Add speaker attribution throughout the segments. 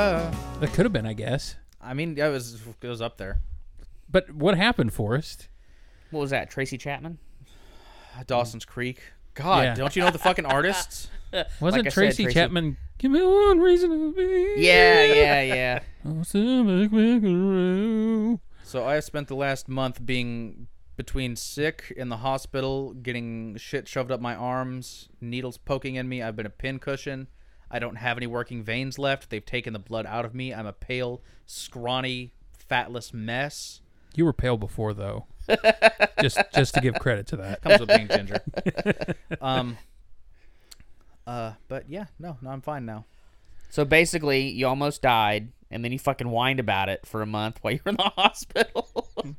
Speaker 1: That could have been, I guess.
Speaker 2: I mean, yeah, it was it was up there.
Speaker 1: But what happened, Forrest?
Speaker 3: What was that? Tracy Chapman?
Speaker 2: Dawson's Creek. God,
Speaker 1: Yeah.
Speaker 2: don't you know the fucking artists?
Speaker 1: Wasn't
Speaker 3: Like I said,
Speaker 1: Tracy,
Speaker 3: Tracy-
Speaker 1: Chapman? Give me one reason to be.
Speaker 3: Yeah, yeah, yeah.
Speaker 1: I'll still make me grow.
Speaker 2: So I have spent the last month being between sick in the hospital, getting shit shoved up my arms, needles poking in me. I've been a pincushion. I don't have any working veins left. They've taken the blood out of me. I'm a pale, scrawny, fatless mess.
Speaker 1: You were pale before, though. just, just to give credit to that.
Speaker 2: Comes with being ginger. um. Uh, but yeah, no, no, I'm fine now.
Speaker 3: So basically, you almost died, and then you fucking whined about it for a month while you were in the hospital.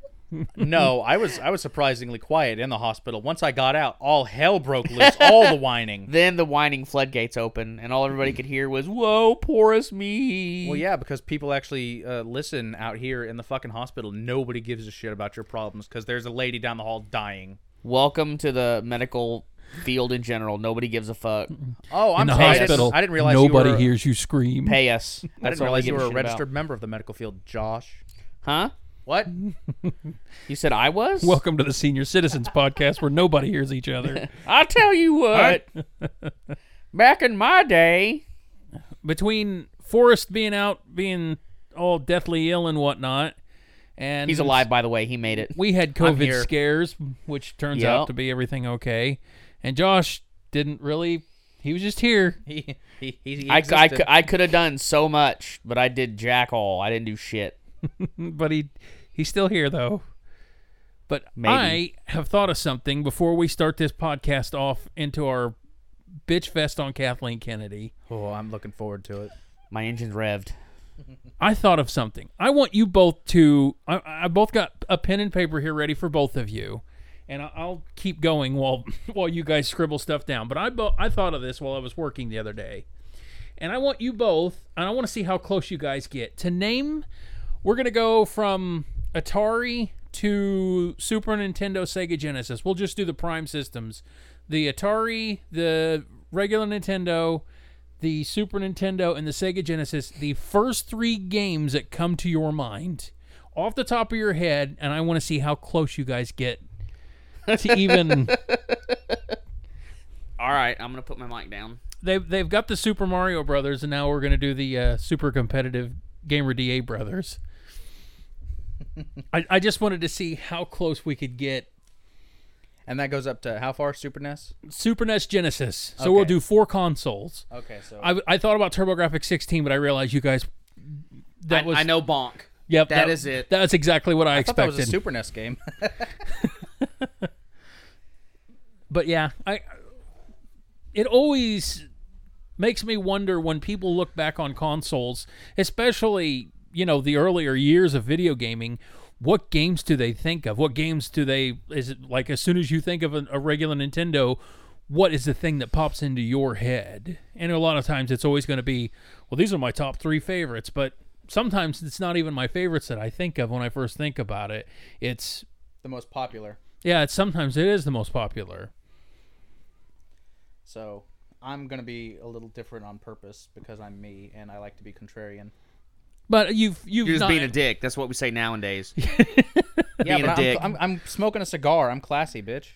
Speaker 2: No, I was I was surprisingly quiet in the hospital. Once I got out, all hell broke loose. All the whining.
Speaker 3: then the whining floodgates open, and all everybody could hear was, Whoa, porous me.
Speaker 2: Well, yeah, because people actually uh, listen out here in the fucking hospital. Nobody gives a shit about your problems because there's a lady down the hall dying.
Speaker 3: Welcome to the medical field in general. Nobody gives a fuck.
Speaker 2: Oh, I'm
Speaker 1: In the
Speaker 2: sorry. I didn't-
Speaker 1: hospital,
Speaker 2: I didn't realize
Speaker 1: nobody
Speaker 2: you were,
Speaker 1: hears you scream.
Speaker 3: Pay us.
Speaker 2: I
Speaker 3: That's
Speaker 2: didn't
Speaker 3: all
Speaker 2: realize
Speaker 3: give
Speaker 2: you were a
Speaker 3: shit about.
Speaker 2: registered member of the medical field, Josh.
Speaker 3: Huh?
Speaker 2: What?
Speaker 3: You said I was?
Speaker 1: Welcome to the Senior Citizens Podcast, where nobody hears each other.
Speaker 3: I tell you what. back in my day,
Speaker 1: Between Forrest being out, being all deathly ill and whatnot, and
Speaker 3: he's alive, by the way. He made it.
Speaker 1: We had
Speaker 2: here.
Speaker 1: COVID scares, which turns
Speaker 3: Yeah.
Speaker 1: out to be everything okay. And Josh didn't really. He was just here.
Speaker 2: he, he, he, he
Speaker 3: I, c- I, c-
Speaker 2: existed.
Speaker 3: I could have done so much, but I did jack all. I didn't do shit.
Speaker 1: but he he's still here though. But
Speaker 3: Maybe.
Speaker 1: I have thought of something before we start this podcast off into our bitch fest on Kathleen Kennedy.
Speaker 2: oh, I'm looking forward to it.
Speaker 3: My engine's revved.
Speaker 1: I thought of something. I want you both to. I, I both got a pen and paper here ready for both of you, and I, I'll keep going while while you guys scribble stuff down. But I bo- I thought of this while I was working the other day, and I want you both, and I want to see how close you guys get to name. We're gonna go from Atari to Super Nintendo, Sega Genesis. We'll just do the prime systems, the Atari, the regular Nintendo, the Super Nintendo and the Sega Genesis, the first three games that come to your mind off the top of your head, and I want to see how close you guys get to even.
Speaker 3: All right, I'm going to put my mic down.
Speaker 1: they've, they've got the Super Mario Brothers, and now we're going to do the uh, super competitive Gamer DA Brothers. I, I just wanted to see how close we could get
Speaker 2: And that goes up to how far, Super NES?
Speaker 1: Super NES Genesis. So we'll
Speaker 2: Okay.
Speaker 1: do four consoles.
Speaker 2: Okay, so
Speaker 1: I, I thought about TurboGrafx 16, but I realized you guys. That
Speaker 3: I,
Speaker 1: was
Speaker 3: I know bonk.
Speaker 1: Yep,
Speaker 3: That is it.
Speaker 1: That's exactly what I,
Speaker 2: thought
Speaker 1: expected.
Speaker 2: that was a Super NES game.
Speaker 1: but yeah, I it always makes me wonder when people look back on consoles, especially, you know, the earlier years of video gaming, what games do they think of? What games do they is it like as soon as you think of a, a regular Nintendo, what is the thing that pops into your head? And a lot of times it's always going to be, well, these are my top 3 favorites, but sometimes it's not even my favorites that I think of when I first think about it. It's
Speaker 2: the most popular.
Speaker 1: yeah, it's sometimes it is the most popular.
Speaker 2: So I'm gonna be a little different on purpose because I'm me and I like to be contrarian.
Speaker 1: But you've you've
Speaker 3: You're just
Speaker 1: not-
Speaker 3: being a dick. That's what we say nowadays.
Speaker 2: Yeah,
Speaker 3: Being
Speaker 2: but
Speaker 3: a
Speaker 2: I'm,
Speaker 3: dick.
Speaker 2: I'm, I'm smoking a cigar. I'm classy, bitch.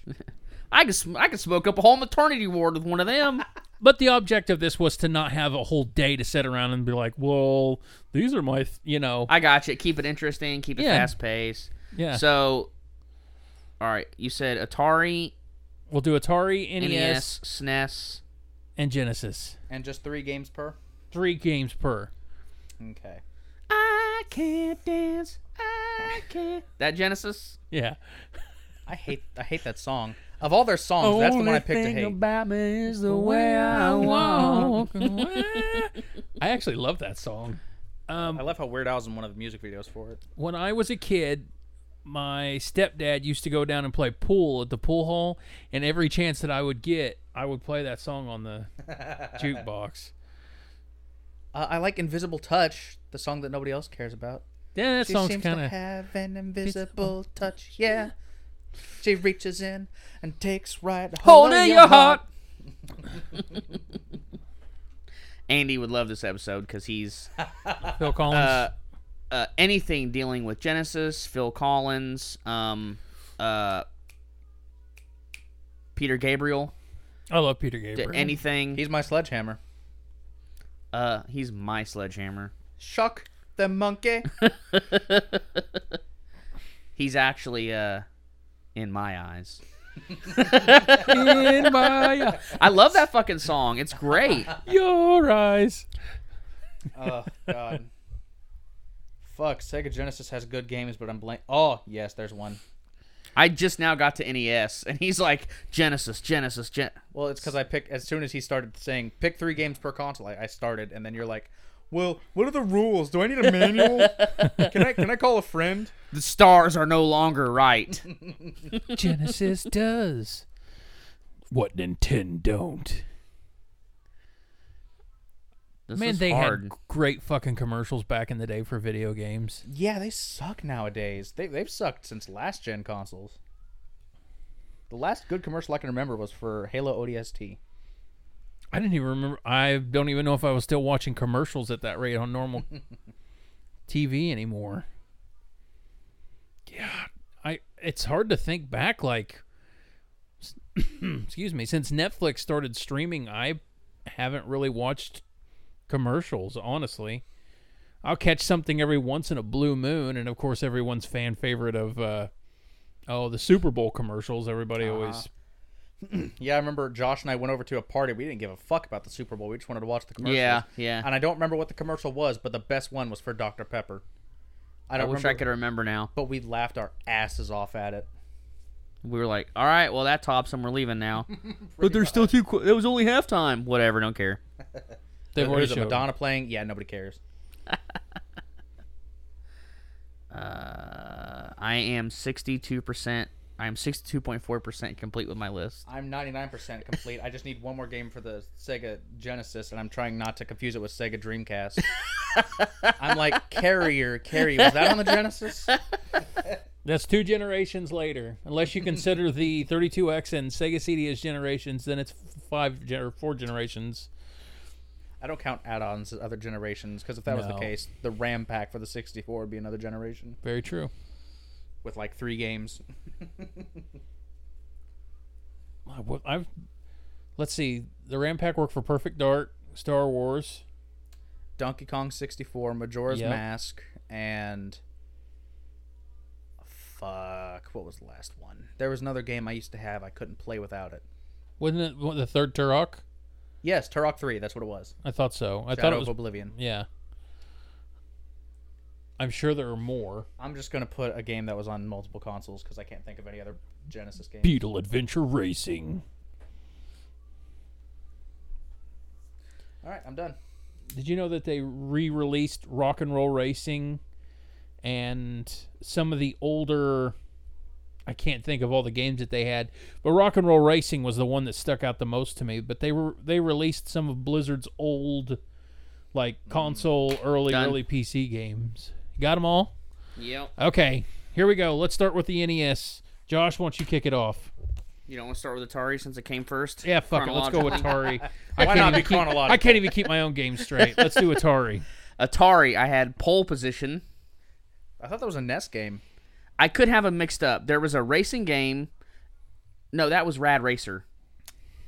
Speaker 3: I could sm- I could smoke up a whole maternity ward with one of them.
Speaker 1: But the object of this was to not have a whole day to sit around and be like, well, these are my, th-, you know,
Speaker 3: I got you. Keep it interesting. Keep it
Speaker 1: Yeah.
Speaker 3: fast paced.
Speaker 1: yeah.
Speaker 3: So, all right, you said Atari, E
Speaker 1: we'll do Atari, NES,
Speaker 2: E
Speaker 3: NES, SNES.
Speaker 1: and Genesis.
Speaker 2: And just three games per.
Speaker 1: Three games per.
Speaker 2: Okay.
Speaker 3: I can't dance. I can't. That Genesis.
Speaker 1: Yeah.
Speaker 2: I hate I hate that song. Of all their songs, that's the one I picked to hate.
Speaker 3: about me is the
Speaker 1: way I walk. I actually love that song.
Speaker 2: I love how Weird Al's in one of the music videos for it.
Speaker 1: when I was a kid, my stepdad used to go down and play pool at the pool hall, and every chance that I would get, I would play that song on the jukebox.
Speaker 2: Uh, I like Invisible Touch, the song that nobody else cares about.
Speaker 1: Yeah, that
Speaker 2: She
Speaker 1: song's
Speaker 2: seems
Speaker 1: kind
Speaker 2: to
Speaker 1: of
Speaker 2: have an invisible touch, yeah. She reaches in and takes right
Speaker 1: Hold in your heart.
Speaker 3: Andy would love this episode because he's
Speaker 1: Phil Collins.
Speaker 3: uh, uh, anything dealing with Genesis, Phil Collins, um, uh, Peter Gabriel,
Speaker 1: I love Peter
Speaker 3: to
Speaker 1: Gabriel.
Speaker 3: anything.
Speaker 2: He's my sledgehammer.
Speaker 3: uh, he's my sledgehammer.
Speaker 2: Shuck the monkey.
Speaker 3: He's actually uh, in my eyes.
Speaker 1: In my
Speaker 3: I love that fucking song. It's great.
Speaker 1: your eyes.
Speaker 2: oh God. Fuck. Sega Genesis has good games, but I'm blank. Oh yes, there's one.
Speaker 3: I just now got to NES, and he's like Genesis, Genesis, Gen.
Speaker 2: Well, it's because I picked as soon as he started saying pick three games per console. I, I started, and then you're like, "Well, what are the rules? Do I need a manual? can I can I call a friend?"
Speaker 3: The stars are no longer right.
Speaker 1: Genesis does what Nintendo don't.
Speaker 3: This
Speaker 1: Man,
Speaker 3: is
Speaker 1: they
Speaker 3: hard.
Speaker 1: had great fucking commercials back in the day for video games.
Speaker 2: Yeah, they suck nowadays. They they've sucked since last gen consoles. The last good commercial I can remember was for Halo ODST.
Speaker 1: I didn't even remember. I don't even know if I was still watching commercials at that rate on normal TV anymore. Yeah, I. It's hard to think back. Like, excuse me. Since Netflix started streaming, I haven't really watched commercials. Honestly, I'll catch something every once in a blue moon, and of course, everyone's fan favorite of. Uh, Oh, the Super Bowl commercials! Everybody always
Speaker 2: Yeah, I remember Josh and I went over to a party. We didn't give a fuck about the Super Bowl. We just wanted to watch the commercials.
Speaker 3: Yeah, yeah.
Speaker 2: And I don't remember what the commercial was, but the best one was for Dr Pepper. I
Speaker 3: I
Speaker 2: don't
Speaker 3: wish
Speaker 2: remember,
Speaker 3: I could remember now.
Speaker 2: but we laughed our asses off at it.
Speaker 3: We were like, "All right, well that tops them. We're leaving now." but there's still two. Qu- it was only halftime. Whatever. Don't care.
Speaker 1: they've already
Speaker 2: There's a
Speaker 1: showed.
Speaker 2: Madonna playing. Yeah, nobody cares.
Speaker 3: Uh, I am 62 percent. I am 62.4 percent complete with my list.
Speaker 2: I'm 99% complete. I just need one more game for the Sega Genesis, and I'm trying not to confuse it with Sega Dreamcast. I'm like, Carrier, Carrier. Was that on the Genesis?
Speaker 1: That's two generations later. Unless you consider the 32X and Sega CD as generations, then it's five gen- or four generations.
Speaker 2: I don't count add ons as other generations, because if that was the
Speaker 1: No.
Speaker 2: case, the RAM pack for the 64 would be another generation
Speaker 1: Very true.
Speaker 2: with like three games.
Speaker 1: I- what- I've let's see. The RAM pack worked for Perfect Dark, Star Wars.
Speaker 2: Donkey Kong 64, Majora's
Speaker 1: Yep.
Speaker 2: Mask, and. Fuck. What was the last one? There was another game I used to have. I couldn't play without it.
Speaker 1: Wasn't it what, the third Turok?
Speaker 2: Yes, Turok 3. That's what it was.
Speaker 1: I thought so. I
Speaker 2: Shadow
Speaker 1: thought it
Speaker 2: of
Speaker 1: was.
Speaker 2: Oblivion.
Speaker 1: Yeah. I'm sure there are more.
Speaker 2: I'm just gonna put a game that was on multiple consoles because I can't think of any other Genesis game.
Speaker 1: Beetle Adventure Racing.
Speaker 2: All right, I'm done.
Speaker 1: Did you know that they re-released Rock and Roll Racing and some of the older I can't think of all the games that they had, but Rock and Roll Racing was the one that stuck out the most to me, but they were they released some of Blizzard's old like console early
Speaker 3: Done.
Speaker 1: early PC games. You got them all?
Speaker 3: Yep.
Speaker 1: Okay. Here we go. Let's start with the NES. Josh, why don't you kick it off?
Speaker 3: You don't want to start with Atari since it came first.
Speaker 1: Yeah, fuck it. Let's go with Atari.
Speaker 2: Why
Speaker 1: I
Speaker 2: not
Speaker 1: can't even
Speaker 2: be
Speaker 1: keep-
Speaker 2: chronological?
Speaker 1: I can't even keep my own game straight. Let's do Atari.
Speaker 3: Atari. I had pole position.
Speaker 2: I thought that was a NES game.
Speaker 3: I could have them mixed up. There was a racing game. No, that was Rad Racer,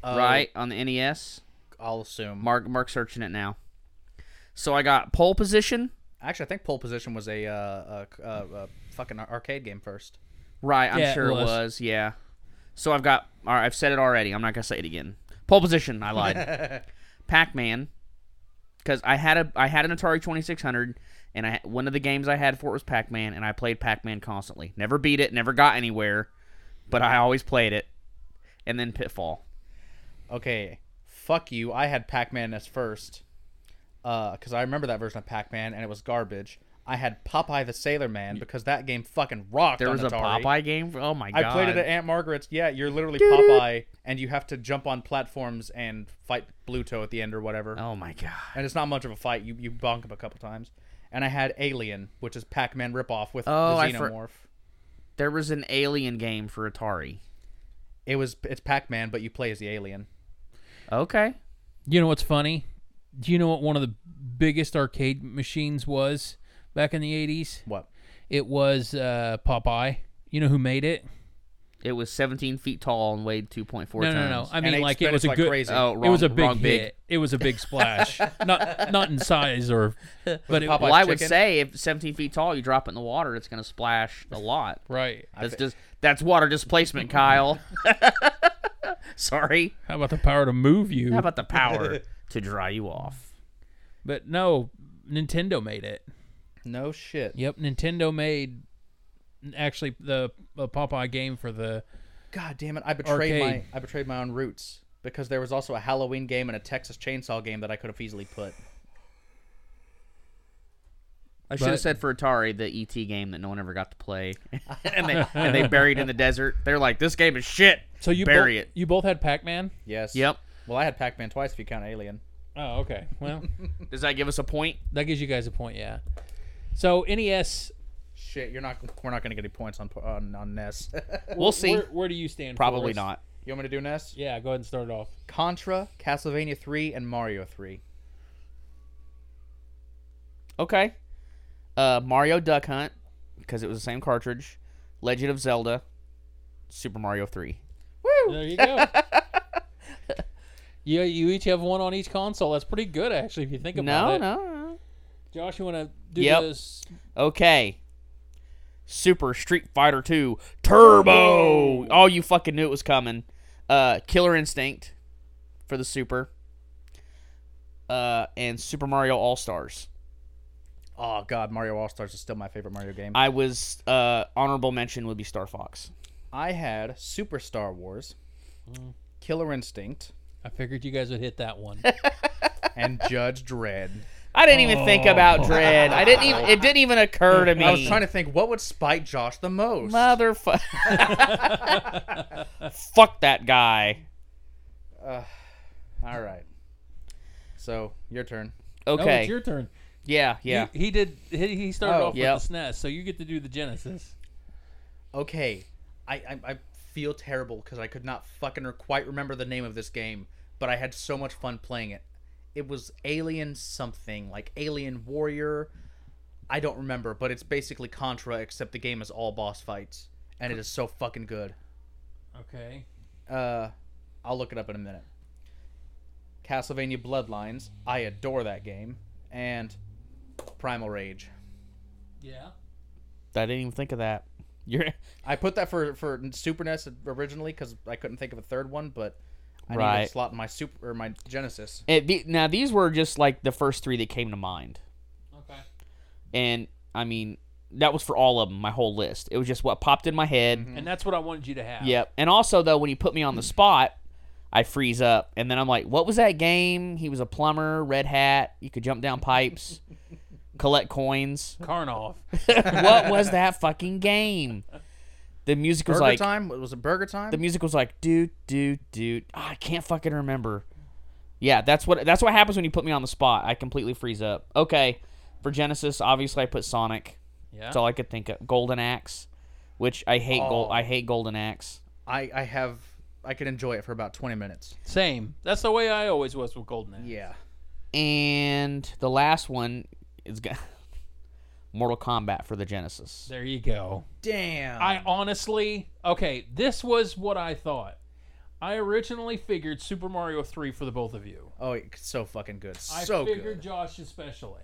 Speaker 3: right on the NES.
Speaker 2: I'll assume.
Speaker 3: Mark Mark searching it now. So I got pole position.
Speaker 2: Actually, I think Pole Position was a, uh, a, a, a fucking arcade game first.
Speaker 3: Right, I'm
Speaker 1: Yeah, it
Speaker 3: sure it was.
Speaker 1: was.
Speaker 3: Yeah. So I've got. All right, I've said it already. I'm not gonna say it again. Pole position. I lied. Pac-Man. Because I had a I had an Atari 2600, and I one of the games I had for it was Pac-Man, and I played Pac-Man constantly. Never beat it. Never got anywhere, but I always played it. And then Pitfall.
Speaker 2: Okay, fuck you. I had Pac-Man as first because I remember that version of Pac-Man and it was garbage. I had Popeye the Sailor Man because that game fucking rocked.
Speaker 3: There
Speaker 2: on
Speaker 3: was a
Speaker 2: Atari.
Speaker 3: Popeye game. Oh my
Speaker 2: I
Speaker 3: god!
Speaker 2: played it at Aunt Margaret's. Yeah, you're literally Popeye, and you have to jump on platforms and fight Bluto at the end or whatever.
Speaker 3: Oh my god!
Speaker 2: and it's not much of a fight. You you bonk him a couple times. And I had Alien, which is Pac-Man ripoff with
Speaker 3: Oh,
Speaker 2: the
Speaker 3: I for-
Speaker 2: Xenomorph.
Speaker 3: There was an Alien game for Atari.
Speaker 2: It was it's Pac-Man, but you play as the alien.
Speaker 3: Okay.
Speaker 1: You know what's funny? Do you know what one of the biggest arcade machines was back in the eighties?
Speaker 2: What?
Speaker 1: It was uh, Popeye. You know who made it?
Speaker 3: It was 17 feet tall and weighed 2.4
Speaker 1: No,
Speaker 3: tons.
Speaker 1: no, no. I
Speaker 2: And
Speaker 1: mean,
Speaker 2: they
Speaker 1: like it
Speaker 2: spent
Speaker 1: was
Speaker 2: it
Speaker 1: a
Speaker 2: like
Speaker 1: good.
Speaker 2: crazy.
Speaker 3: Oh,
Speaker 1: it was a
Speaker 3: wrong-
Speaker 1: big
Speaker 3: wrong
Speaker 1: hit.
Speaker 3: big.
Speaker 1: It was a big splash. not not in size or, but it,
Speaker 2: Popeye-
Speaker 3: Well,
Speaker 2: Like
Speaker 3: I would
Speaker 2: chicken?
Speaker 3: say if 17 feet tall, you drop it in the water, it's going to splash a lot.
Speaker 1: right.
Speaker 3: That's just that's water displacement, Kyle. Sorry.
Speaker 1: How about the power to move you?
Speaker 3: How about the power to dry you off?
Speaker 1: but no, Nintendo made it.
Speaker 2: No shit.
Speaker 1: Yep, Nintendo made actually the a Popeye game for the
Speaker 2: God damn it! I betrayed
Speaker 1: Arcade.
Speaker 2: my I betrayed my own roots because there was also a Halloween game and a Texas Chainsaw game that I could have easily put.
Speaker 3: I should
Speaker 1: But-
Speaker 3: have said for Atari the ET game that no one ever got to play, and they and they buried in the desert. They're like, this game is shit.
Speaker 1: So you
Speaker 3: bury
Speaker 1: both,
Speaker 3: it.
Speaker 1: You both had Pac-Man.
Speaker 2: Yes.
Speaker 3: Yep.
Speaker 2: Well, I had Pac-Man twice if you count Alien.
Speaker 1: Oh, okay. Well,
Speaker 3: Does that give us a point?
Speaker 1: that gives you guys a point. Yeah. So E NES.
Speaker 2: Shit, you're not. We're not gonna get any points on on, on E NES.
Speaker 3: We'll see.
Speaker 1: Where, where do you stand?
Speaker 3: Probably
Speaker 1: Forrest?
Speaker 3: not.
Speaker 2: you want me to do NES?
Speaker 1: Yeah. Go ahead and start it off.
Speaker 2: Contra, Castlevania 3, and Mario 3.
Speaker 3: Okay. Uh, Mario Duck Hunt, because it was the same cartridge. Legend of Zelda, Super Mario Three.
Speaker 1: There you go. Yeah, you each have one on each console. That's pretty good, actually, if you think about
Speaker 3: No,
Speaker 1: it.
Speaker 3: no, no.
Speaker 1: Josh, you want to do
Speaker 3: Yep.
Speaker 1: this?
Speaker 3: Okay. Super Street Fighter 2 Turbo. All you fucking knew it was coming. Uh Killer Instinct for the Super. Uh and Super Mario All-Stars.
Speaker 2: Oh god, Mario All Stars is still my favorite Mario game. I,
Speaker 3: I was uh honorable mention would be Star Fox.
Speaker 2: had Super Star Wars, Killer Instinct,
Speaker 1: I figured you guys would hit that one.
Speaker 2: and Judge Dredd.
Speaker 3: I didn't even think about Dread. I didn't even it didn't even occur to me.
Speaker 2: Oh. I was trying to think what would spite Josh the most.
Speaker 3: motherfucker. Fuck that guy.
Speaker 2: All right. So your turn.
Speaker 1: No,
Speaker 3: Okay.
Speaker 1: it's your turn.
Speaker 3: yeah, yeah.
Speaker 1: He, he did. He, he started
Speaker 2: Oh.
Speaker 1: off
Speaker 3: Yep.
Speaker 1: with the SNES, so you get to do the Genesis.
Speaker 2: Okay, I I, I feel terrible because I could not fucking quite remember the name of this game, but I had so much fun playing it. It was Alien something like Alien Warrior. I don't remember, but it's basically Contra except the game is all boss fights, and it is so fucking good.
Speaker 1: Okay.
Speaker 2: Uh, I'll look it up in a minute. Castlevania Bloodlines. I adore that game. And Primal Rage.
Speaker 1: Yeah.
Speaker 3: I didn't even think of that. You're
Speaker 2: I put that for for Super NES originally because I couldn't think of a third one, but I needed
Speaker 3: Right.
Speaker 2: a slot in my Super or my Genesis.
Speaker 3: It, the, now these were just like the first three that came to mind,
Speaker 1: Okay.
Speaker 3: and I mean that was for all of them, my whole list. It was just what popped in my head.
Speaker 1: And that's what I wanted you to have.
Speaker 3: Mm. Yep. And also though, when you put me on the spot, I freeze up, and then I'm like, "What was that game? He was a plumber, red hat. You could jump down pipes, collect coins.
Speaker 1: Karnoff.
Speaker 3: what was that fucking game?" The music was
Speaker 2: Burger
Speaker 3: like
Speaker 2: Time was it Burger Time?
Speaker 3: the music was like do do do. Ah, I can't fucking remember. Yeah, that's what that's what happens when you put me on the spot. I completely freeze up. Okay, for Genesis, obviously I put Sonic.
Speaker 1: Yeah.
Speaker 3: That's all I could think of. Golden Axe, which I hate. Gold.
Speaker 2: Oh.
Speaker 3: I hate Golden Axe.
Speaker 2: I I have I could enjoy it for about twenty minutes.
Speaker 1: Same. That's the way I always was with Golden Axe.
Speaker 2: Yeah.
Speaker 3: And the last one is go- Mortal Kombat for the Genesis.
Speaker 1: There you go.
Speaker 2: Damn.
Speaker 1: I honestly, okay, this was what I thought. I originally figured Super Mario 3 for the both of you.
Speaker 2: oh, it's so fucking good.
Speaker 1: I
Speaker 2: So
Speaker 1: figured
Speaker 2: good.
Speaker 1: Josh especially.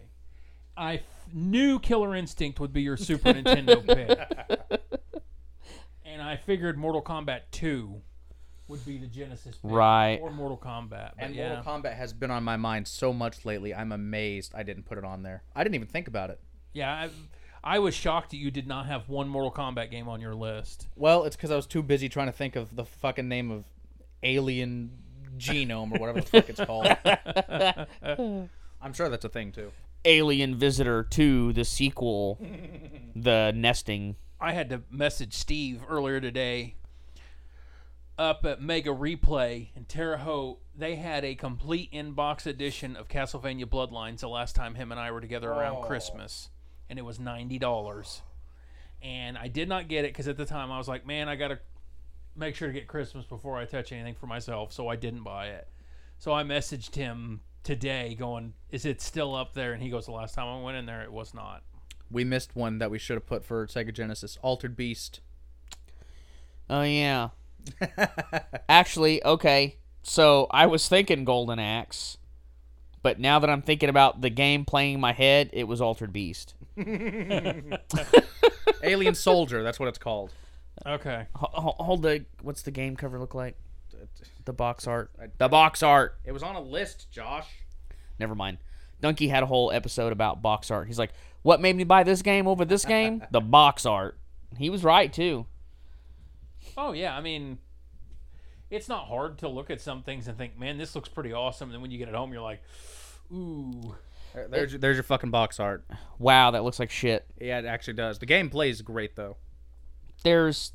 Speaker 1: I f- knew Killer Instinct would be your Super Nintendo pick. And I figured Mortal Kombat 2 would be the Genesis pick.
Speaker 3: Right.
Speaker 1: Or Mortal Kombat. But
Speaker 2: And
Speaker 1: yeah.
Speaker 2: Mortal Kombat has been on my mind so much lately. I'm amazed I didn't put it on there. I didn't even think about it.
Speaker 1: yeah, I, I was shocked that you did not have one Mortal Kombat game on your list.
Speaker 2: Well, it's because I was too busy trying to think of the fucking name of alien genome or whatever the fuck it's called. I'm sure that's a thing too.
Speaker 3: Alien Visitor 2, the sequel, the nesting.
Speaker 1: I had to message Steve earlier today. Up at Mega Replay in Terre Haute, they had a complete inbox edition of Castlevania Bloodlines the last time him and I were together around Christmas, and it was ninety dollars. And I did not get it because at the time I was like, "Man, I gotta make sure to get Christmas before I touch anything for myself," so I didn't buy it. So I messaged him today going, is it still up there? And he goes, the last time I went in there, it was not.
Speaker 2: We missed one that we should have put for Sega Genesis Altered Beast.
Speaker 3: Oh yeah. Actually, okay. So I was thinking Golden Axe, but now that I'm thinking about the game playing in my head, it was Altered Beast.
Speaker 2: Alien Soldier, that's what it's called.
Speaker 1: Okay.
Speaker 3: Ho- ho- Hold the what's the game cover look like? The box art. The box art.
Speaker 2: It was on a list, Josh.
Speaker 3: Never mind. Donkey had a whole episode about box art. He's like, "What made me buy this game over this game? The box art." He was right too.
Speaker 1: Oh yeah, I mean, it's not hard to look at some things and think, man, this looks pretty awesome. And then when you get it home, you're like, ooh.
Speaker 2: There- There's, there's your fucking box art.
Speaker 3: Wow, that looks like shit.
Speaker 2: Yeah, it actually does. The game plays great though.
Speaker 3: there's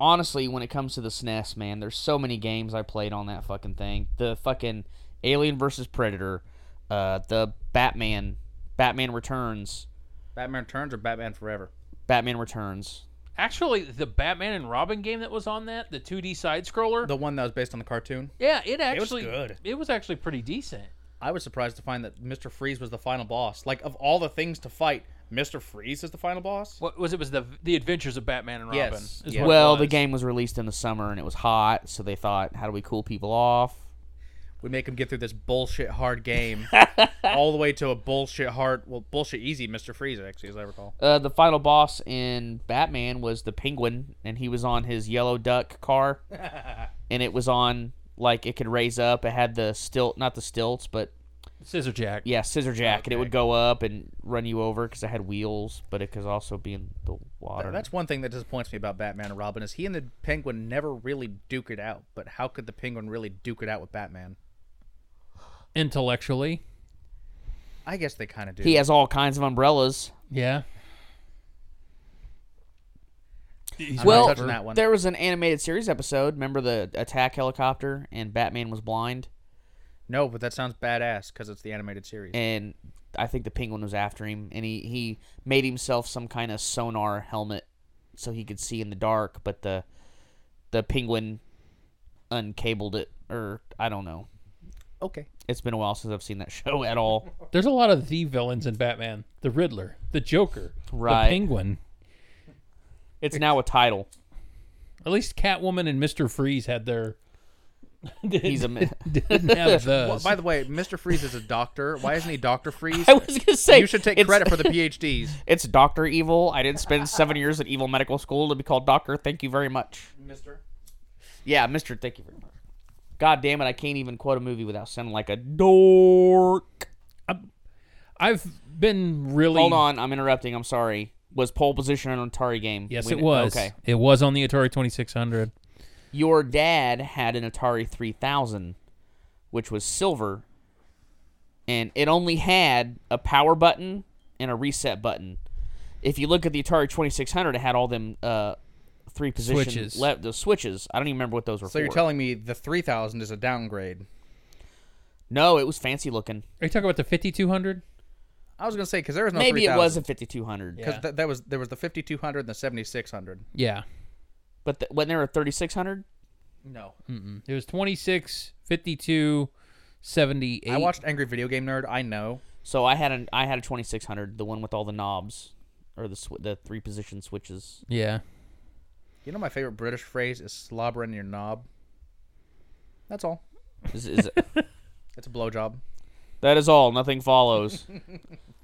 Speaker 3: honestly when it comes to the SNES, man, there's so many games I played on that fucking thing. The fucking Alien versus Predator, uh, the Batman, Batman Returns,
Speaker 2: Batman Returns or Batman Forever.
Speaker 3: Batman Returns.
Speaker 1: Actually, the Batman and Robin game that was on that, the 2D side scroller,
Speaker 2: The one that was based on the cartoon.
Speaker 1: yeah, it
Speaker 2: was
Speaker 1: actually
Speaker 2: good.
Speaker 1: It was actually pretty decent.
Speaker 2: I was surprised to find that Mr. Freeze was the final boss. Like of all the things to fight, Mr. Freeze is the final boss.
Speaker 1: What was it? Was the the Adventures of Batman and Robin?
Speaker 2: Yes,
Speaker 1: is
Speaker 2: yeah.
Speaker 1: what it
Speaker 3: Well, the
Speaker 1: was.
Speaker 3: game was released in the summer and it was hot, so they thought, how do we cool people off?
Speaker 2: We make him get through this bullshit hard game, all the way to a bullshit hard, well, bullshit easy Mr. Freeze actually, as I recall.
Speaker 3: Uh, the final boss in Batman was the Penguin, and he was on his yellow duck car, and it was on like it could raise up. It had the stilt, not the stilts, but
Speaker 1: Scissor Jack.
Speaker 3: yeah, scissor jack, and it would go up and run you over because I had wheels, but it could also be in the water.
Speaker 2: That's one thing that disappoints me about Batman and Robin is he and the Penguin never really duke it out. But how could the Penguin really duke it out with Batman?
Speaker 1: Intellectually,
Speaker 2: I guess they kind of do.
Speaker 3: he has all kinds of umbrellas.
Speaker 1: yeah. He's
Speaker 2: I'm
Speaker 3: Well,
Speaker 2: not touching that one.
Speaker 3: There was an animated series episode. Remember the attack helicopter, and Batman was blind,
Speaker 2: No, but that sounds badass because it's the animated series.
Speaker 3: and I think the penguin was after him, and he he made himself some kind of sonar helmet so he could see in the dark, but the the penguin uncabled it, or I don't know.
Speaker 2: Okay.
Speaker 3: It's been a while since I've seen that show at all.
Speaker 1: There's a lot of the villains in Batman: the Riddler, the Joker,
Speaker 3: Right.
Speaker 1: the Penguin.
Speaker 3: It's now a title.
Speaker 1: At least Catwoman and Mister Freeze had their.
Speaker 3: He's a. mi-
Speaker 1: didn't have those.
Speaker 2: Well, by the way, Mr. Freeze is a doctor. Why isn't he Doctor Freeze?
Speaker 3: I was gonna say
Speaker 2: you should take
Speaker 3: it's-
Speaker 2: credit for the PhDs.
Speaker 3: It's Doctor Evil. I didn't spend seven years at Evil Medical School to be called Doctor. Thank you very much.
Speaker 2: Mister.
Speaker 3: Yeah, Mister. Thank you very much. God damn it! I can't even quote a movie without sounding like a dork.
Speaker 1: I've been really.
Speaker 3: Hold on, I'm interrupting. I'm sorry. Was pole position an Atari game?
Speaker 1: Yes,
Speaker 3: We-
Speaker 1: it was.
Speaker 3: Okay.
Speaker 1: It was on the Atari 2600.
Speaker 3: Your dad had an Atari 3000, which was silver, and it only had a power button and a reset button. If you look at the Atari 2600, it had all them uh, three position
Speaker 1: Switches.
Speaker 3: Le- the switches. I don't even remember what those were
Speaker 2: So you're
Speaker 3: for.
Speaker 2: telling me the 3000 is a downgrade?
Speaker 3: no, it was fancy looking.
Speaker 1: Are you talking about the 5200?
Speaker 2: I was gonna say because there was no
Speaker 3: Maybe it
Speaker 2: 3000.
Speaker 3: was a 5200.
Speaker 2: because th- that was there was the 5200 and the 7600.
Speaker 1: Yeah.
Speaker 3: But th- wasn't there a 3600?
Speaker 2: No,
Speaker 1: It was 26, 52, 78.
Speaker 2: I watched Angry Video Game Nerd. I know.
Speaker 3: So I had an I had a 2600, the one with all the knobs or the sw- the three position switches.
Speaker 1: Yeah.
Speaker 2: You know my favorite British phrase is slobbering your knob. That's all.
Speaker 3: Is, is it?
Speaker 2: It's a blowjob.
Speaker 3: That is all. Nothing follows.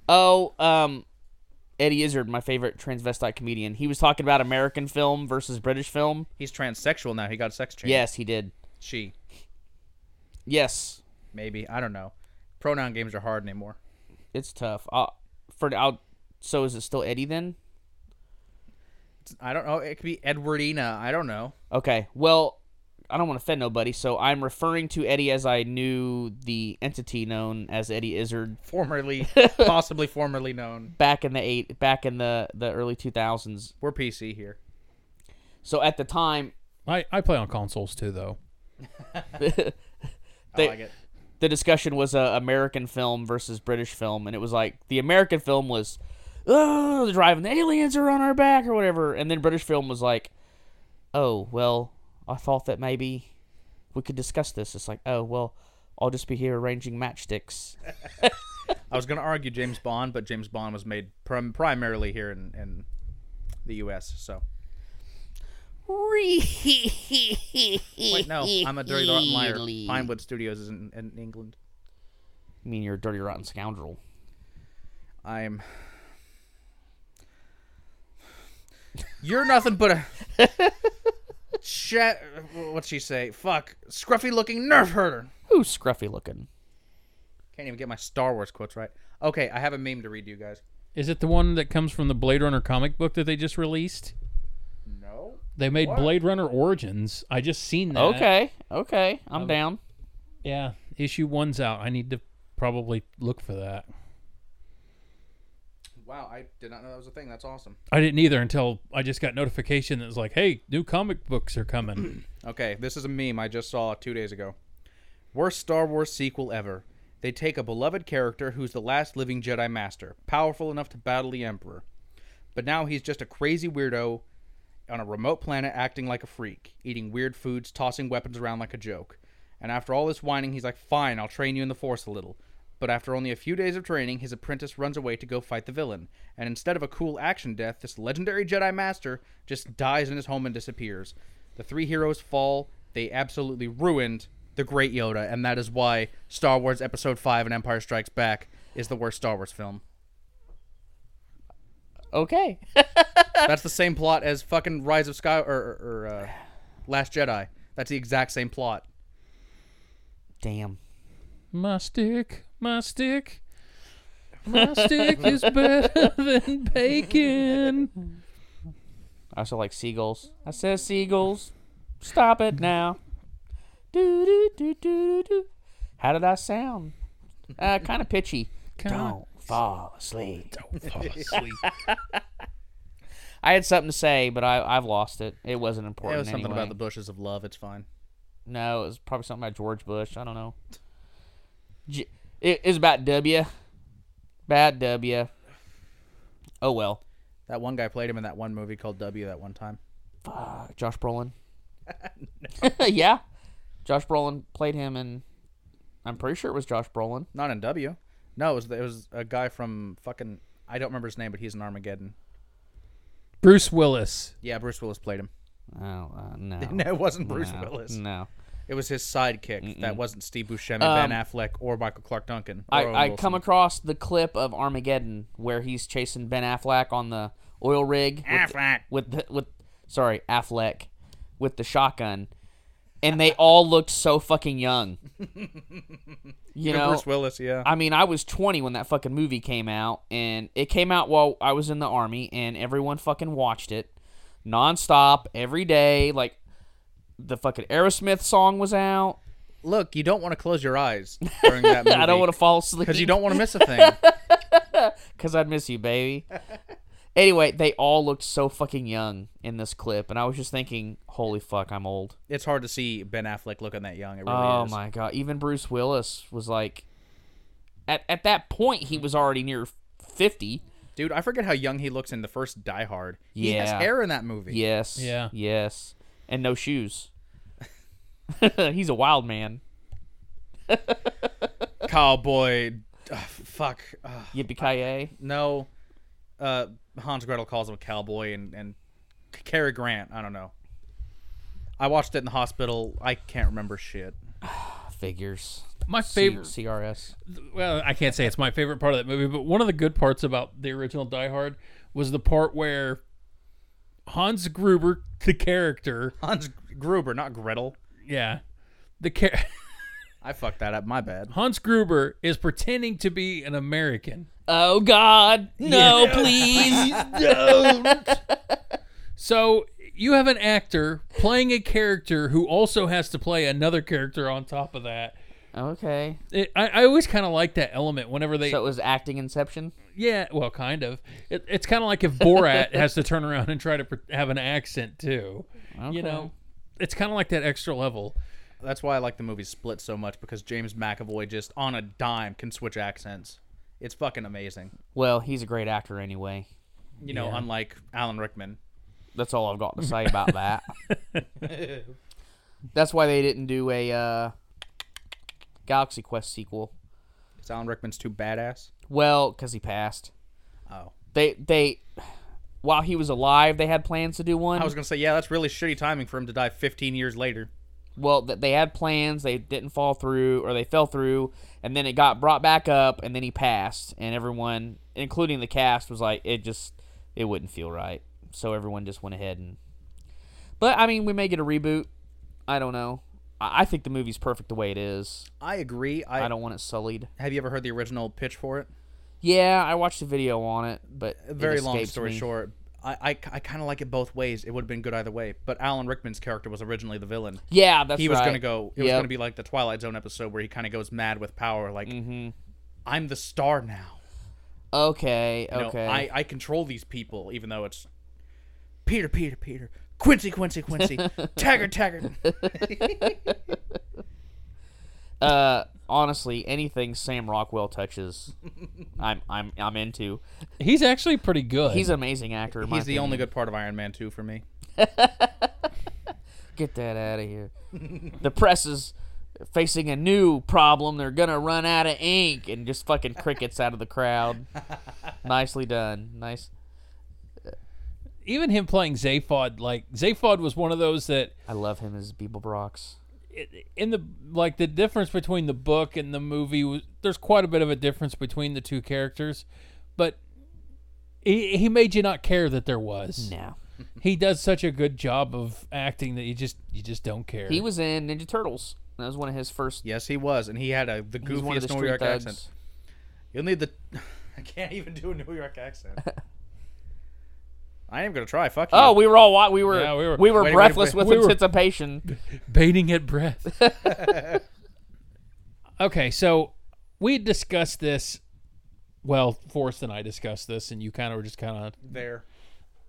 Speaker 3: oh, um, Eddie Izzard, my favorite transvestite comedian. He was talking about American film versus British film.
Speaker 2: He's transsexual now. He got a sex change.
Speaker 3: Yes, he did.
Speaker 2: She.
Speaker 3: Yes,
Speaker 2: Maybe. I don't know. Pronoun games are hard anymore.
Speaker 3: it's tough. i for I'll, so is it still Eddie then?
Speaker 2: It's, I don't know. It could be Edwardina. I don't know.
Speaker 3: Okay. Well, I don't want to offend nobody, so I'm referring to Eddie as I knew the entity known as Eddie Izzard
Speaker 2: Formerly, possibly formerly known.
Speaker 3: back in the eight, back in the the early 2000s.
Speaker 2: We're PC here.
Speaker 3: So at the time,
Speaker 1: I, I play on consoles too, though.
Speaker 3: They-
Speaker 2: I like it.
Speaker 3: the discussion was uh, American film versus British film, and it was like the American film was, oh, the driving aliens are on our back or whatever, and then British film was like, oh well, I thought that maybe we could discuss this. It's like, oh well, I'll just be here arranging matchsticks.
Speaker 2: I was going to argue James Bond, but James Bond was made prim- primarily here in, in the U.S. So wait, no, I'm a dirty rotten liar.
Speaker 3: Really?
Speaker 2: Pinewood Studios is in, in England.
Speaker 3: I mean, you're a dirty rotten scoundrel.
Speaker 2: I'm. You're nothing but a. Chat. What'd she say? Fuck. Scruffy looking nerve herder.
Speaker 3: Who's scruffy looking?
Speaker 2: Can't even get my Star Wars quotes right. Okay, I have a meme to read to you guys.
Speaker 1: Is it the one that comes from the Blade Runner comic book that they just released?
Speaker 2: No.
Speaker 1: They made
Speaker 2: What?
Speaker 1: Blade Runner Origins. I just seen that.
Speaker 3: Okay, okay, I'm down.
Speaker 1: Yeah, issue one's out. I need to probably look for that.
Speaker 2: Wow, I did not know that was a thing. That's awesome.
Speaker 1: I didn't either until I just got notification that was like, "Hey, new comic books are coming."
Speaker 2: Okay, this is a meme I just saw two days ago. Worst Star Wars sequel ever. They take a beloved character who's the last living Jedi Master, powerful enough to battle the Emperor. But now he's just a crazy weirdo on a remote planet acting like a freak, eating weird foods, tossing weapons around like a joke. And after all this whining, he's like, fine, I'll train you in the Force a little. But after only a few days of training, his apprentice runs away to go fight the villain. And instead of a cool action death, this legendary Jedi Master just dies in his home and disappears. The three heroes fall. They absolutely ruined the Great Yoda, and that is why Star Wars Episode 5 and Empire Strikes Back is the worst Star Wars film.
Speaker 3: Okay,
Speaker 2: That's the same plot as fucking Rise of Sky or, or, or uh, Last Jedi. That's the exact same plot.
Speaker 3: damn.
Speaker 1: my stick, my stick, my stick is better than bacon.
Speaker 3: I also like seagulls. I says seagulls. Stop it now. Do do do do do do. How did I sound? Uh, kind of pitchy.
Speaker 1: Kinda-
Speaker 3: Don't fall asleep.
Speaker 1: Fall asleep.
Speaker 3: I had something to say, but I I've lost it. It wasn't
Speaker 2: It
Speaker 3: important.
Speaker 2: was something
Speaker 3: anyway.
Speaker 2: about the bushes of love. It's fine.
Speaker 3: No, it was probably something about George Bush. I don't know. G- it is about W. Bad W. Oh well.
Speaker 2: That one guy played him in that one movie called W that one time.
Speaker 3: Fuck. Uh, Josh Brolin. yeah. Josh Brolin played him in. I'm pretty sure it was Josh Brolin.
Speaker 2: Not in W. No, it was it was a guy from fucking I don't remember his name, but he's in Armageddon.
Speaker 1: Bruce Willis.
Speaker 2: Yeah, Bruce Willis played him.
Speaker 3: Oh uh, no.
Speaker 2: No, it wasn't Bruce
Speaker 3: no,
Speaker 2: Willis.
Speaker 3: No.
Speaker 2: It was his sidekick. That wasn't Steve Buscemi, Ben Affleck, or Michael Clark Duncan. or
Speaker 3: Um, I,
Speaker 2: Owen
Speaker 3: I
Speaker 2: Wilson.
Speaker 3: come across the clip of Armageddon where he's chasing Ben Affleck on the oil rig.
Speaker 2: Affleck.
Speaker 3: with the with sorry Affleck with the shotgun, and they all looked so fucking young. You know,
Speaker 2: Bruce Willis. Yeah,
Speaker 3: I mean, I was 20 when that fucking movie came out, and it came out while I was in the army, and everyone fucking watched it nonstop every day. Like the fucking Aerosmith song was out.
Speaker 2: look, you don't want to close your eyes during that movie.
Speaker 3: I don't want to fall asleep
Speaker 2: because you don't want to miss a thing.
Speaker 3: because I'd miss you, baby. anyway, they all looked so fucking young in this clip, and I was just thinking, holy fuck, I'm old.
Speaker 2: it's hard to see Ben Affleck looking that young. It really
Speaker 3: Oh
Speaker 2: is.
Speaker 3: my god! Even Bruce Willis was like, at at that point he was already near fifty.
Speaker 2: Dude, I forget how young he looks in the first Die Hard. He has
Speaker 3: Yeah.
Speaker 2: hair in that movie.
Speaker 3: Yes.
Speaker 1: Yeah.
Speaker 3: Yes. And no shoes. He's a wild man.
Speaker 2: Cowboy. Ugh, fuck. Ugh,
Speaker 3: Yippee ki
Speaker 2: no. Uh, Hans Gretel calls him a cowboy and, and Cary Grant. I don't know. I watched it in the hospital. I can't remember shit.
Speaker 3: Figures.
Speaker 1: My
Speaker 3: C-
Speaker 1: favorite.
Speaker 3: CRS.
Speaker 1: well, I can't say it's my favorite part of that movie, but one of the good parts about the original Die Hard was the part where Hans Gruber, the character,
Speaker 2: Hans Gruber, not Gretel.
Speaker 1: yeah, the char-
Speaker 2: I fucked that up. My bad.
Speaker 1: Hans Gruber is pretending to be an American.
Speaker 3: Oh God! No, please.
Speaker 1: So you have an actor playing a character who also has to play another character on top of that.
Speaker 3: okay.
Speaker 1: It, I, I always kind of like that element whenever they,
Speaker 3: So it was acting Inception.
Speaker 1: yeah, well, kind of. It, it's kind of like if Borat has to turn around and try to pre- have an accent too.
Speaker 3: Okay.
Speaker 1: You know, it's kind of like that extra level.
Speaker 2: That's why I like the movie Split so much because James McAvoy just on a dime can switch accents. It's fucking amazing.
Speaker 3: Well, he's a great actor anyway.
Speaker 2: You know, unlike Alan Rickman.
Speaker 3: That's all I've got to say about that. That's why they didn't do a uh, Galaxy Quest sequel.
Speaker 2: Because Alan Rickman's too badass.
Speaker 3: Well, because he passed.
Speaker 2: Oh.
Speaker 3: They they while he was alive, they had plans to do one.
Speaker 2: I was going to say, yeah, that's really shitty timing for him to die 15 years later.
Speaker 3: well, th- they had plans, they didn't fall through or they fell through, and then it got brought back up, and then he passed, and everyone, including the cast, was like, it just it wouldn't feel right, so everyone just went ahead and. But I mean, we may get a reboot. I don't know. I, I think the movie's perfect the way it is.
Speaker 2: I agree.
Speaker 3: I
Speaker 2: I,
Speaker 3: don't want it sullied.
Speaker 2: Have you ever heard the original pitch for it?
Speaker 3: Yeah, I watched a video on it, but it
Speaker 2: Very long
Speaker 3: escapes
Speaker 2: story
Speaker 3: me.
Speaker 2: short. I, I, kind of like it both ways. It would have been good either way. But Alan Rickman's character was originally the villain.
Speaker 3: Yeah, that's
Speaker 2: he was
Speaker 3: right.
Speaker 2: going to go, it was
Speaker 3: Yep.
Speaker 2: going to be like the Twilight Zone episode where he kind of goes mad with power. Like,
Speaker 3: Mm-hmm.
Speaker 2: I'm the star now.
Speaker 3: Okay,
Speaker 2: You know,
Speaker 3: okay.
Speaker 2: I, I control these people, even though it's Peter, Peter, Peter, Quincy, Quincy, Quincy, Taggart, Taggart.
Speaker 3: uh, honestly, anything Sam Rockwell touches, I'm I'm I'm into.
Speaker 1: He's actually pretty good.
Speaker 3: He's an amazing actor. in my
Speaker 2: He's the only
Speaker 3: opinion.
Speaker 2: good part of Iron Man 2 for me.
Speaker 3: Get that out of here. the press is facing a new problem. They're gonna run out of ink, and just fucking crickets out of the crowd. Nicely done. Nice.
Speaker 1: even him playing Zaphod, like Zaphod was one of those that
Speaker 3: I love him as Beeble Brox.
Speaker 1: i- in the like the difference between the book and the movie was there's quite a bit of a difference between the two characters, but he, he made you not care that there was.
Speaker 3: Now
Speaker 1: He does such a good job of acting that you just you just don't care.
Speaker 3: he was in Ninja Turtles. That was one of his first.
Speaker 2: Yes, he was, and he had a the
Speaker 3: He was one of the
Speaker 2: goofiest New
Speaker 3: street
Speaker 2: York
Speaker 3: thugs.
Speaker 2: accent. You'll need the. I can't even do a New York accent. I am gonna try. Fuck you.
Speaker 3: Oh, we were all wa- we were
Speaker 1: Yeah,
Speaker 3: we
Speaker 1: we
Speaker 3: were,
Speaker 1: were-
Speaker 2: Wait, wait,
Speaker 3: breathless
Speaker 1: wait. We
Speaker 3: with
Speaker 1: were-
Speaker 3: anticipation.
Speaker 1: baiting at breath. okay, so we had discussed this. Well, Forrest and I discussed this, and you kind of were just kind of.
Speaker 2: there.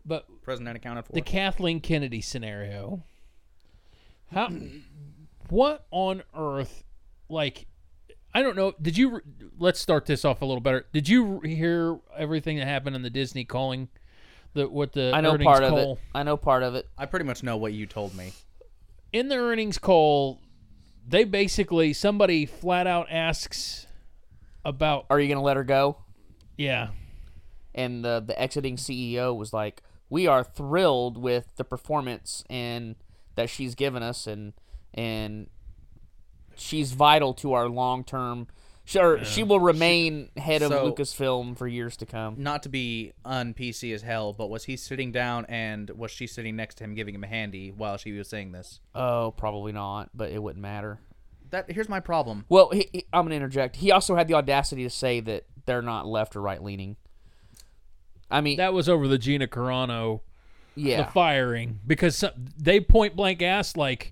Speaker 1: But
Speaker 2: President accounted for.
Speaker 1: the Kathleen Kennedy scenario. How? what on earth? Like, I don't know. Did you? Let's start this off a little better. Did you hear everything that happened in the Disney calling? The what the
Speaker 3: I know
Speaker 1: earnings
Speaker 3: part of
Speaker 1: call
Speaker 3: it. I know part of it.
Speaker 2: I pretty much know what you told me.
Speaker 1: in the earnings call, they basically somebody flat out asks about
Speaker 3: Are you going to let her go?
Speaker 1: yeah
Speaker 3: And the the exiting CEO was like, "We are thrilled with the performance and that she's given us, and and she's vital to our long term. She, or she will remain head of
Speaker 2: so-
Speaker 3: Lucasfilm for years to come."
Speaker 2: Not to be un PC as hell, but was he sitting down and was she sitting next to him giving him a handy while she was saying this?
Speaker 3: Oh, probably not, but it wouldn't matter.
Speaker 2: That here's my problem.
Speaker 3: Well, he, he- I'm gonna interject. He also had the audacity to say that they're not left or right leaning. I mean,
Speaker 1: that was over the Gina Carano
Speaker 3: yeah,
Speaker 1: the firing because some, they point blank asked like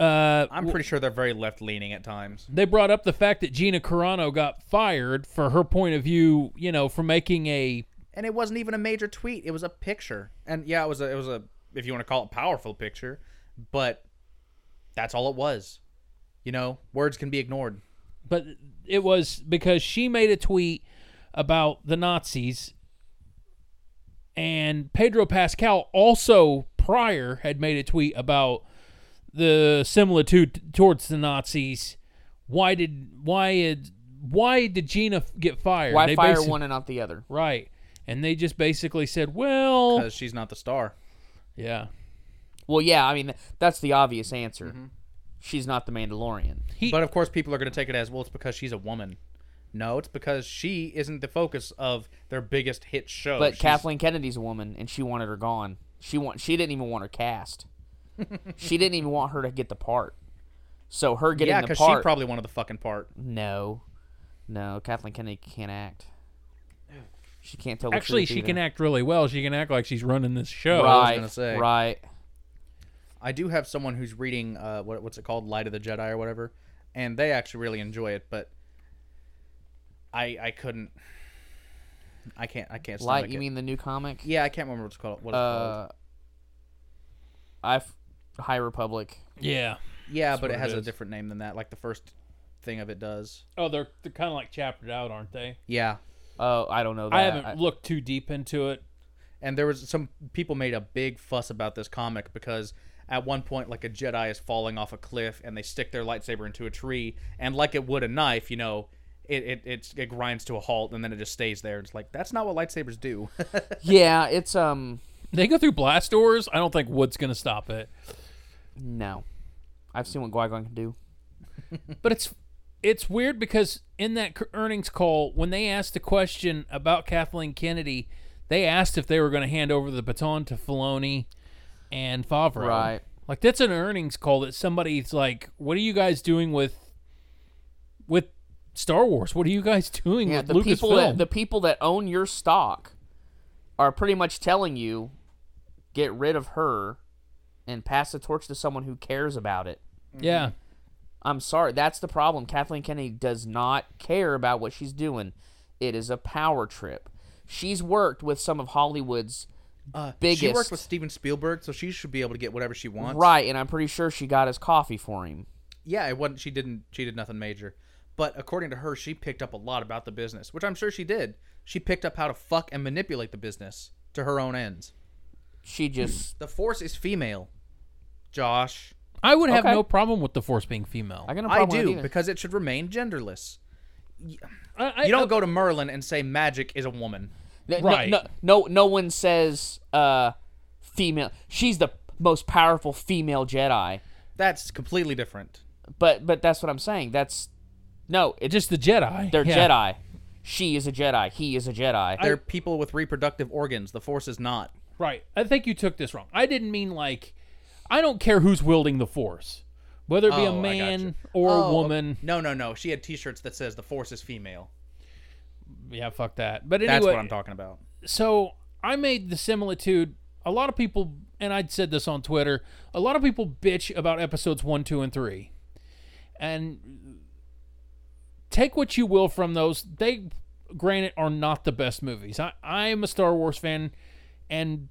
Speaker 1: uh
Speaker 2: I'm pretty sure they're very left leaning at times.
Speaker 1: they brought up the fact that Gina Carano got fired for her point of view, you know, for making a
Speaker 2: and it wasn't even a major tweet. It was a picture, and yeah, it was a it was a if you want to call it powerful picture, but that's all it was. You know, words can be ignored.
Speaker 1: but it was because she made a tweet about the Nazis and Pedro Pascal also prior had made a tweet about the similitude towards the Nazis. Why did why did why did Gina get fired?
Speaker 3: why
Speaker 1: They
Speaker 3: fire
Speaker 1: basi-
Speaker 3: one and not the other?
Speaker 1: Right. And they just basically said, "Well,
Speaker 2: Because she's not the star.
Speaker 1: yeah.
Speaker 3: Well, yeah, I mean th- that's the obvious answer. She's not the Mandalorian.
Speaker 1: He-
Speaker 2: But of course, people are going to take it as well. It's because she's a woman. No, it's because she isn't the focus of their biggest hit show.
Speaker 3: But
Speaker 2: Oh, She's-
Speaker 3: Kathleen Kennedy's a woman, and she wanted her gone. She want she didn't even want her cast. she didn't even want her to get the part. So her getting
Speaker 2: yeah,
Speaker 3: the
Speaker 2: because
Speaker 3: part.
Speaker 2: she probably wanted the fucking part.
Speaker 3: no, no, Kathleen Kennedy can't act. She can't tell. the
Speaker 1: Actually,
Speaker 3: truth
Speaker 1: she can
Speaker 3: either.
Speaker 1: act really well. She can act like she's running this show.
Speaker 2: Oh, I was
Speaker 3: Right,
Speaker 2: gonna say.
Speaker 3: right.
Speaker 2: I do have someone who's reading uh, what, what's it called, Light of the Jedi or whatever, and they actually really enjoy it. But I I couldn't. I can't. I can't.
Speaker 3: Light.
Speaker 2: stomach
Speaker 3: You
Speaker 2: it.
Speaker 3: mean the new comic?
Speaker 2: Yeah, I can't remember what it's called. What it's
Speaker 3: Uh, I've High Republic.
Speaker 1: Yeah.
Speaker 2: called. Yeah, but
Speaker 1: what
Speaker 2: it
Speaker 1: it
Speaker 2: has a
Speaker 1: is.
Speaker 2: different name than that. Like the first thing of it does.
Speaker 1: Oh, they're they're kind of like chaptered out, aren't they?
Speaker 2: Yeah,
Speaker 3: Oh, I don't know that.
Speaker 1: I haven't looked too deep into it.
Speaker 2: And there was some people made a big fuss about this comic because at one point, like a Jedi is falling off a cliff, and they stick their lightsaber into a tree, and like it would a knife, you know, it it it's, it grinds to a halt, and then it just stays there. It's like that's not what lightsabers do.
Speaker 3: Yeah, it's um
Speaker 1: They go through blast doors. I don't think wood's gonna stop it.
Speaker 3: no. I've seen what Qui-Gon can do.
Speaker 1: But it's it's weird because in that c- earnings call, when they asked the question about Kathleen Kennedy, they asked if they were going to hand over the baton to Filoni and Favreau.
Speaker 3: Right.
Speaker 1: Like that's an earnings call that somebody's like, "What are you guys doing with with Star Wars? What are you guys doing
Speaker 3: Yeah,
Speaker 1: with
Speaker 3: the
Speaker 1: Lucasfilm?"
Speaker 3: people that the people that own your stock are pretty much telling you get rid of her and pass the torch to someone who cares about it.
Speaker 1: yeah.
Speaker 3: I'm sorry, that's the problem. Kathleen Kennedy does not care about what she's doing. It is a power trip. She's worked with some of Hollywood's
Speaker 2: Uh, She
Speaker 3: Biggest.
Speaker 2: worked with Steven Spielberg, so she should be able to get whatever she wants.
Speaker 3: right, and I'm pretty sure she got his coffee for him.
Speaker 2: Yeah, it wasn't. She didn't. She did nothing major. But according to her, she picked up a lot about the business, which I'm sure she did. She picked up how to fuck and manipulate the business to her own ends.
Speaker 3: She
Speaker 1: Hmm.
Speaker 3: just
Speaker 2: The Force is female, Josh.
Speaker 1: I would have
Speaker 3: Okay.
Speaker 1: no problem with the Force being female.
Speaker 3: I got no
Speaker 2: I
Speaker 3: problem with that
Speaker 2: do
Speaker 3: either.
Speaker 2: because it should remain genderless.
Speaker 1: I, I,
Speaker 2: You don't go to Merlin and say magic is a woman.
Speaker 3: Th-
Speaker 1: Right.
Speaker 3: No, no, no, no one says uh, female. She's the most powerful female Jedi.
Speaker 2: That's completely different.
Speaker 3: But but that's what I'm saying. That's no. It,
Speaker 1: just the Jedi.
Speaker 3: they're
Speaker 1: Yeah.
Speaker 3: Jedi. She is a Jedi. He is a Jedi.
Speaker 2: They're people with reproductive organs. The Force is not.
Speaker 1: Right. I think you took this wrong. I didn't mean like I don't care who's wielding the force, whether it be
Speaker 2: Oh,
Speaker 1: a
Speaker 2: I
Speaker 1: man
Speaker 2: gotcha.
Speaker 1: or
Speaker 2: Oh,
Speaker 1: a woman.
Speaker 2: No, no, no. She had T-shirts that says the Force is female.
Speaker 1: Yeah, fuck that. But anyway,
Speaker 2: That's what I'm talking about.
Speaker 1: so I made the similitude. A lot of people, and I'd said this on Twitter, a lot of people bitch about episodes one, two, and three. And take what you will from those. They, granted, are not the best movies. I, I'm a Star Wars fan and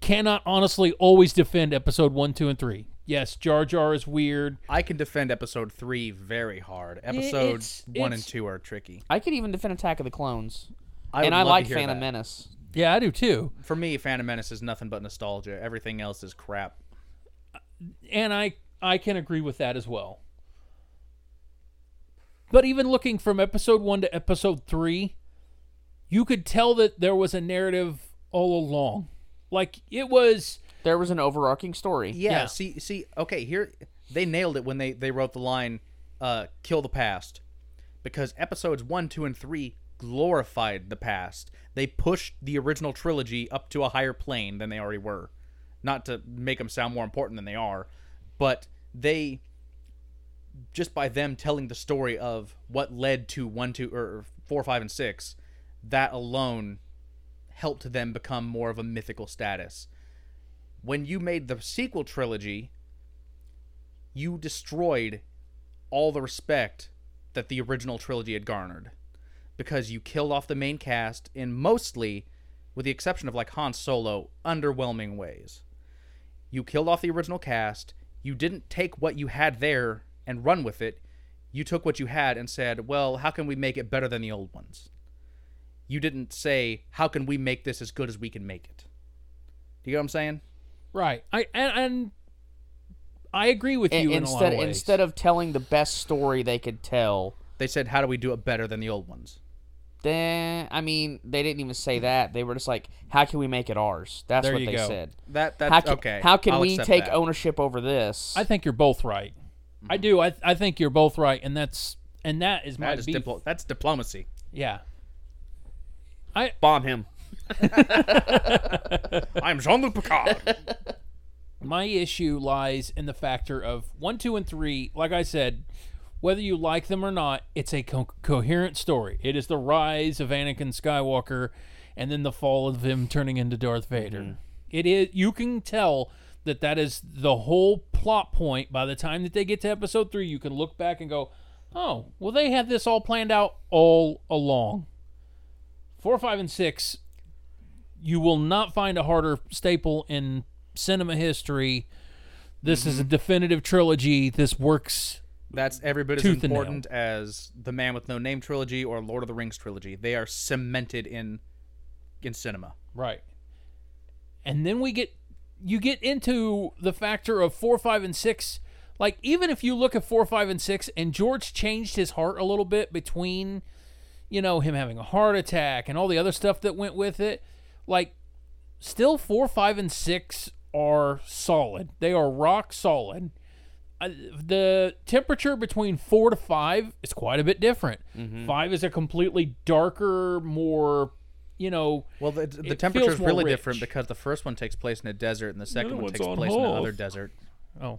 Speaker 1: cannot honestly always defend episode one, two, and three. Yes, Jar Jar is weird.
Speaker 2: I can defend episode three very hard. Episodes
Speaker 1: it's-
Speaker 2: one
Speaker 1: it's-
Speaker 2: and two are tricky.
Speaker 3: I could even defend Attack of the Clones,
Speaker 2: I would
Speaker 3: and I
Speaker 2: love to
Speaker 3: like
Speaker 2: hear
Speaker 3: Phantom
Speaker 2: that.
Speaker 3: Menace.
Speaker 1: Yeah, I do too.
Speaker 2: For me, Phantom Menace is nothing but nostalgia. Everything else is crap.
Speaker 1: and I I can agree with that as well. But even looking from episode 1 to episode 3, you could tell that there was a narrative all along. Like it was
Speaker 3: There was an overarching story.
Speaker 2: Yeah,
Speaker 1: Yeah.
Speaker 2: See, see. Okay, here they nailed it when they they wrote the line, uh, "Kill the past," because episodes one, two, and three glorified the past. They pushed the original trilogy up to a higher plane than they already were. Not to make them sound more important than they are, but they just by them telling the story of what led to one, two, or four, five, and six, that alone helped them become more of a mythical status when you made the sequel trilogy, you destroyed all the respect that the original trilogy had garnered because you killed off the main cast in mostly, with the exception of like Han Solo, underwhelming ways. You killed off the original cast. You didn't take what you had there and run with it. You took what you had and said, well, how can we make it better than the old ones? You didn't say, how can we make this as good as we can make it? Do you get what I'm saying?
Speaker 1: right. I and, and I agree with
Speaker 3: In-
Speaker 1: you in a lot
Speaker 3: instead
Speaker 1: of ways.
Speaker 3: instead of telling the best story they could tell,
Speaker 2: they said, "How do we do it better than the old ones?"
Speaker 3: then I mean they didn't even say that. They were just like, "How can we make it ours?" That's
Speaker 1: There
Speaker 3: what
Speaker 1: you
Speaker 3: they
Speaker 1: go.
Speaker 3: said.
Speaker 2: That that's
Speaker 3: How can,
Speaker 2: okay.
Speaker 3: how can
Speaker 2: I'll
Speaker 3: we
Speaker 2: accept
Speaker 3: take
Speaker 2: that.
Speaker 3: ownership over this?
Speaker 1: I think you're both right. I
Speaker 3: Mm-hmm.
Speaker 1: do. I I think you're both right and that's and that is my
Speaker 2: That is
Speaker 1: beef.
Speaker 2: diplo- that's diplomacy.
Speaker 1: yeah.
Speaker 3: bomb him.
Speaker 2: I'm Jean-Luc Picard.
Speaker 1: my issue lies in the factor of one, two, and three. Like I said, whether you like them or not, it's a co- coherent story. It is the rise of Anakin Skywalker, and then the fall of him turning into Darth Vader. It is you can tell that that is the whole plot point. By the time that they get to episode three, you can look back and go, "Oh, well, they had this all planned out all along." Four, five, and six you will not find a harder staple in cinema history. This is a definitive trilogy. This works.
Speaker 2: that's every bit as
Speaker 1: Tooth and nail.
Speaker 2: important as the Man with No Name trilogy or Lord of the Rings trilogy. They are cemented in in cinema.
Speaker 1: Right. and then we get you get into the factor of four, five, and six. Like even if you look at four, five, and six, and George changed his heart a little bit between, you know, him having a heart attack and all the other stuff that went with it. Like, still four, five, and six are solid. They are rock solid. I- the temperature between four to five is quite a bit different. Five is a completely darker, more, you know,
Speaker 2: Well, the, the
Speaker 1: feels
Speaker 2: temperature is
Speaker 1: more
Speaker 2: really
Speaker 1: rich.
Speaker 2: different because the first one takes place in a desert and the second
Speaker 1: other
Speaker 2: one
Speaker 1: one's
Speaker 2: takes
Speaker 1: on
Speaker 2: place in
Speaker 1: hold.
Speaker 2: another desert.
Speaker 1: oh,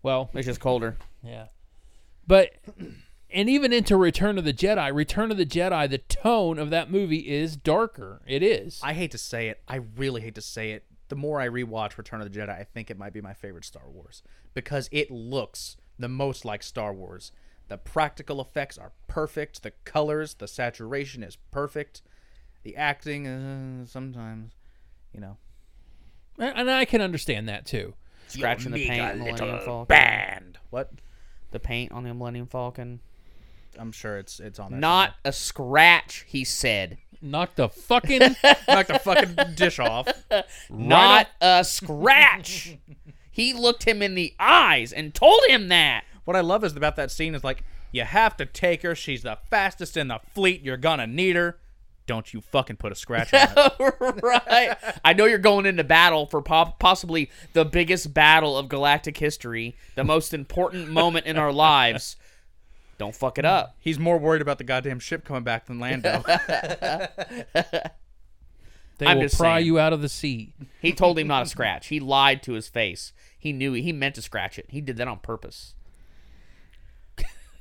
Speaker 1: well,
Speaker 3: It's just colder.
Speaker 1: Yeah. But and even into Return of the Jedi, Return of the Jedi, the tone of that movie is darker. It is.
Speaker 2: I hate to say it. I really hate to say it. The more I rewatch Return of the Jedi, I think it might be my favorite Star Wars because it looks the most like Star Wars. The practical effects are perfect. The colors, the saturation is perfect. The acting, uh, sometimes, you know.
Speaker 1: and I can understand that too.
Speaker 3: Scratching the paint on the Millennium Falcon.
Speaker 2: What?
Speaker 3: The paint on the Millennium Falcon.
Speaker 2: I'm sure it's it's on there.
Speaker 3: Not a scratch, he said.
Speaker 1: Knock the fucking
Speaker 2: knock the fucking dish off.
Speaker 3: Not a scratch. he looked him in the eyes and told him that.
Speaker 2: What I love is about that scene is like, you have to take her. She's the fastest in the fleet. You're gonna need her. Don't you fucking put a scratch on it.
Speaker 3: right. I know you're going into battle for po- possibly the biggest battle of galactic history, the most important moment in our lives. Don't fuck it up.
Speaker 2: He's more worried about the goddamn ship coming back than Lando.
Speaker 1: they
Speaker 3: I'm
Speaker 1: will
Speaker 3: just
Speaker 1: pry
Speaker 3: saying.
Speaker 1: you out of the seat.
Speaker 3: He told him not to scratch. He lied to his face. He knew he meant to scratch it. He did that on purpose.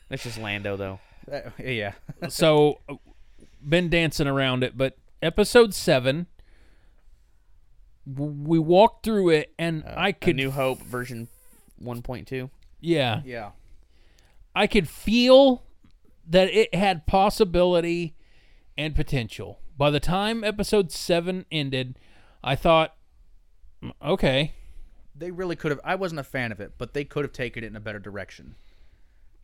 Speaker 3: That's just Lando, though.
Speaker 2: Uh, yeah.
Speaker 1: So uh, been dancing around it, but episode 7 w- we walked through it and I
Speaker 3: The
Speaker 1: could
Speaker 3: Uh, New Hope version 1.2.
Speaker 1: yeah,
Speaker 2: Yeah.
Speaker 1: I could feel that it had possibility and potential. By the time episode seven ended, I thought, "Mm, okay,
Speaker 2: They really could have. I wasn't a fan of it, but they could have taken it in a better direction.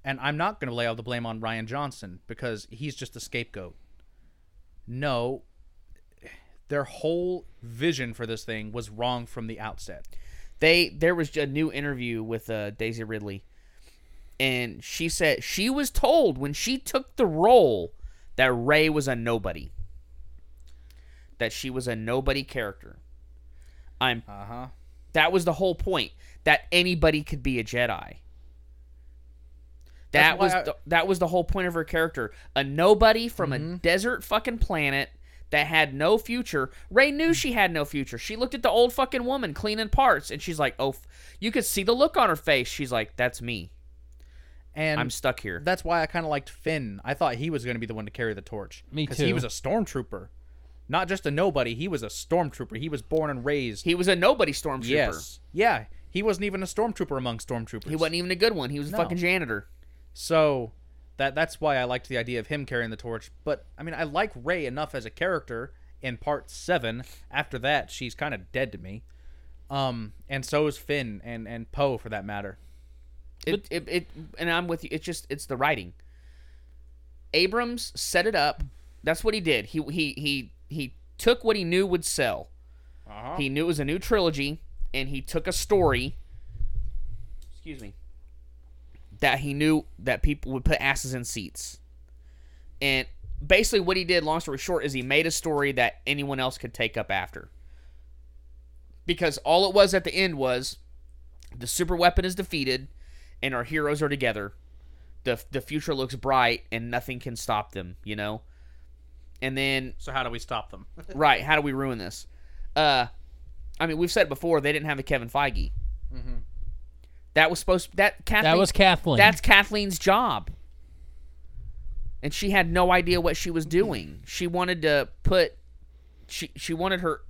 Speaker 2: And I'm not going to lay all the blame on Ryan Johnson because he's just the scapegoat. No, their whole vision for this thing was wrong from the outset.
Speaker 3: they there was a new interview with uh, Daisy Ridley, and she said she was told when she took the role that Ray was a nobody, that she was a nobody character. I'm
Speaker 2: Uh huh.
Speaker 3: that was the whole point that anybody could be a Jedi.
Speaker 2: That's
Speaker 3: That was
Speaker 2: why I-
Speaker 3: the, that was the whole point of her character, a nobody from
Speaker 2: Mm-hmm.
Speaker 3: a desert fucking planet that had no future. Ray
Speaker 2: Mm.
Speaker 3: knew she had no future. She looked at the old fucking woman cleaning parts, and she's like, "Oh, f-. you could see the look on her face." She's like, "That's me.
Speaker 2: And
Speaker 3: I'm stuck here."
Speaker 2: that's why I kind of liked Finn. I thought he was going to be the one to carry the torch.
Speaker 1: Me
Speaker 2: he
Speaker 1: too.
Speaker 2: was a stormtrooper, not just a nobody. He was a stormtrooper. He was born and raised.
Speaker 3: he was a nobody stormtrooper.
Speaker 2: Yes. Yeah. He wasn't even a stormtrooper among stormtroopers.
Speaker 3: He wasn't e- even a good one. He was a fucking janitor.
Speaker 2: So that that's why I liked the idea of him carrying the torch. But I mean, I like Ray enough as a character in part seven. After that, she's kind of dead to me. Um, and so is Finn and and Poe for that matter.
Speaker 3: It, it, it, and I'm with you. It's just it's the writing. Abrams set it up. That's what he did. He he he he took what he knew would sell.
Speaker 2: Uh-huh.
Speaker 3: He knew it was a new trilogy, and he took a story. Excuse me. That he knew that people would put asses in seats, and basically what he did, long story short, is he made a story that anyone else could take up after. Because all it was at the end was the super weapon is defeated and our heroes are together the, the future looks bright and nothing can stop them you know and then
Speaker 2: So how do we stop them?
Speaker 3: right how do we ruin this uh i mean we've said it before they didn't have a kevin feige
Speaker 2: Mm-hmm.
Speaker 3: that was supposed that kathleen,
Speaker 1: that was Kathleen.
Speaker 3: that's kathleen's job and she had no idea what she was doing she wanted to put she she wanted her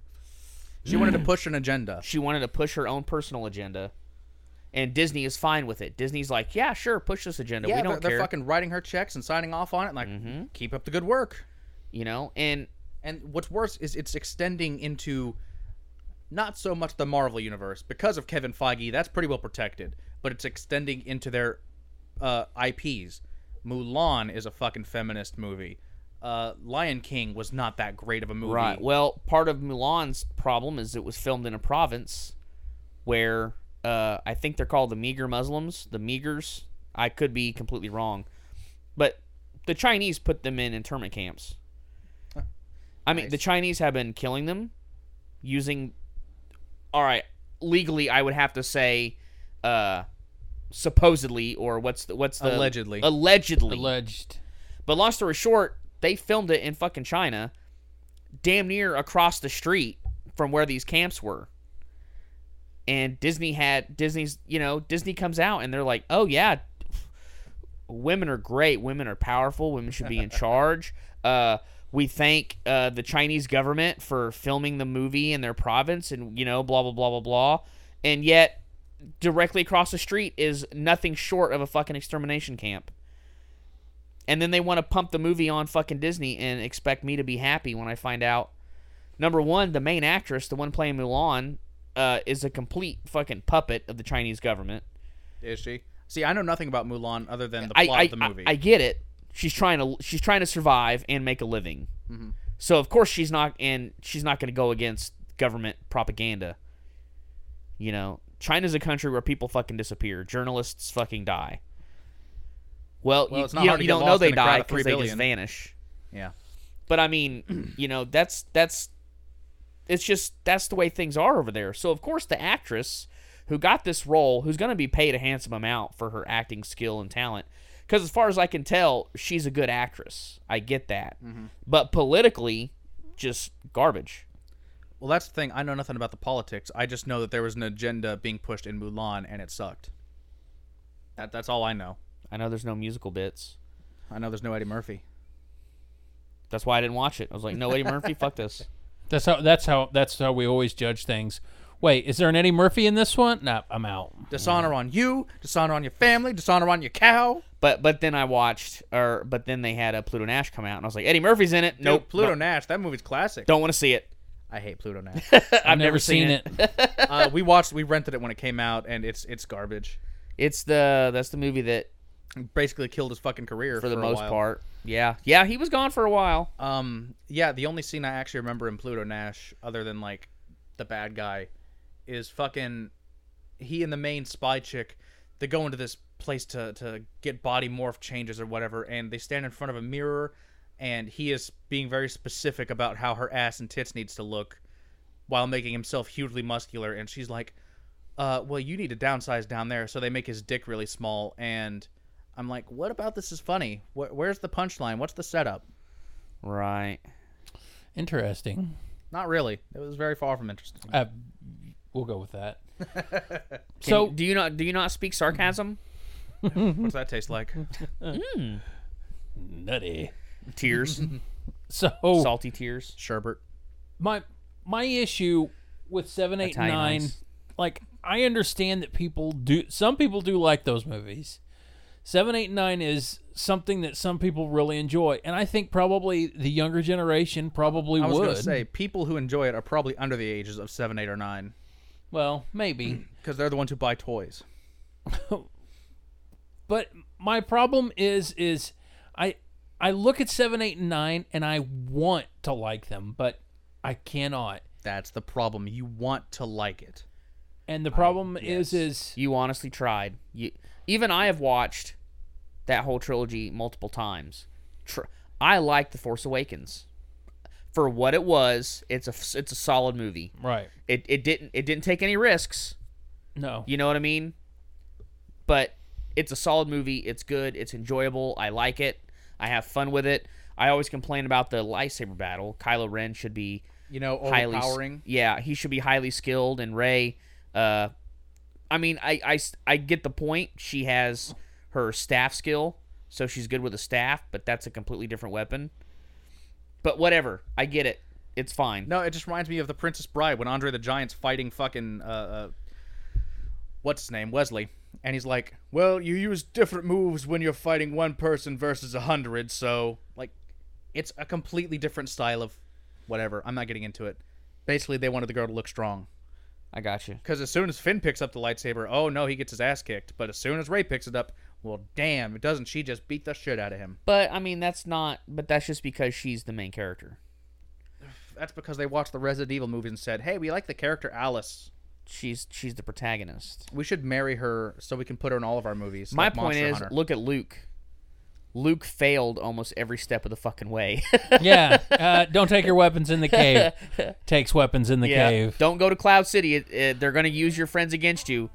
Speaker 2: she wanted to push an agenda.
Speaker 3: she wanted to push her own personal agenda, and Disney is fine with it. Disney's like, yeah, sure, push this agenda.
Speaker 2: Yeah,
Speaker 3: we
Speaker 2: they're,
Speaker 3: don't
Speaker 2: they're
Speaker 3: care, Mm-hmm.
Speaker 2: fucking writing her checks and signing off on it. And like, keep up the good work.
Speaker 3: you know. And
Speaker 2: And what's worse is it's extending into not so much the Marvel universe because of Kevin Feige. That's pretty well protected, but it's extending into their uh, IPs. Mulan is a fucking feminist movie. uh, Lion King was not that great of a movie.
Speaker 3: Right. Well, part of Mulan's problem is it was filmed in a province where uh, I think they're called the meager Muslims, the meagers. I could be completely wrong, but the Chinese put them in internment camps. I mean, the Chinese have been killing them using. All right, legally, I would have to say, uh, supposedly, or what's the what's the
Speaker 2: Allegedly.
Speaker 3: allegedly
Speaker 1: Alleged.
Speaker 3: but long story short, they filmed it in fucking China, damn near across the street from where these camps were. And Disney had Disney's, you know, Disney comes out and they're like, "Oh yeah, women are great. Women are powerful. Women should be in charge." Uh, we thank uh, the Chinese government for filming the movie in their province, and you know, blah blah blah blah blah. And yet, directly across the street is nothing short of a fucking extermination camp and then they want to pump the movie on fucking Disney and expect me to be happy when I find out. Number one, the main actress, the one playing Mulan, uh, is a complete fucking puppet of the Chinese government.
Speaker 2: Is she? See, I know nothing about Mulan other than the
Speaker 3: I,
Speaker 2: plot
Speaker 3: I,
Speaker 2: of the movie.
Speaker 3: I, I get it. She's trying to she's trying to survive and make a living.
Speaker 2: Mm-hmm.
Speaker 3: So of course she's not and she's not going to go against government propaganda. You know, China's a country where people fucking disappear, journalists fucking die. Well,
Speaker 2: Well,
Speaker 3: you,
Speaker 2: it's not
Speaker 3: you
Speaker 2: hard
Speaker 3: don't,
Speaker 2: to
Speaker 3: you
Speaker 2: get
Speaker 3: don't know
Speaker 2: lost
Speaker 3: they
Speaker 2: in a crowd
Speaker 3: die
Speaker 2: of three
Speaker 3: because they
Speaker 2: billion.
Speaker 3: just vanish.
Speaker 2: yeah.
Speaker 3: But I mean, you know, that's that's it's just that's the way things are over there. So of course the actress who got this role, who's going to be paid a handsome amount for her acting skill and talent, because as far as I can tell, she's a good actress. I get that,
Speaker 2: Mm-hmm.
Speaker 3: but politically, just garbage.
Speaker 2: Well, that's the thing. I know nothing about the politics. I just know that there was an agenda being pushed in Mulan, and it sucked. That, that's all I know.
Speaker 3: I know there's no musical bits.
Speaker 2: I know there's no Eddie Murphy.
Speaker 3: That's why I didn't watch it. I was like, no, Eddie Murphy, fuck this.
Speaker 1: That's how. That's how. That's how we always judge things. Wait, is there an Eddie Murphy in this one? Nah, I'm out.
Speaker 3: Mm.
Speaker 2: Dishonor on you. Dishonor on your family. Dishonor on your cow.
Speaker 3: But but then I watched, or but then they had a Pluto Nash come out, and I was like, Eddie Murphy's in it.
Speaker 2: Dude,
Speaker 3: nope,
Speaker 2: Pluto
Speaker 3: don't-
Speaker 2: Nash. That movie's classic.
Speaker 3: Don't want to see it.
Speaker 2: I hate Pluto Nash.
Speaker 1: I've, never, seen, it.
Speaker 2: uh, we watched. We rented it when it came out, and it's it's garbage.
Speaker 3: It's the that's the movie that
Speaker 2: Basically killed his fucking career
Speaker 3: for the
Speaker 2: a
Speaker 3: most
Speaker 2: while.
Speaker 3: part. Yeah, yeah, he was gone for a while.
Speaker 2: Um, yeah, the only scene I actually remember in Pluto Nash, other than like the bad guy, is fucking he and the main spy chick. They go into this place to to get body morph changes or whatever, and they stand in front of a mirror, and he is being very specific about how her ass and tits needs to look, while making himself hugely muscular, and she's like, "Uh, well, you need to downsize down there." So they make his dick really small, and I'm like, "What about this is funny? Wh- where's the punchline? What's the setup?"
Speaker 3: Right.
Speaker 1: Interesting.
Speaker 2: Not really. It was very far from interesting.
Speaker 1: Uh, we'll go with that.
Speaker 3: so
Speaker 1: so
Speaker 3: do you not do you not speak sarcasm?
Speaker 2: What's that taste like?
Speaker 1: nutty.
Speaker 3: Tears,
Speaker 1: So
Speaker 3: salty tears.
Speaker 2: Sherbert.
Speaker 1: my my issue with seven, eight, and
Speaker 3: Italian
Speaker 1: nine,
Speaker 3: ice.
Speaker 1: like I understand that people do. Some people do like those movies. Seven, eight, and nine is something that some people really enjoy, and I think probably the younger generation probably
Speaker 2: I was
Speaker 1: would.
Speaker 2: going to say, people who enjoy it are probably under the ages of seven, eight, or nine
Speaker 1: well, maybe.
Speaker 2: because they're the ones who buy toys.
Speaker 1: but my problem is is I I look at seven, eight, and nine, and I want to like them, but I cannot.
Speaker 2: That's the problem. You want to like it.
Speaker 1: And the problem is is
Speaker 3: You honestly tried. You even I have watched that whole trilogy multiple times. Tr- I like the Force Awakens for what it was. It's a f- it's a solid movie.
Speaker 1: right.
Speaker 3: It it didn't it didn't take any risks.
Speaker 1: No.
Speaker 3: You know what I mean? But it's a solid movie. It's good. It's enjoyable. I like it. I have fun with it. I always complain about the lightsaber battle. Kylo Ren should be
Speaker 2: You know,
Speaker 3: highly
Speaker 2: overpowering.
Speaker 3: Yeah, he should be highly skilled and Ray uh I mean, I, I s- I get the point. She has her staff skill, so she's good with a staff, but that's a completely different weapon. But whatever. I get it. It's fine.
Speaker 2: No, it just reminds me of The Princess Bride when Andre the Giant's fighting fucking, uh, uh, what's his name? Wesley. And he's like, well, you use different moves when you're fighting one person versus a hundred. So, like, it's a completely different style of whatever. I'm not getting into it. Basically, they wanted the girl to look strong.
Speaker 3: I got you.
Speaker 2: Because as soon as Finn picks up the lightsaber, oh no, he gets his ass kicked. But as soon as Ray picks it up, Well, damn! Doesn't she just beat the shit out of him?
Speaker 3: But I mean, that's not. But that's just because she's the main character.
Speaker 2: That's because they watched the Resident Evil movies and said, "Hey, we like the character Alice.
Speaker 3: She's she's the protagonist.
Speaker 2: We should marry her so we can put her in all of our movies."
Speaker 3: My
Speaker 2: like
Speaker 3: point
Speaker 2: Monster
Speaker 3: is,
Speaker 2: Hunter."
Speaker 3: look at Luke. Luke failed almost every step of the fucking way.
Speaker 1: yeah. Uh, don't take your weapons in the cave. Takes weapons in the cave.
Speaker 3: Don't go to Cloud City. It, it- they're gonna use your friends against you.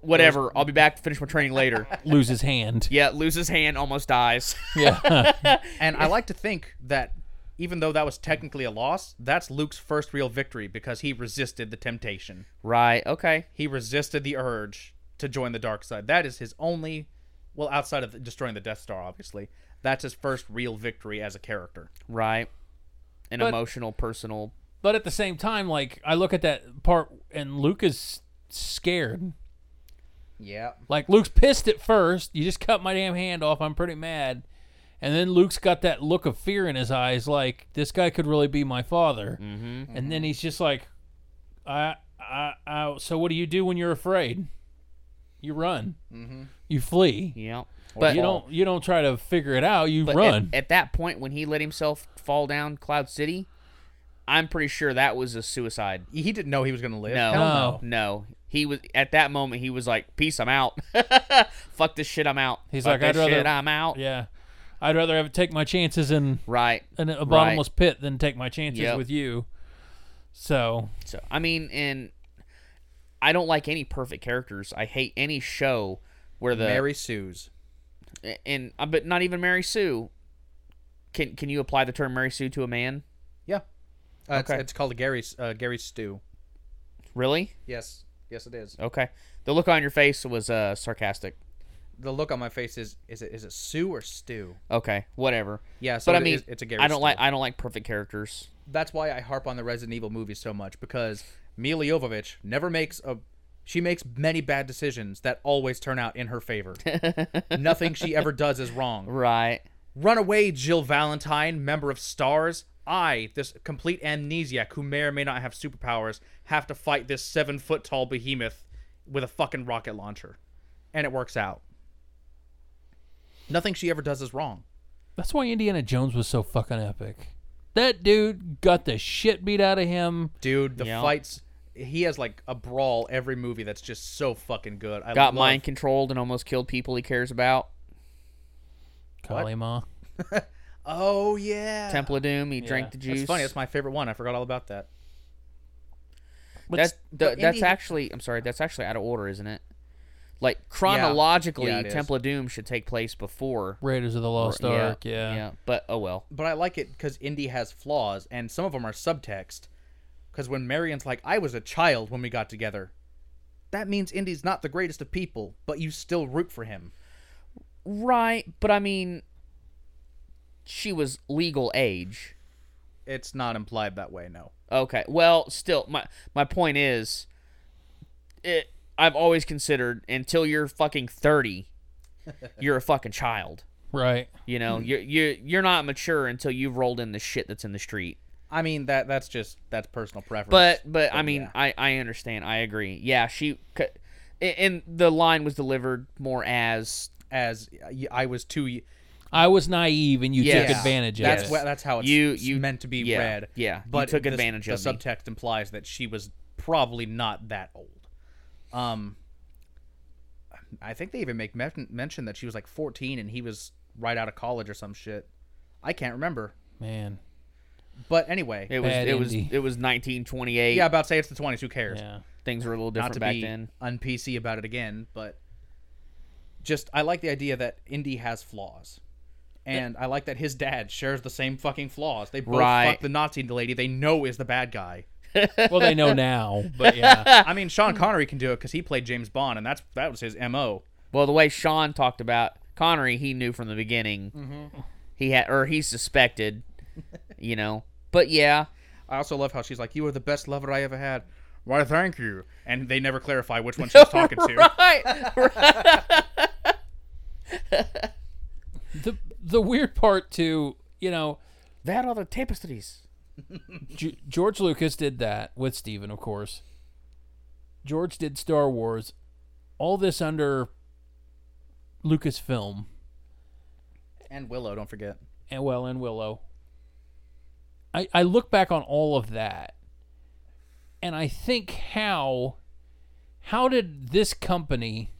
Speaker 3: Whatever. I'll be back to finish my training later.
Speaker 1: Lose his hand.
Speaker 3: yeah, loses hand, almost dies.
Speaker 1: Yeah.
Speaker 2: and I like to think that even though that was technically a loss, that's Luke's first real victory because he resisted the temptation.
Speaker 3: right. Okay.
Speaker 2: He resisted the urge to join the dark side. That is his only, well, outside of the, destroying the Death Star, obviously. That's his first real victory as a character.
Speaker 3: Right. An
Speaker 1: But-
Speaker 3: emotional, personal.
Speaker 1: but at the same time, like I look at that part and Luke is scared.
Speaker 2: Yeah.
Speaker 1: Like Luke's pissed at first. You just cut my damn hand off. I'm pretty mad. And then Luke's got that look of fear in his eyes, like this guy could really be my father. Mm-hmm. And then he's just like, I, I, I. So what do you do when you're afraid? You run. Mm-hmm. You flee.
Speaker 3: Yeah. But
Speaker 1: you don't. You don't try to figure it out. You
Speaker 3: But at-
Speaker 1: run.
Speaker 3: At, that point, when he let himself fall down Cloud City, I'm pretty sure that was a suicide.
Speaker 2: He didn't know he was going to live.
Speaker 3: No,
Speaker 2: Hell
Speaker 1: no.
Speaker 3: no. He was at that moment. He was like, "Peace, I'm out. Fuck this shit, I'm out.
Speaker 1: He's
Speaker 3: Fuck
Speaker 1: like, I'd
Speaker 3: this
Speaker 1: rather-
Speaker 3: shit, I'm out."
Speaker 1: yeah. I'd rather have take my chances in,
Speaker 3: Right.
Speaker 1: in a bottomless pit than take my chances
Speaker 3: Yep.
Speaker 1: with you. So
Speaker 3: So I mean, and I don't like any perfect characters. I hate any show where the
Speaker 2: Mary Sue's.
Speaker 3: and uh, but not even Mary Sue. Can can you apply the term Mary Sue to a man?
Speaker 2: Yeah. Uh, it's,
Speaker 3: Okay.
Speaker 2: it's called a Gary's, uh, Gary's Stew.
Speaker 3: Really?
Speaker 2: Yes. Yes, it is.
Speaker 3: Okay. The look on your face was uh, sarcastic.
Speaker 2: The look on my face is is it is it Sue or Stew?
Speaker 3: Okay, whatever.
Speaker 2: Yeah, so
Speaker 3: but I
Speaker 2: it
Speaker 3: mean,
Speaker 2: is- it's a Gary
Speaker 3: I don't like
Speaker 2: Steele.
Speaker 3: I don't like perfect characters.
Speaker 2: that's why I harp on the Resident Evil movies so much because Mila Jovovich never makes a she makes many bad decisions that always turn out in her favor. Nothing she ever does is wrong.
Speaker 3: Right.
Speaker 2: Run away, Jill Valentine, member of Stars. I, this complete amnesiac who may or may not have superpowers, have to fight this seven foot tall behemoth with a fucking rocket launcher. And it works out. Nothing she ever does is wrong.
Speaker 1: That's why Indiana Jones was so fucking epic. That dude got the shit beat out of him.
Speaker 2: Dude, the
Speaker 3: Yeah.
Speaker 2: fights he has like a brawl every movie that's just so fucking good. I love-
Speaker 3: Got mind controlled and almost killed people he cares about.
Speaker 1: Kalima.
Speaker 2: Oh yeah.
Speaker 3: Temple of Doom. He
Speaker 1: Uh, Yeah.
Speaker 3: drank the juice.
Speaker 2: That's funny. That's my favorite one. I forgot all about that.
Speaker 1: But
Speaker 3: That's
Speaker 1: s-
Speaker 3: th-
Speaker 2: but
Speaker 3: that's
Speaker 2: Indy-
Speaker 3: actually I'm sorry. That's actually out of order, isn't it? Like chronologically,
Speaker 2: Yeah, it is.
Speaker 3: Temple of Doom should take place before.
Speaker 1: Raiders of the Lost Ark. Yeah.
Speaker 3: But oh well.
Speaker 2: But I like it because indie has flaws, and some of them are subtext. Because when Marion's like, "I was a child when we got together," that means Indy's not the greatest of people, but you still root for him.
Speaker 3: Right. But I mean, she was legal age.
Speaker 2: It's not implied that way, no.
Speaker 3: Okay. Well, still, my my point is, it. I've always considered until you're fucking thirty, you're a fucking child.
Speaker 1: Right.
Speaker 3: You know, you're you you're not mature until you've rolled in the shit that's in the street.
Speaker 2: I mean that that's just that's personal preference.
Speaker 3: But but I mean,
Speaker 2: yeah.
Speaker 3: I I understand. I agree. Yeah, she. c- a- And the line was delivered more as
Speaker 2: as y- I was too y-
Speaker 1: I was naive and you
Speaker 3: Yes.
Speaker 1: took advantage of
Speaker 2: That's
Speaker 1: it.
Speaker 2: wha- that's how it's
Speaker 3: You-
Speaker 2: s-
Speaker 3: you-
Speaker 2: meant to be
Speaker 3: yeah,
Speaker 2: read.
Speaker 3: yeah. You
Speaker 2: but
Speaker 3: took
Speaker 2: the s-
Speaker 3: advantage
Speaker 2: the
Speaker 3: of me.
Speaker 2: subtext implies that she was probably not that old. Um, I think they even make men- mention that she was like 14 and he was right out of college or some shit. I can't remember,
Speaker 1: Man.
Speaker 2: but anyway,
Speaker 3: it was.
Speaker 1: Bad
Speaker 3: it was.
Speaker 1: indie.
Speaker 3: It was 1928.
Speaker 2: yeah, about say it's the 20s. Who cares?
Speaker 1: Yeah.
Speaker 3: Things were a little
Speaker 2: Not
Speaker 3: different
Speaker 2: to
Speaker 3: back
Speaker 2: be
Speaker 3: then.
Speaker 2: un PC about it again, but just I like the idea that Indy has flaws. And I like that his dad shares the same fucking flaws. They both
Speaker 3: Right.
Speaker 2: fuck the Nazi lady they know is the bad guy.
Speaker 1: Well, they know now, but yeah.
Speaker 2: I mean, Sean Connery can do it because he played James Bond, and that's that was his mo.
Speaker 3: Well, the way Sean talked about Connery, he knew from the beginning.
Speaker 2: Mm-hmm.
Speaker 3: He had, or he suspected, you know. But yeah,
Speaker 2: I also love how she's like, "You are the best lover I ever had." Why, thank you. And they never clarify which one she's talking to.
Speaker 1: the the weird part too, you know,
Speaker 3: that are the tapestries.
Speaker 1: G- George Lucas did that with Steven, of course. George did Star Wars. All this under Lucasfilm
Speaker 2: and Willow. Don't forget.
Speaker 1: and well and Willow. I I look back on all of that and I think how how did this company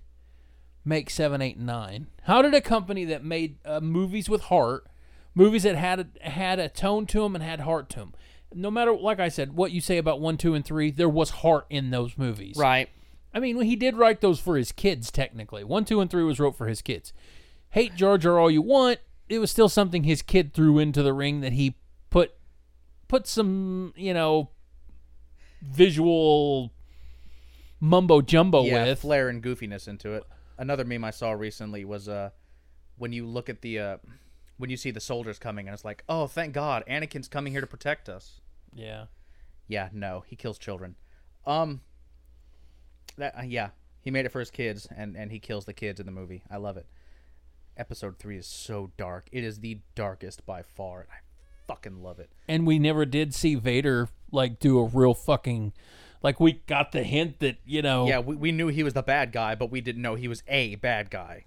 Speaker 1: make 789? How did a company that made uh, movies with heart, movies that had had a tone to them and had heart to them. No matter like I said, what you say about 1, 2 and 3, there was heart in those movies.
Speaker 3: Right.
Speaker 1: I mean, he did write those for his kids, technically. One, two, and three was wrote for his kids. Hate Jar Jar all you want. It was still something his kid threw into the ring that he put put some, you know, visual mumbo jumbo
Speaker 2: yeah,
Speaker 1: with.
Speaker 2: flair and goofiness into it. Another meme I saw recently was uh, when you look at the uh, when you see the soldiers coming, and it's like, oh, thank God, Anakin's coming here to protect us.
Speaker 1: yeah.
Speaker 2: Yeah, no, he kills children. Um, that uh, yeah, he made it for his kids, and and he kills the kids in the movie. I love it. Episode three is so dark. It is the darkest by far, and I fucking love it.
Speaker 1: And we never did see Vader like do a real fucking like we got the hint that, you know,
Speaker 2: Yeah, we, we knew he was the bad guy, but we didn't know he was a bad guy.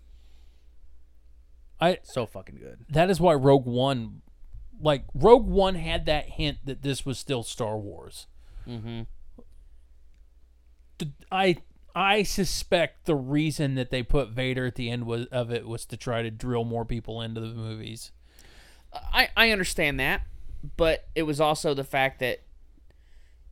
Speaker 1: I
Speaker 2: So fucking good.
Speaker 1: that is why Rogue One, like Rogue One, had that hint that this was still Star Wars. Mm-hmm. I I suspect the reason that they put Vader at the end was, of it was to try to drill more people into the movies.
Speaker 3: I, I understand that, but it was also the fact that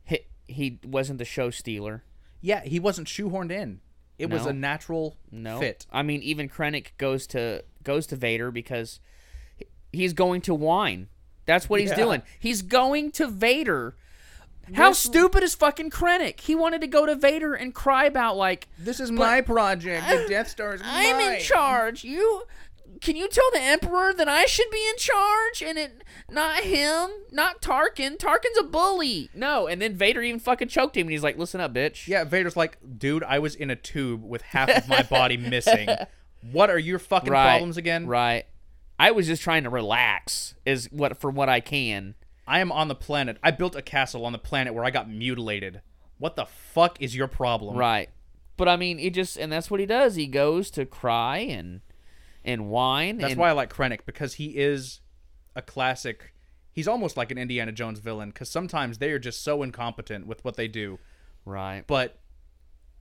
Speaker 3: he, he wasn't the show stealer.
Speaker 2: Yeah, he wasn't shoehorned in. It was
Speaker 3: No.
Speaker 2: a natural
Speaker 3: No.
Speaker 2: fit.
Speaker 3: I mean, even Krennic goes to goes to Vader because he- he's going to wine. That's what he's
Speaker 2: Yeah.
Speaker 3: doing. He's going to Vader. How stupid is fucking Krennic? He wanted to go to Vader and cry about like
Speaker 2: This is my project. The Death Star is
Speaker 3: I'm in charge. You can you tell the Emperor that I should be in charge and it not him, not Tarkin. Tarkin's a bully. No, and then Vader even fucking choked him and he's like, Listen up, bitch.
Speaker 2: Yeah, Vader's like, dude, I was in a tube with half of my body missing. What are your fucking
Speaker 3: Right,
Speaker 2: problems again?
Speaker 3: Right. I was just trying to relax is what from what I can.
Speaker 2: I am on the planet. I built a castle on the planet where I got mutilated. What the fuck is your problem?
Speaker 3: Right. But I mean, he just and that's what he does. He goes to cry and and whine.
Speaker 2: That's
Speaker 3: and,
Speaker 2: why I like Krennic because he is a classic. He's almost like an Indiana Jones villain because sometimes they are just so incompetent with what they do,
Speaker 3: Right.
Speaker 2: but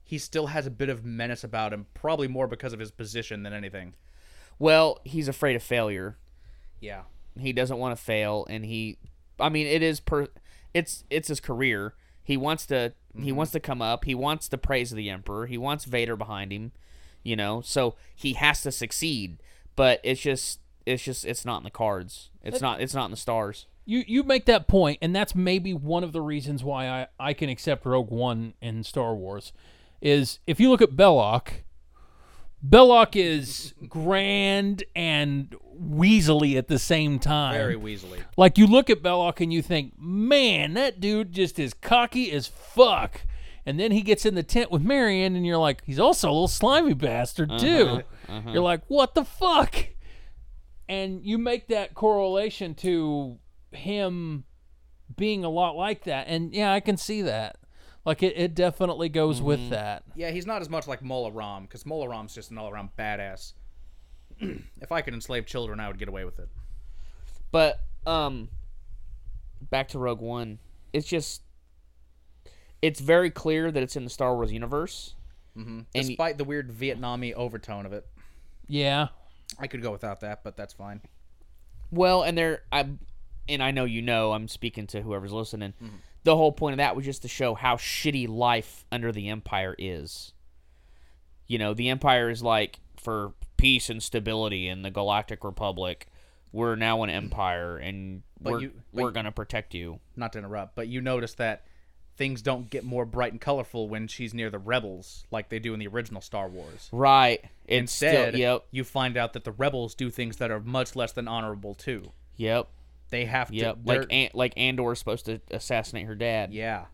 Speaker 2: he still has a bit of menace about him, probably more because of his position than anything.
Speaker 3: Well, he's afraid of failure.
Speaker 2: Yeah.
Speaker 3: he doesn't want to fail and he i mean it is per it's it's his career he wants to he wants to come up he wants the praise of the emperor he wants vader behind him you know so he has to succeed but it's just it's just it's not in the cards it's not it's not in the stars
Speaker 1: You you make that point, and that's maybe one of the reasons why I, I can accept Rogue One in Star Wars, is if you look at Belloc, Belloc is grand and weaselly at the same time.
Speaker 2: Very weaselly.
Speaker 1: Like you look at Belloc and you think, man, that dude just is cocky as fuck. And then he gets in the tent with Marion, and you're like, he's also a little slimy bastard too. You're like, what the fuck? And you make that correlation to him being a lot like that, and yeah, I can see that. Like it, it definitely goes with that.
Speaker 2: Yeah, he's not as much like Mola Ram because Mola Ram's just an all around badass. if I could enslave children, I would get away with it.
Speaker 3: but um back to rogue one it's just it's very clear that it's in the star wars universe And y-
Speaker 2: Despite the weird Vietnamese overtone of it,
Speaker 1: Yeah,
Speaker 2: I could go without that, but that's fine.
Speaker 3: Well, and there, I, and I know you know. I'm speaking to whoever's listening.
Speaker 2: Mm-hmm.
Speaker 3: The whole point of that was just to show how shitty life under the empire is. You know, the empire is like for peace and stability in the Galactic Republic. We're now an empire, and we're
Speaker 2: you- but
Speaker 3: we're gonna protect you.
Speaker 2: Not to interrupt, but you notice that things don't get more bright and colorful when she's near the rebels like they do in the original Star Wars.
Speaker 3: Right. It's
Speaker 2: Instead,
Speaker 3: still, yep,
Speaker 2: you find out that the rebels do things that are much less than honorable too.
Speaker 3: yep,
Speaker 2: They have to
Speaker 3: yep.
Speaker 2: they're-
Speaker 3: Like An- like Andor's supposed to assassinate her dad.
Speaker 2: yeah.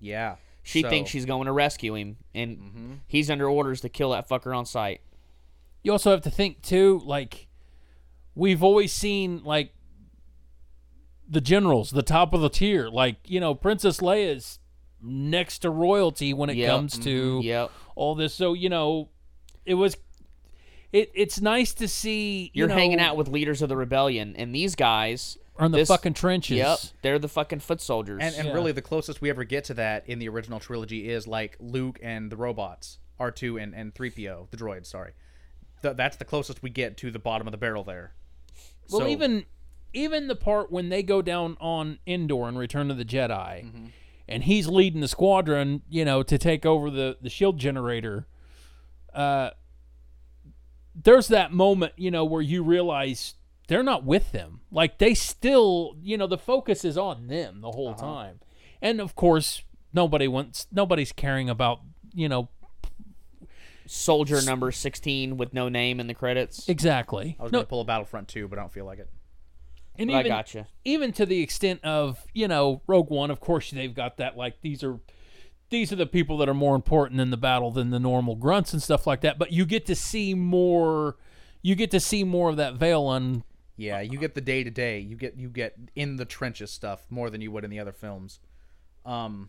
Speaker 2: Yeah.
Speaker 3: She thinks
Speaker 2: So- Mm-hmm.
Speaker 3: she's going to rescue him, and he's under orders to kill that fucker on sight.
Speaker 1: you also have to think too like we've always seen like the generals the top of the tier like you know princess leia's next to royalty when it
Speaker 3: Yep.
Speaker 1: comes to
Speaker 3: Yep.
Speaker 1: all this so you know it was it, it's nice to see you
Speaker 3: You're
Speaker 1: know,
Speaker 3: hanging out with leaders of the rebellion, and these guys
Speaker 1: are in the
Speaker 3: this-
Speaker 1: fucking trenches.
Speaker 3: Yep, they're the fucking foot soldiers.
Speaker 2: And, and
Speaker 1: Yeah.
Speaker 2: really, the closest we ever get to that in the original trilogy is like Luke and the robots, R2 and, and 3PO, the droids, sorry. Th- that's the closest we get to the bottom of the barrel there.
Speaker 1: Well,
Speaker 2: So-
Speaker 1: even even the part when they go down on Endor in Return of the Jedi,
Speaker 2: Mm-hmm.
Speaker 1: and he's leading the squadron, you know, to take over the the shield generator. Uh, there's that moment, you know, where you realize they're not with them. Like they still, you know, the focus is on them the
Speaker 2: Uh-huh.
Speaker 1: whole time, and of course, nobody wants nobody's caring about you know
Speaker 3: Soldier number sixteen with no name in the credits.
Speaker 1: exactly.
Speaker 2: I was
Speaker 1: No,
Speaker 2: going to pull a Battlefront 2, but I don't feel like it.
Speaker 1: and
Speaker 3: But I
Speaker 1: even-
Speaker 3: gotcha.
Speaker 1: even to the extent of you know Rogue One. Of course, they've got that like these are these are the people that are more important in the battle than the normal grunts and stuff like that. But you get to see more. You get to see more of that veil on.
Speaker 2: Yeah, you get the day to day. You get you get in the trenches stuff more than you would in the other films. Um,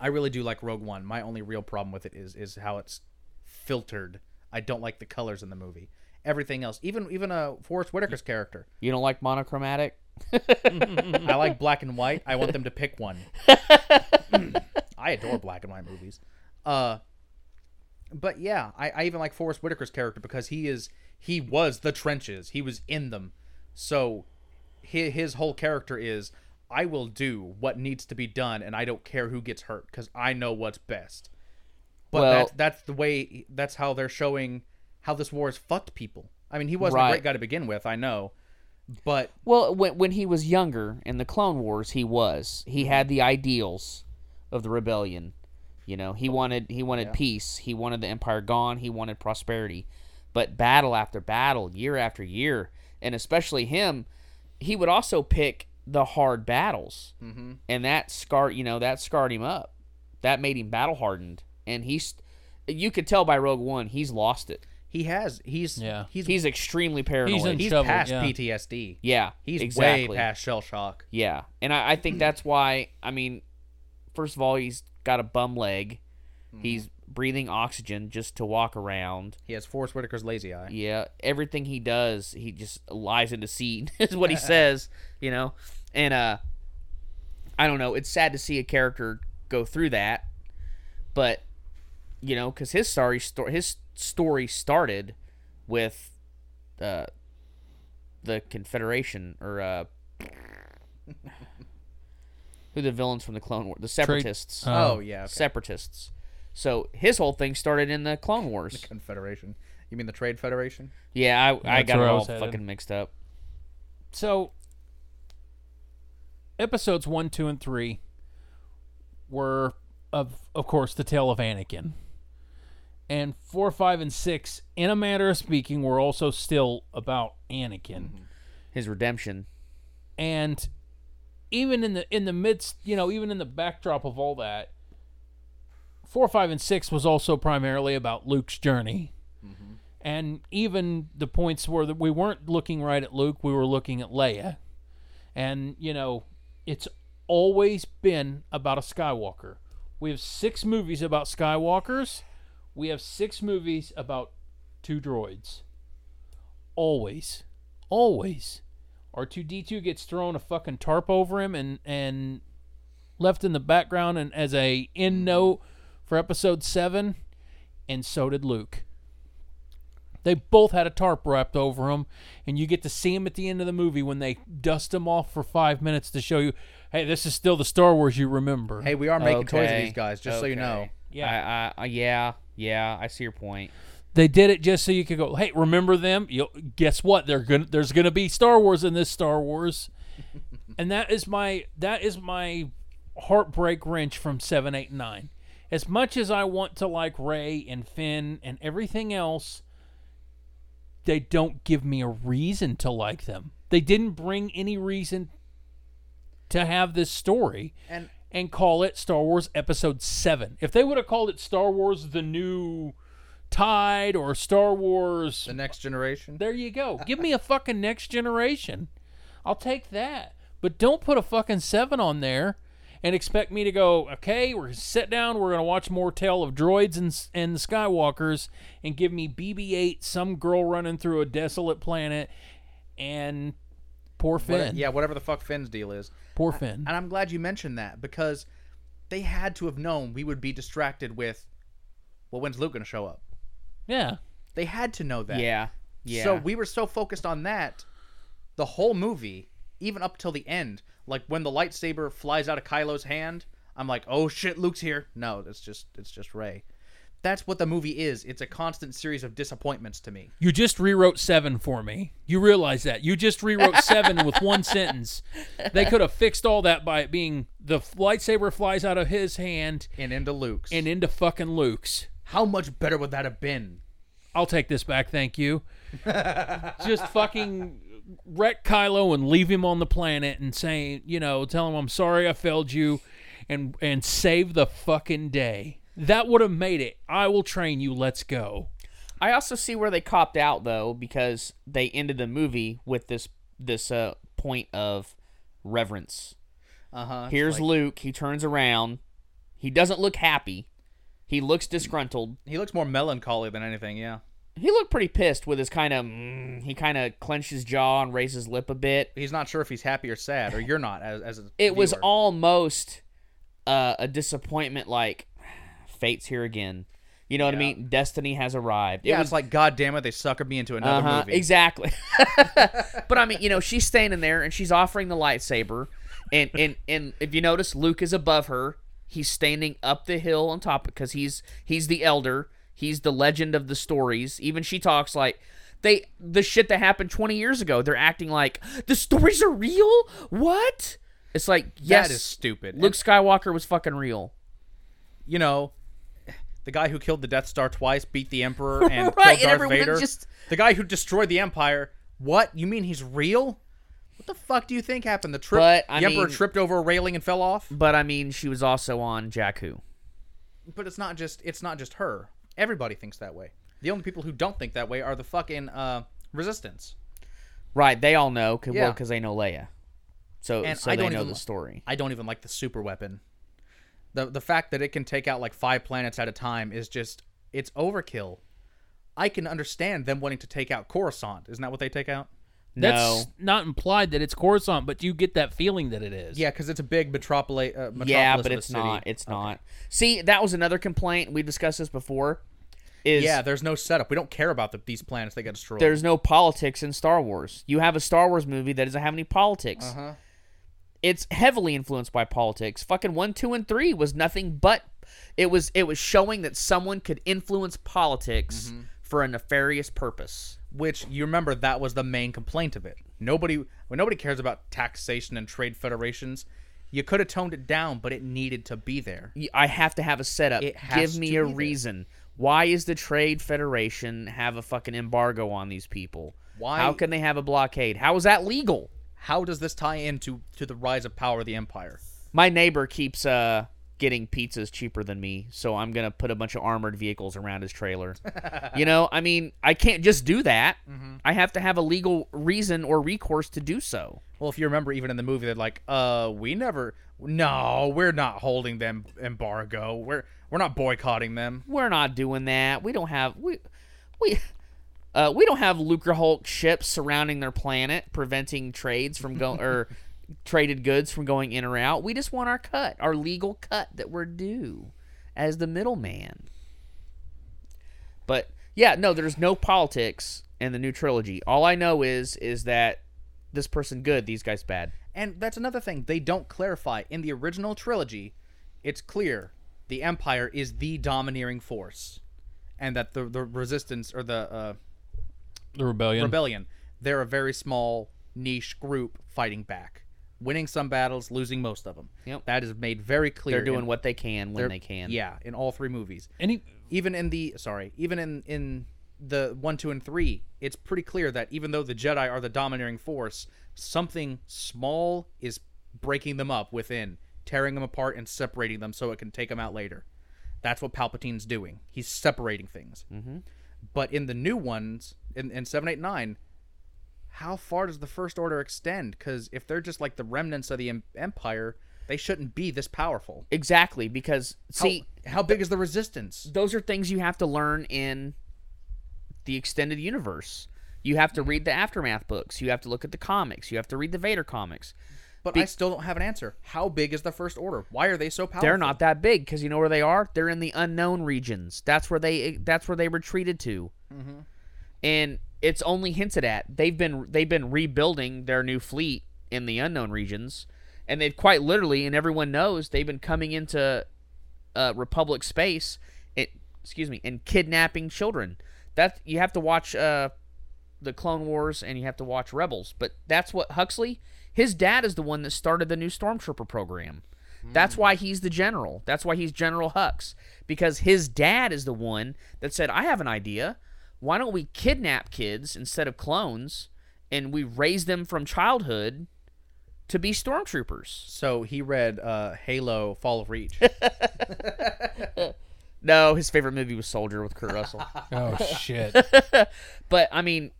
Speaker 2: I really do like Rogue One. My only real problem with it is is how it's filtered. I don't like the colors in the movie. Everything else, even even uh, Forrest Whitaker's character,
Speaker 3: You don't like monochromatic?
Speaker 2: I like black and white. I want them to pick one. I adore black and white movies. Uh, but yeah, I, I even like Forrest Whitaker's character because he is he was the trenches. He was in them. So his, his whole character is I will do what needs to be done and I don't care who gets hurt because I know what's best. But
Speaker 3: Well-
Speaker 2: that's that's the way that's how they're showing how this war has fucked people. I mean, he wasn't a
Speaker 3: Right.
Speaker 2: great guy to begin with, I know. But
Speaker 3: Well, when, when he was younger in the Clone Wars, he was. He had the ideals of the rebellion. You know, he wanted he wanted peace. He wanted the empire gone. He wanted prosperity. But battle after battle, year after year, and especially him, he would also pick the hard battles, mm-hmm. and that scarred you know that scarred him up. That made him battle hardened, and he's you could tell by Rogue One he's lost it.
Speaker 2: he has he's
Speaker 1: Yeah.
Speaker 2: he's
Speaker 3: He's extremely paranoid.
Speaker 1: in-
Speaker 2: he's
Speaker 1: Shovel,
Speaker 2: past
Speaker 1: yeah.
Speaker 2: PTSD.
Speaker 3: yeah,
Speaker 2: He's
Speaker 3: exactly.
Speaker 2: way past shell shock.
Speaker 3: Yeah, and I, I think that's why. I mean, first of all, he's got a bum leg.
Speaker 2: Mm-hmm.
Speaker 3: He's breathing oxygen just to walk around.
Speaker 2: He has Forrest Whitaker's lazy eye.
Speaker 3: Yeah, everything he does, he just lies into seed is what he says. You know, and uh, I don't know. It's sad to see a character go through that, but you know, because his story, sto- his story started with uh, the Confederation or uh, who the villains from the Clone War, the Separatists,
Speaker 2: Oh yeah, okay.
Speaker 3: Separatists. So his whole thing started in the Clone Wars.
Speaker 2: Confederation. You mean the Trade Federation?
Speaker 3: Yeah, I, I
Speaker 1: That's
Speaker 3: got
Speaker 1: where
Speaker 3: it
Speaker 1: I
Speaker 3: all
Speaker 1: was headed.
Speaker 3: fucking mixed up.
Speaker 1: so episodes one, two, and three were of of course the tale of Anakin. And four, five, and six, in a matter of speaking, were also still about Anakin.
Speaker 3: His redemption.
Speaker 1: and even in the in the midst you know even in the backdrop of all that four five and six was also primarily about luke's journey and even the points where that we weren't looking right at luke we were looking at leia and you know it's always been about a skywalker we have six movies about skywalkers we have six movies about two droids always always R2D2 gets thrown a fucking tarp over him and and left in the background and as a end note for episode 7 and so did Luke. They both had a tarp wrapped over them and you get to see them at the end of the movie when they dust them off for 5 minutes to show you hey this is still the Star Wars you remember.
Speaker 2: Hey, we are making toys of
Speaker 3: Okay,
Speaker 2: these guys, just so you know.
Speaker 3: okay.
Speaker 1: Yeah.
Speaker 3: Yeah, I, I, yeah, yeah. I see your point.
Speaker 1: They did it just so you could go, "Hey, remember them? You'll, guess what? They're gonna, there's going to be Star Wars in this Star Wars." and that is my that is my heartbreak wrench from 7 8 and 9. As much as I want to like Ray and Finn and everything else, they don't give me a reason to like them. They didn't bring any reason to have this story
Speaker 2: And
Speaker 1: and call it Star Wars Episode 7. If they would have called it Star Wars The New Tide or Star Wars.
Speaker 2: the next generation.
Speaker 1: There you go. Give me a fucking next generation. I'll take that. But don't put a fucking 7 on there and expect me to go, okay, we're gonna sit down, we're going to watch more Tale of Droids and, S- and Skywalkers, and give me BB 8, some girl running through a desolate planet, and poor
Speaker 2: What-
Speaker 1: Finn.
Speaker 2: yeah, whatever the fuck Finn's deal is.
Speaker 1: Poor Finn.
Speaker 2: And I'm glad you mentioned that because they had to have known we would be distracted with, well, when's Luke going to show up?
Speaker 1: yeah.
Speaker 2: They had to know that.
Speaker 3: Yeah. Yeah.
Speaker 2: So we were so focused on that the whole movie, even up till the end. Like when the lightsaber flies out of Kylo's hand, I'm like, "Oh shit, Luke's here." No, it's just it's just Ray. That's what the movie is. It's a constant series of disappointments to me.
Speaker 1: You just rewrote seven for me. You realize that. You just rewrote seven with one sentence. They could have fixed all that by it being the lightsaber flies out of his hand
Speaker 2: And into Luke's.
Speaker 1: and into fucking Luke's.
Speaker 2: how much better would that have been?
Speaker 1: I'll take this back, thank you. Just fucking wreck Kylo and leave him on the planet and say, you know, tell him I'm sorry I failed you and and save the fucking day. That would have made it. I will train you. Let's go.
Speaker 3: I also see where they copped out though because they ended the movie with this this uh point of reverence.
Speaker 2: Uh huh.
Speaker 3: Here's Luke. He turns around. He doesn't look happy. He looks disgruntled.
Speaker 2: He looks more melancholy than anything. Yeah.
Speaker 3: He looked pretty pissed with his kind of. Mm, he kind of clenched his jaw and raised his lip a bit.
Speaker 2: He's not sure if he's happy or sad, or you're not. As as a
Speaker 3: It was
Speaker 2: viewer.
Speaker 3: almost uh, a disappointment. Like fate's here again. You know what I mean? Destiny has arrived.
Speaker 2: Yeah,
Speaker 3: it was
Speaker 2: it's like, God damn it, they suckered me into another
Speaker 3: Uh-huh,
Speaker 2: movie.
Speaker 3: Exactly. but I mean, you know, she's standing there and she's offering the lightsaber, and and and if you notice, Luke is above her. He's standing up the hill on top because he's he's the elder. He's the legend of the stories. Even she talks like they the shit that happened 20 years ago. They're acting like the stories are real. What? It's like yes,
Speaker 2: That is stupid.
Speaker 3: Luke Skywalker was fucking real.
Speaker 2: you know, the guy who killed the Death Star twice, beat the Emperor, and
Speaker 3: Right, and
Speaker 2: killed Darth
Speaker 3: everyone
Speaker 2: Vader.
Speaker 3: just-
Speaker 2: The guy who destroyed the Empire. What? You mean he's real? What the fuck do you think happened? The trip.
Speaker 3: But, I
Speaker 2: the Emperor
Speaker 3: mean-
Speaker 2: tripped over a railing and fell off.
Speaker 3: But I mean, she was also on Jakku.
Speaker 2: But it's not just. It's not just her. Everybody thinks that way. The only people who don't think that way are the fucking uh, resistance.
Speaker 3: Right, they all know because
Speaker 2: Yeah.
Speaker 3: they know Leia, so
Speaker 2: And
Speaker 3: so
Speaker 2: I
Speaker 3: they
Speaker 2: don't
Speaker 3: know
Speaker 2: even
Speaker 3: the
Speaker 2: li-
Speaker 3: story.
Speaker 2: I don't even like the super weapon. The the fact that it can take out like five planets at a time is just it's overkill. I can understand them wanting to take out Coruscant. Isn't that what they take out?
Speaker 1: That's not implied that it's Coruscant, but you get that feeling that it is.
Speaker 2: Yeah, because it's a big metropoli- uh, metropolis.
Speaker 3: yeah,
Speaker 2: of
Speaker 3: but
Speaker 2: a
Speaker 3: it's
Speaker 2: city.
Speaker 3: not. It's not. See, that was another complaint we discussed this before. Is
Speaker 2: Yeah, there's no setup. We don't care about the, these planets that get destroyed.
Speaker 3: there's no politics in Star Wars. You have a Star Wars movie that doesn't have any politics.
Speaker 2: Uh-huh.
Speaker 3: It's heavily influenced by politics. Fucking one, two, and three was nothing but it was it was showing that someone could influence politics
Speaker 2: Mm-hmm.
Speaker 3: for a nefarious purpose.
Speaker 2: which you remember that was the main complaint of it. Nobody, well, nobody cares about taxation and trade federations. You could have toned it down, but it needed to be there.
Speaker 3: Y- I have to have a setup.
Speaker 2: It has
Speaker 3: Give me
Speaker 2: to
Speaker 3: a
Speaker 2: be there.
Speaker 3: reason. Why is the Trade Federation have a fucking embargo on these people?
Speaker 2: Why-
Speaker 3: How can they have a blockade? How is that legal?
Speaker 2: How does this tie into to the rise of power of the empire?
Speaker 3: my neighbor keeps uh getting pizzas cheaper than me so i'm gonna put a bunch of armored vehicles around his trailer you know i mean i can't just do that
Speaker 2: Mm-hmm.
Speaker 3: i have to have a legal reason or recourse to do so
Speaker 2: Well, if you remember, even in the movie, they're like, "Uh, we never. No, we're not holding them embargo. We're we're not boycotting them."
Speaker 3: we're not doing that we don't have we we uh, we don't have Lucre Hulk ships surrounding their planet, preventing trades from going or traded goods from going in or out. We just want our cut, our legal cut that we're due as the middleman. But yeah, no, there's no politics in the new trilogy. All I know is is that this person good, these guys bad.
Speaker 2: And that's another thing they don't clarify. In the original trilogy, it's clear the Empire is the domineering force, and that the the Resistance or the uh,
Speaker 1: The rebellion.
Speaker 3: Hmm.
Speaker 2: Rebellion they're a very small niche group fighting back, winning some battles, losing most of them.
Speaker 3: Yep.
Speaker 2: That is made very clear.
Speaker 3: They're doing
Speaker 2: in-
Speaker 3: what they can when they can.
Speaker 2: Yeah, in all three movies
Speaker 1: Any
Speaker 2: even in the sorry, even in in the one, two, and three, it's pretty clear that even though the Jedi are the domineering force, something small is breaking them up within, tearing them apart and separating them so it can take them out later. That's what Palpatine's doing. He's separating things. Mm-hmm. But in the new ones, in, in seven, eight, nine, how far does the First Order extend? Because if they're just like the remnants of the em- Empire, They shouldn't be this powerful.
Speaker 3: Exactly, because
Speaker 2: How-
Speaker 3: see,
Speaker 2: how, big is the resistance?
Speaker 3: those are things you have to learn in the extended universe. You have to read the aftermath books. You have to look at the comics. You have to read the Vader comics.
Speaker 2: But I still don't have an answer. How big is the First Order? Why are they so powerful?
Speaker 3: They're not that big because you know where they are. They're in the unknown regions. That's where they. eh, That's where they retreated to. And it's only hinted at. They've been they've been rebuilding their new fleet in the unknown regions, and they've quite literally, and everyone knows they've been coming into uh, Republic space. It, excuse me, and kidnapping children. That you have to watch. Uh, the Clone Wars and you have to watch Rebels. But that's what Huxley, his dad is the one that started the new Stormtrooper program. That's why he's the general. That's why he's General Hux because his dad is the one that said, "I have an idea. Why don't we kidnap kids instead of clones and we raise them from childhood to be stormtroopers?"
Speaker 2: So he read uh, Halo: Fall of Reach.
Speaker 3: No, his favorite movie was Soldier with Kurt Russell.
Speaker 1: Oh shit.
Speaker 3: But I mean,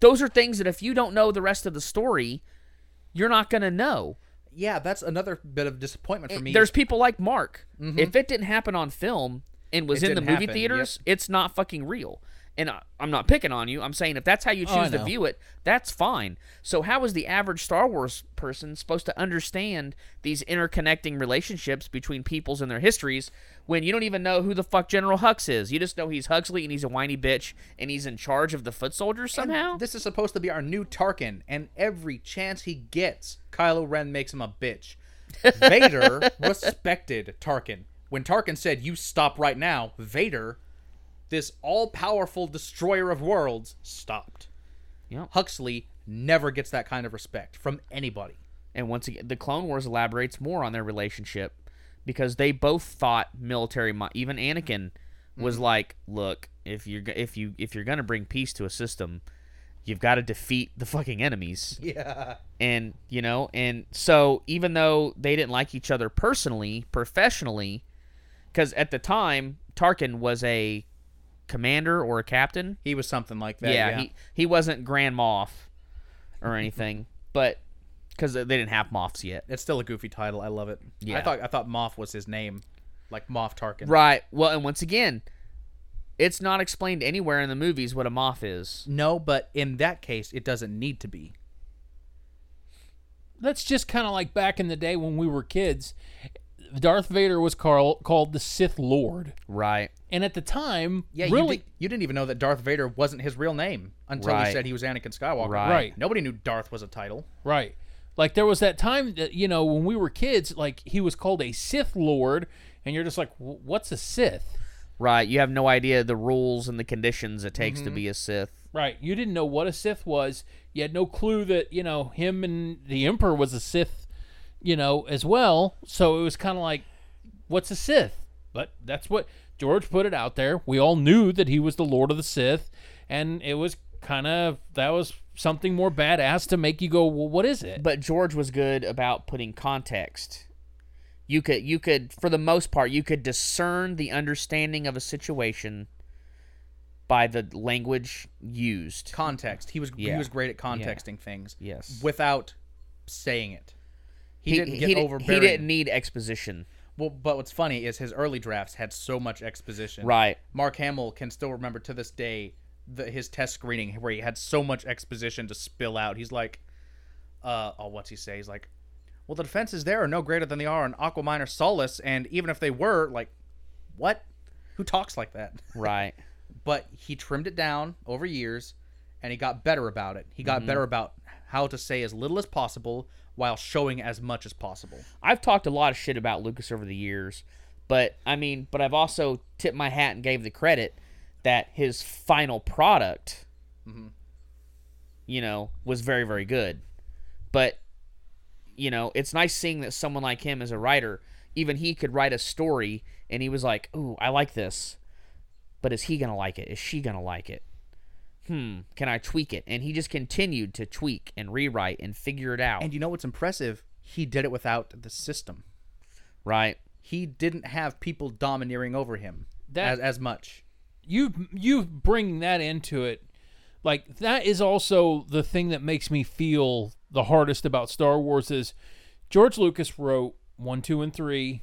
Speaker 3: those are things that if you don't know the rest of the story, you're not going to know.
Speaker 2: yeah, that's another bit of disappointment for me.
Speaker 3: Eh,
Speaker 2: Mm-hmm.
Speaker 3: There's people like Mark. If it didn't happen on film and was
Speaker 2: It
Speaker 3: in the
Speaker 2: didn't
Speaker 3: movie
Speaker 2: happen,
Speaker 3: theaters, it's not fucking real. And I, I'm not picking on you. I'm saying if that's how you
Speaker 1: Oh, I
Speaker 3: choose to
Speaker 1: know.
Speaker 3: view it, that's fine. So how is the average Star Wars person supposed to understand these interconnecting relationships between peoples and their histories when you don't even know who the fuck General Hux is? You just know he's Huxley and he's a whiny bitch and he's in charge of the foot soldiers
Speaker 2: And
Speaker 3: somehow.
Speaker 2: This is supposed to be our new Tarkin, and every chance he gets, Kylo Ren makes him a bitch. Vader respected Tarkin. When Tarkin said, "You stop right now," Vader, this all-powerful destroyer of worlds, stopped.
Speaker 3: Yep.
Speaker 2: Huxley never gets that kind of respect from anybody.
Speaker 3: And once again, the Clone Wars elaborates more on their relationship because they both thought military. Mi- even Anakin was like, "Look, if you're go- if you if you're gonna bring peace to a system, you've got to defeat the fucking enemies."
Speaker 2: Yeah.
Speaker 3: And you know, and so even though they didn't like each other personally, professionally, because at the time Tarkin was a commander or a captain,
Speaker 2: He was something like that.
Speaker 3: yeah,
Speaker 2: Yeah.
Speaker 3: He, he wasn't Grand Moff or anything, but because they didn't have Moffs yet.
Speaker 2: It's still a goofy title. I love it.
Speaker 3: Yeah.
Speaker 2: I thought I thought Moff was his name, like Moff Tarkin.
Speaker 3: Right. Well, and once again, it's not explained anywhere in the movies what a Moff is.
Speaker 2: No, but in that case, it doesn't need to be.
Speaker 1: That's just kind of like back in the day when we were kids. Darth Vader was called called the Sith Lord,
Speaker 3: Right.
Speaker 1: and at the time,
Speaker 2: Yeah,
Speaker 1: really,
Speaker 2: you, did, you didn't even know that Darth Vader wasn't his real name until
Speaker 3: Right.
Speaker 2: he said he was Anakin Skywalker.
Speaker 3: Right.
Speaker 1: right,
Speaker 2: Nobody knew Darth was a title.
Speaker 1: Right. Like there was that time that you know when we were kids, like he was called a Sith Lord, and you're just like, "Wh- what's a Sith?
Speaker 3: Right. You have no idea the rules and the conditions it takes to be a Sith.
Speaker 1: Right. You didn't know what a Sith was. You had no clue that you know him and the Emperor was a Sith, you know, as well. So it was kind of like, what's a Sith? But that's what George put it out there. We all knew that he was the Lord of the Sith, and it was kind of that was something more badass to make you go, well, what is it?
Speaker 3: But George was good about putting context. You could you could for the most part you could discern the understanding of a situation by the language used.
Speaker 2: Context. He was
Speaker 3: Yeah.
Speaker 2: he was great at contexting things.
Speaker 3: Yes.
Speaker 2: Without saying it. He, didn't get
Speaker 3: he, di-
Speaker 2: overbearing.
Speaker 3: He didn't need exposition.
Speaker 2: Well, but what's funny is his early drafts had so much exposition.
Speaker 3: Right.
Speaker 2: Mark Hamill can still remember to this day the, his test screening where he had so much exposition to spill out. He's like, uh, oh, what's he say? He's like, well, the defenses there are no greater than they are in Aquaman or Solace, and even if they were, like, what? Who talks like that?
Speaker 3: Right.
Speaker 2: But he trimmed it down over years, and he got better about it. He got better about how to say as little as possible while showing as much as possible.
Speaker 3: I've talked a lot of shit about Lucas over the years, but I mean, but I've also tipped my hat and gave the credit that his final product, you know, was very very good. But you know, it's nice seeing that someone like him as a writer, even he could write a story, and he was like, "Ooh, I like this," but is he gonna like it? Is she gonna like it? Hmm, can I tweak it? And he just continued to tweak and rewrite and figure it out,
Speaker 2: And you know what's impressive? He did it without the system.
Speaker 3: right?
Speaker 2: He didn't have people domineering over him
Speaker 1: That-
Speaker 2: as, as much.
Speaker 1: you you bring that into it like that is also the thing that makes me feel the hardest about star wars is George Lucas wrote one, two, and three,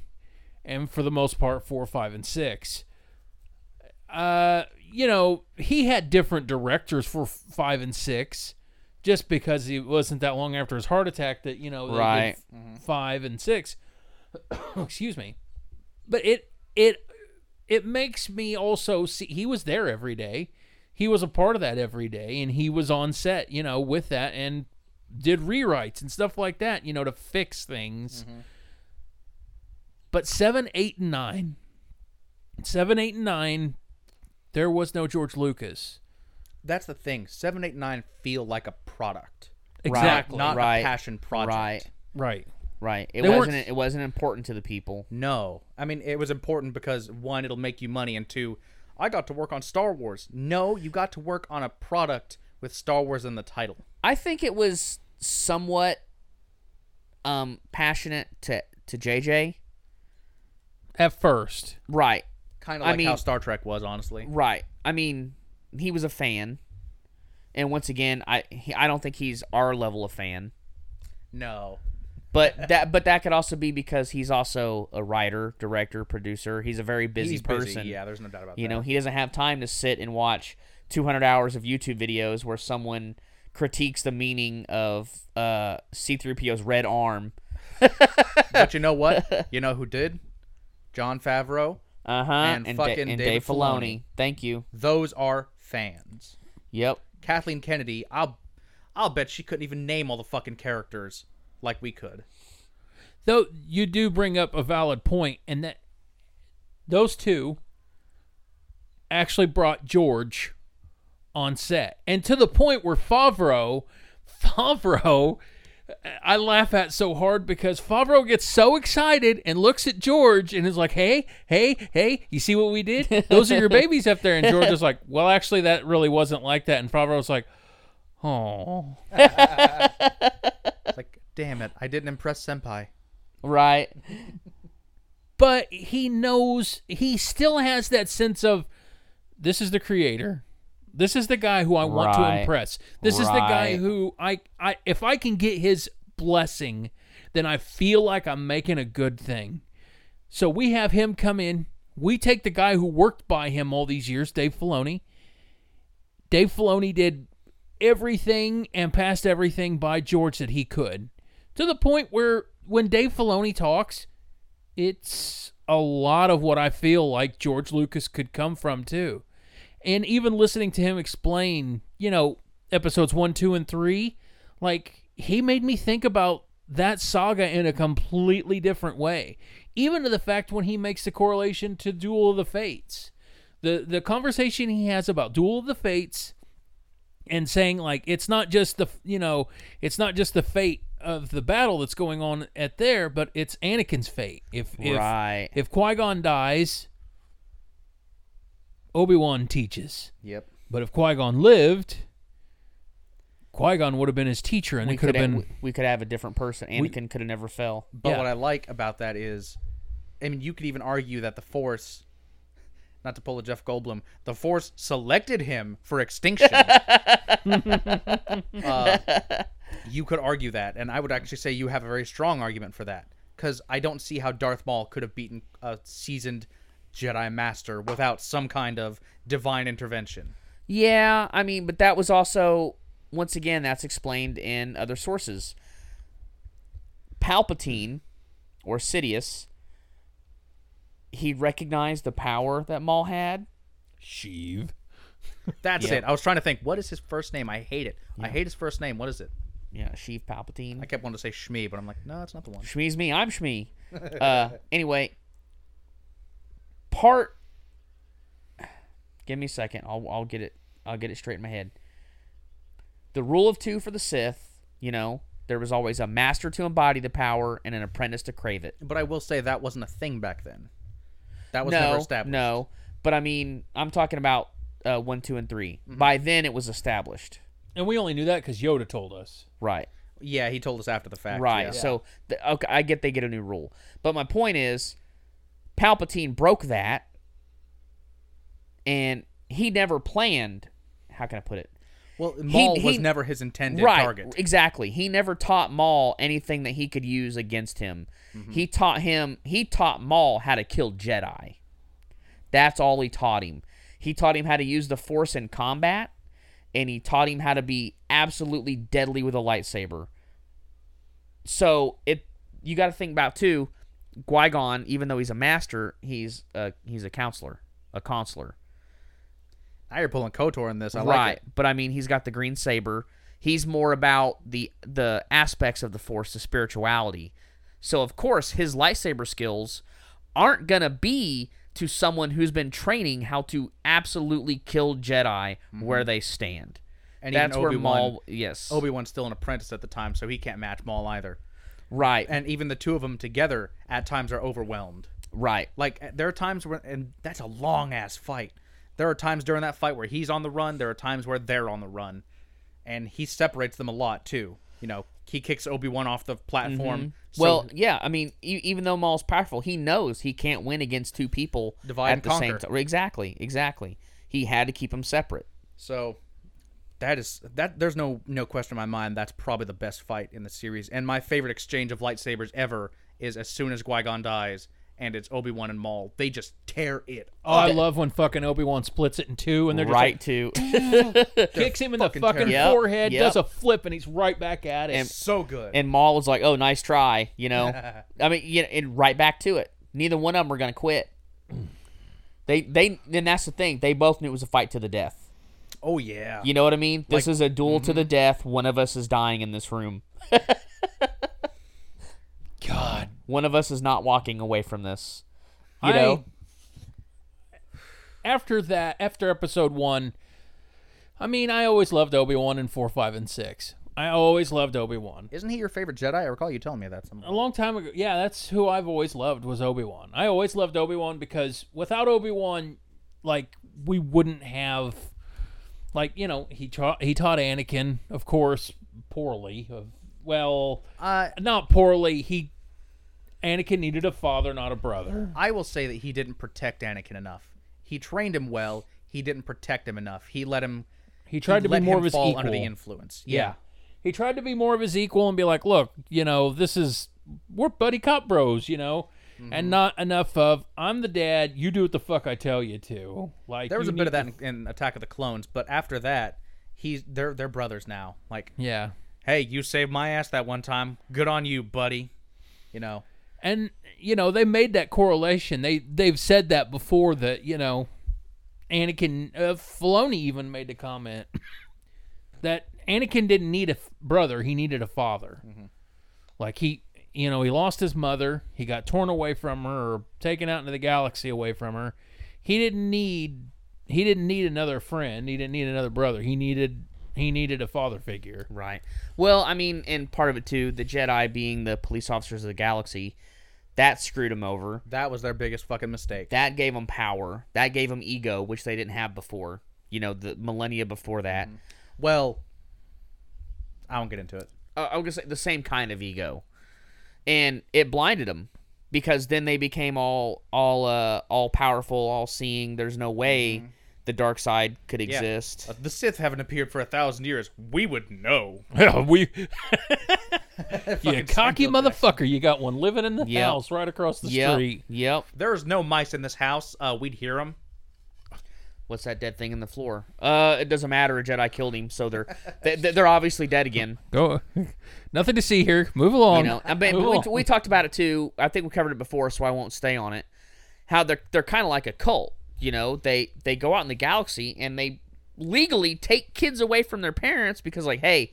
Speaker 1: and for the most part, four, five, and six. Uh, you know, he had different directors for f- five and six, just because it wasn't that long after his heart attack that you know they did
Speaker 3: Right.
Speaker 1: f- five and six. Excuse me, but it it it makes me also see he was there every day. He was a part of that every day, and he was on set, you know, with that and did rewrites and stuff like that, you know, to fix things. But seven, eight, and nine, seven, eight, and nine, there was no George Lucas.
Speaker 2: That's the thing. Seven, eight, nine feel like a product,
Speaker 1: Exactly.
Speaker 2: not
Speaker 3: Right.
Speaker 2: a passion project.
Speaker 3: Right.
Speaker 1: right.
Speaker 3: Right. It
Speaker 1: They weren't-
Speaker 3: wasn't. It wasn't important to the people.
Speaker 2: No, I mean it was important because one, it'll make you money, and two, I got to work on Star Wars. No, you got to work on a product with Star Wars in the title.
Speaker 3: I think it was somewhat um passionate to to JJ.
Speaker 1: At first.
Speaker 3: Right.
Speaker 2: Kind of
Speaker 3: I
Speaker 2: like how
Speaker 3: mean-
Speaker 2: Star Trek was, honestly.
Speaker 3: Right. I mean, he was a fan, and once again, I he, I don't think he's our level of fan.
Speaker 2: No,
Speaker 3: But that but that could also be because he's also a writer, director, producer. He's a very busy
Speaker 2: he's
Speaker 3: person.
Speaker 2: Busy. Yeah, there's no doubt about
Speaker 3: You
Speaker 2: that.
Speaker 3: know, he doesn't have time to sit and watch 200 hours of YouTube videos where someone critiques the meaning of uh, C3PO's red arm.
Speaker 2: but you know what? You know who did? John Favreau.
Speaker 3: Uh huh.
Speaker 2: And
Speaker 3: And, Da-
Speaker 2: Uh-huh. fucking
Speaker 3: and
Speaker 2: David
Speaker 3: Dave Filoni.
Speaker 2: Filoni.
Speaker 3: Thank you.
Speaker 2: Those are fans.
Speaker 3: Yep.
Speaker 2: Kathleen Kennedy. I'll, I'll bet she couldn't even name all the fucking characters like we could.
Speaker 1: Though you do bring up a valid point, and that those two actually brought George on set, and to the point where Favreau, Favreau, I laugh at so hard because Favreau gets so excited and looks at George and is like, "Hey, hey, hey, you see what we did? Those are your babies up there." And George is like, "Well, actually, that really wasn't like that." And Favreau's like, "Oh,
Speaker 2: It's like, damn it, I didn't impress Senpai.
Speaker 3: Right.
Speaker 1: but he knows he still has that sense of this is the creator this is the guy who i want to
Speaker 3: Right.
Speaker 1: impress this is the guy
Speaker 3: Right.
Speaker 1: who I, I if i can get his blessing then i feel like i'm making a good thing so we have him come in we take the guy who worked by him all these years dave filoni dave filoni did everything and passed everything by george that he could to the point where when dave filoni talks it's a lot of what I feel like George Lucas could come from too. And even listening to him explain, you know, episodes 1, 2 and 3, like he made me think about that saga in a completely different way. Even to the fact when he makes the correlation to Duel of the Fates. The the conversation he has about Duel of the Fates and saying like it's not just the you know it's not just the fate of the battle that's going on at there, but it's Anakin's fate. If if
Speaker 3: Right.
Speaker 1: if Qui Gon dies, Obi Wan teaches.
Speaker 2: Yep.
Speaker 1: But if Qui Gon lived, Qui Gon would have been his teacher, and
Speaker 3: we
Speaker 1: it could have been
Speaker 3: we- we could have a different person. Anakin could have never fell.
Speaker 2: But
Speaker 1: Yeah.
Speaker 2: what I like about that is, I mean, you could even argue that the Force, not to pull a Jeff Goldblum, the Force selected him for extinction. Uh, you could argue that, and I would actually say you have a very strong argument for that, because I don't see how Darth Maul could have beaten a seasoned Jedi Master without some kind of divine intervention.
Speaker 3: Yeah, I mean, but that was also once again that's explained in other sources. Palpatine or Sidious he recognized the power that Maul had.
Speaker 1: Sheev.
Speaker 2: That's it. I was trying to think, what is his first name? I hate it. I hate his first name. What is it?
Speaker 3: Yeah, Sheev Palpatine.
Speaker 2: I kept wanting to say Shmi, but I'm like, no, that's not the one.
Speaker 3: Shmee's me. I'm Shmee. Uh, anyway, part. Give me a second. I'll I'll get it. I'll get it straight in my head. The rule of two for the Sith. You know, there was always a master to embody the power and an apprentice to crave it.
Speaker 2: But I will say that wasn't a thing back then. That was never
Speaker 3: No,
Speaker 2: established.
Speaker 3: no. But I mean, I'm talking about uh, one, two, and 3
Speaker 2: Mm-hmm.
Speaker 3: By then, it was established.
Speaker 1: And we only knew that because Yoda told us.
Speaker 3: Right.
Speaker 2: Yeah, he told us after the fact.
Speaker 3: Right.
Speaker 2: yeah.
Speaker 3: So th- okay, I get they get a new rule, but my point is, Palpatine broke that, and he never planned. How can I put it?
Speaker 2: Well, Maul
Speaker 3: he-
Speaker 2: was never his intended
Speaker 3: right,
Speaker 2: target.
Speaker 3: Exactly. He never taught Maul anything that he could use against him.
Speaker 2: Mm-hmm.
Speaker 3: He taught him he taught Maul how to kill Jedi. That's all he taught him. He taught him how to use the force in combat, and he taught him how to be absolutely deadly with a lightsaber. So it you gotta think about too, Qui-Gon, even though he's a master, he's a, he's a counselor. A consular.
Speaker 2: Now you're pulling Kotor in this. I
Speaker 3: right.
Speaker 2: like it.
Speaker 3: But I mean, he's got the green saber. He's more about the the aspects of the force, the spirituality. So of course, his lightsaber skills aren't gonna be to someone who's been training how to absolutely kill Jedi where they
Speaker 2: Mm-hmm.
Speaker 3: stand.
Speaker 2: And
Speaker 3: That's
Speaker 2: even
Speaker 3: where
Speaker 2: Obi-Wan,
Speaker 3: Maul, yes,
Speaker 2: Obi Wan's still an apprentice at the time, so he can't match Maul either.
Speaker 3: right,
Speaker 2: And even the two of them together at times are overwhelmed.
Speaker 3: right,
Speaker 2: Like uh, there are times where, and that's a long ass fight. There are times during that fight where he's on the run. There are times where they're on the run, and he separates them a lot too. You know, he kicks Obi Wan off the platform. so
Speaker 3: well, yeah, I mean, e- even though Maul's powerful, he knows he can't win against two people
Speaker 2: Divide
Speaker 3: at
Speaker 2: and
Speaker 3: the same
Speaker 2: conquer.
Speaker 3: time. Exactly, exactly. He had to keep them separate.
Speaker 2: So that is that there's no no question in my mind that's probably the best fight in the series and my favorite exchange of lightsabers ever is as soon as Qui-Gon dies and it's Obi-Wan and Maul they just tear it
Speaker 1: Oh, I love when fucking Obi Wan splits it in two, and they're just
Speaker 3: right
Speaker 1: like,
Speaker 3: to
Speaker 1: kicks him in the
Speaker 2: fucking
Speaker 1: fucking
Speaker 3: terrible. Yep,
Speaker 1: forehead,
Speaker 3: yep.
Speaker 1: does a flip, and he's right back at it.
Speaker 2: so good
Speaker 3: and Maul was like, "Oh, nice try," you know. I mean, you know, and right back to it. Neither one of them are gonna quit. They they and that's the thing. They both knew it was a fight to the death.
Speaker 2: oh yeah
Speaker 3: You know what I mean? This is a duel to the death. One of us is dying in this room.
Speaker 1: God,
Speaker 3: One of us is not walking away from this. You know?
Speaker 1: After that, after episode one, I mean, I always loved Obi Wan in four, five, and six. I always loved Obi Wan.
Speaker 2: isn't he your favorite Jedi I recall you telling me that somewhere.
Speaker 1: A long time ago, yeah, that's who I've always loved was Obi Wan. I always loved Obi Wan because without Obi Wan, like we wouldn't have, like you know, he taught he taught Anakin, of course, poorly. Of well,
Speaker 2: Uh,
Speaker 1: not poorly. He Anakin needed a father, not a brother.
Speaker 2: I will say that he didn't protect Anakin enough he trained him well he didn't protect him enough he let him
Speaker 1: He tried to be
Speaker 2: let
Speaker 1: more
Speaker 2: him
Speaker 1: of his
Speaker 2: fall
Speaker 1: equal.
Speaker 2: under the influence
Speaker 1: Yeah. He tried to be more of his equal and be like, look, you know, this is, we're buddy cop bros, you know?
Speaker 2: Mm-hmm.
Speaker 1: And not enough of, I'm the dad, you do what the fuck I tell you to. Like,
Speaker 2: There was a
Speaker 1: you
Speaker 2: bit
Speaker 1: need
Speaker 2: of that in, in Attack of the Clones, but after that, he's they're they're brothers now. Like,
Speaker 1: to-" yeah.
Speaker 2: hey, you saved my ass that one time. Good on you, buddy. You know,
Speaker 1: And, you know, they made that correlation. They, they've said that before that, you know, Anakin, uh, Filoni even made the comment that Anakin didn't need a f- brother, he needed a father.
Speaker 3: Mm-hmm.
Speaker 1: Like, he, you know, he lost his mother. He got torn away from her or taken out into the galaxy away from her. He didn't need he didn't need another friend. He didn't need another brother. He needed he needed a father figure.
Speaker 3: Right. Well, I mean, and part of it too, the Jedi being the police officers of the galaxy, that screwed him over.
Speaker 2: that was their biggest fucking mistake.
Speaker 3: That gave them power. That gave them ego, which they didn't have before. You know, the millennia before that.
Speaker 2: well, I won't get into it.
Speaker 3: uh, I was gonna say the same kind of ego, and it blinded them because then they became all all uh, all powerful, all seeing. There's no way the dark side could
Speaker 2: Yeah.
Speaker 3: exist.
Speaker 2: Uh, The Sith haven't appeared for a thousand years. We would know.
Speaker 1: Yeah, we you
Speaker 2: Fucking
Speaker 1: cocky
Speaker 2: Samuel Jackson.
Speaker 1: motherfucker. You got one living in the
Speaker 3: Yep.
Speaker 1: house right across the
Speaker 3: Yep,
Speaker 1: street.
Speaker 3: yep.
Speaker 2: There's no mice in this house. Uh, we'd hear them.
Speaker 3: What's that dead thing in the floor? Uh, it doesn't matter. A Jedi killed him, so they're they, they're obviously dead again.
Speaker 1: Go. Nothing to see here. Move along.
Speaker 3: You know, I mean,
Speaker 1: Move
Speaker 3: we,
Speaker 1: along.
Speaker 3: we talked about it too. I think we covered it before, so I won't stay on it. How they're they're kind of like a cult. You know, they they go out in the galaxy and they legally take kids away from their parents because, like, hey,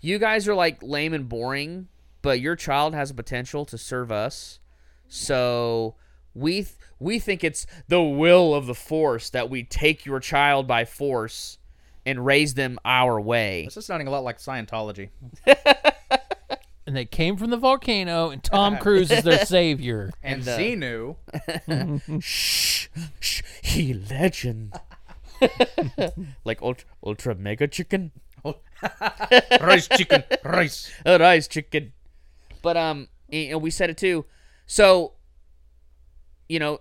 Speaker 3: you guys are like lame and boring, but your child has a potential to serve us. So we th- we think it's the will of the force that we take your child by force and raise them our way.
Speaker 2: This is sounding a lot like Scientology.
Speaker 1: and they came from the volcano, and Tom Cruise is their savior.
Speaker 2: And,
Speaker 3: uh,
Speaker 2: Xenu,
Speaker 3: Shh, shh, he legend. like ultra, ultra mega chicken,
Speaker 2: rice chicken, rice.
Speaker 3: uh, rice chicken. But um, you know, we said it too. So, you know,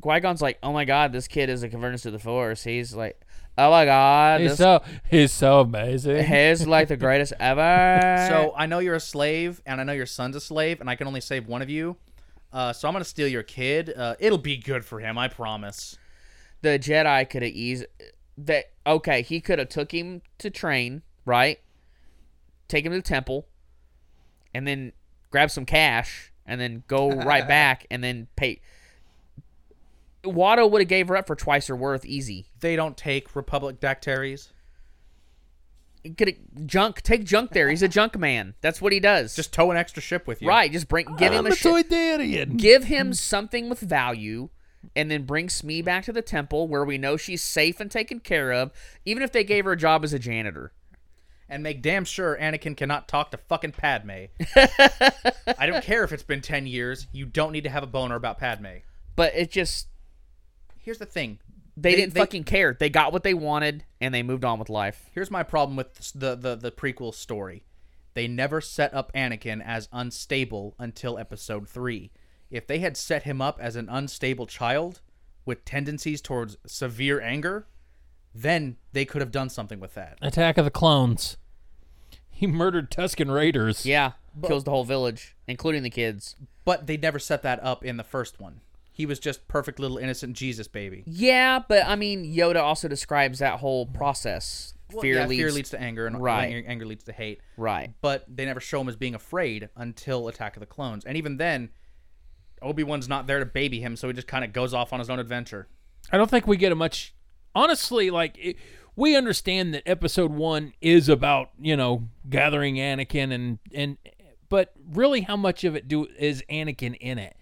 Speaker 3: Qui Gon's like, oh my god, this kid is a convergence to the Force. He's like, oh my god,
Speaker 1: He's
Speaker 3: this
Speaker 1: so he's so amazing.
Speaker 3: he's like the greatest ever.
Speaker 2: So I know you're a slave, and I know your son's a slave, and I can only save one of you. Uh, so I'm gonna steal your kid. Uh, it'll be good for him, I promise.
Speaker 3: the Jedi could have eased that. Okay, he could have took him to train, right? Take him to the temple, and then grab some cash, and then go right back, and then pay. Watto would have gave her up for twice her worth, easy.
Speaker 2: They don't take Republic dactaries.
Speaker 3: Could junk? Take junk there. He's a junk man. That's what he does.
Speaker 2: Just tow an extra ship with you.
Speaker 3: right. Just bring. Give him
Speaker 1: I'm
Speaker 3: a
Speaker 1: a
Speaker 3: shit.
Speaker 1: Toydarian.
Speaker 3: give him something with value and then bring Smee back to the temple where we know she's safe and taken care of, even if they gave her a job as a janitor.
Speaker 2: And make damn sure Anakin cannot talk to fucking Padme. I don't care if it's been ten years. You don't need to have a boner about Padme.
Speaker 3: But it just
Speaker 2: Here's the thing.
Speaker 3: they,
Speaker 2: They-
Speaker 3: didn't
Speaker 2: they-
Speaker 3: fucking care. They got what they wanted and they moved on with life.
Speaker 2: Here's my problem with the the the prequel story. They never set up Anakin as unstable until episode 3. If they had set him up as an unstable child with tendencies towards severe anger, then they could have done something with that.
Speaker 1: Attack of the Clones. He murdered Tuscan Raiders.
Speaker 3: Yeah, kills the whole village, including the kids.
Speaker 2: But they never set that up in the first one. He was just perfect little innocent Jesus baby.
Speaker 3: Yeah, but I mean, Yoda also describes that whole process. fear,
Speaker 2: yeah,
Speaker 3: leads,
Speaker 2: fear leads to anger and
Speaker 3: Right.
Speaker 2: anger, anger leads to hate.
Speaker 3: right.
Speaker 2: but they never show him as being afraid until Attack of the Clones. And even then, Obi Wan's not there to baby him, so he just kind of goes off on his own adventure.
Speaker 1: I don't think we get a much. Honestly, like it, we understand that Episode One is about you know gathering Anakin and and, but really, how much of it do is Anakin in it?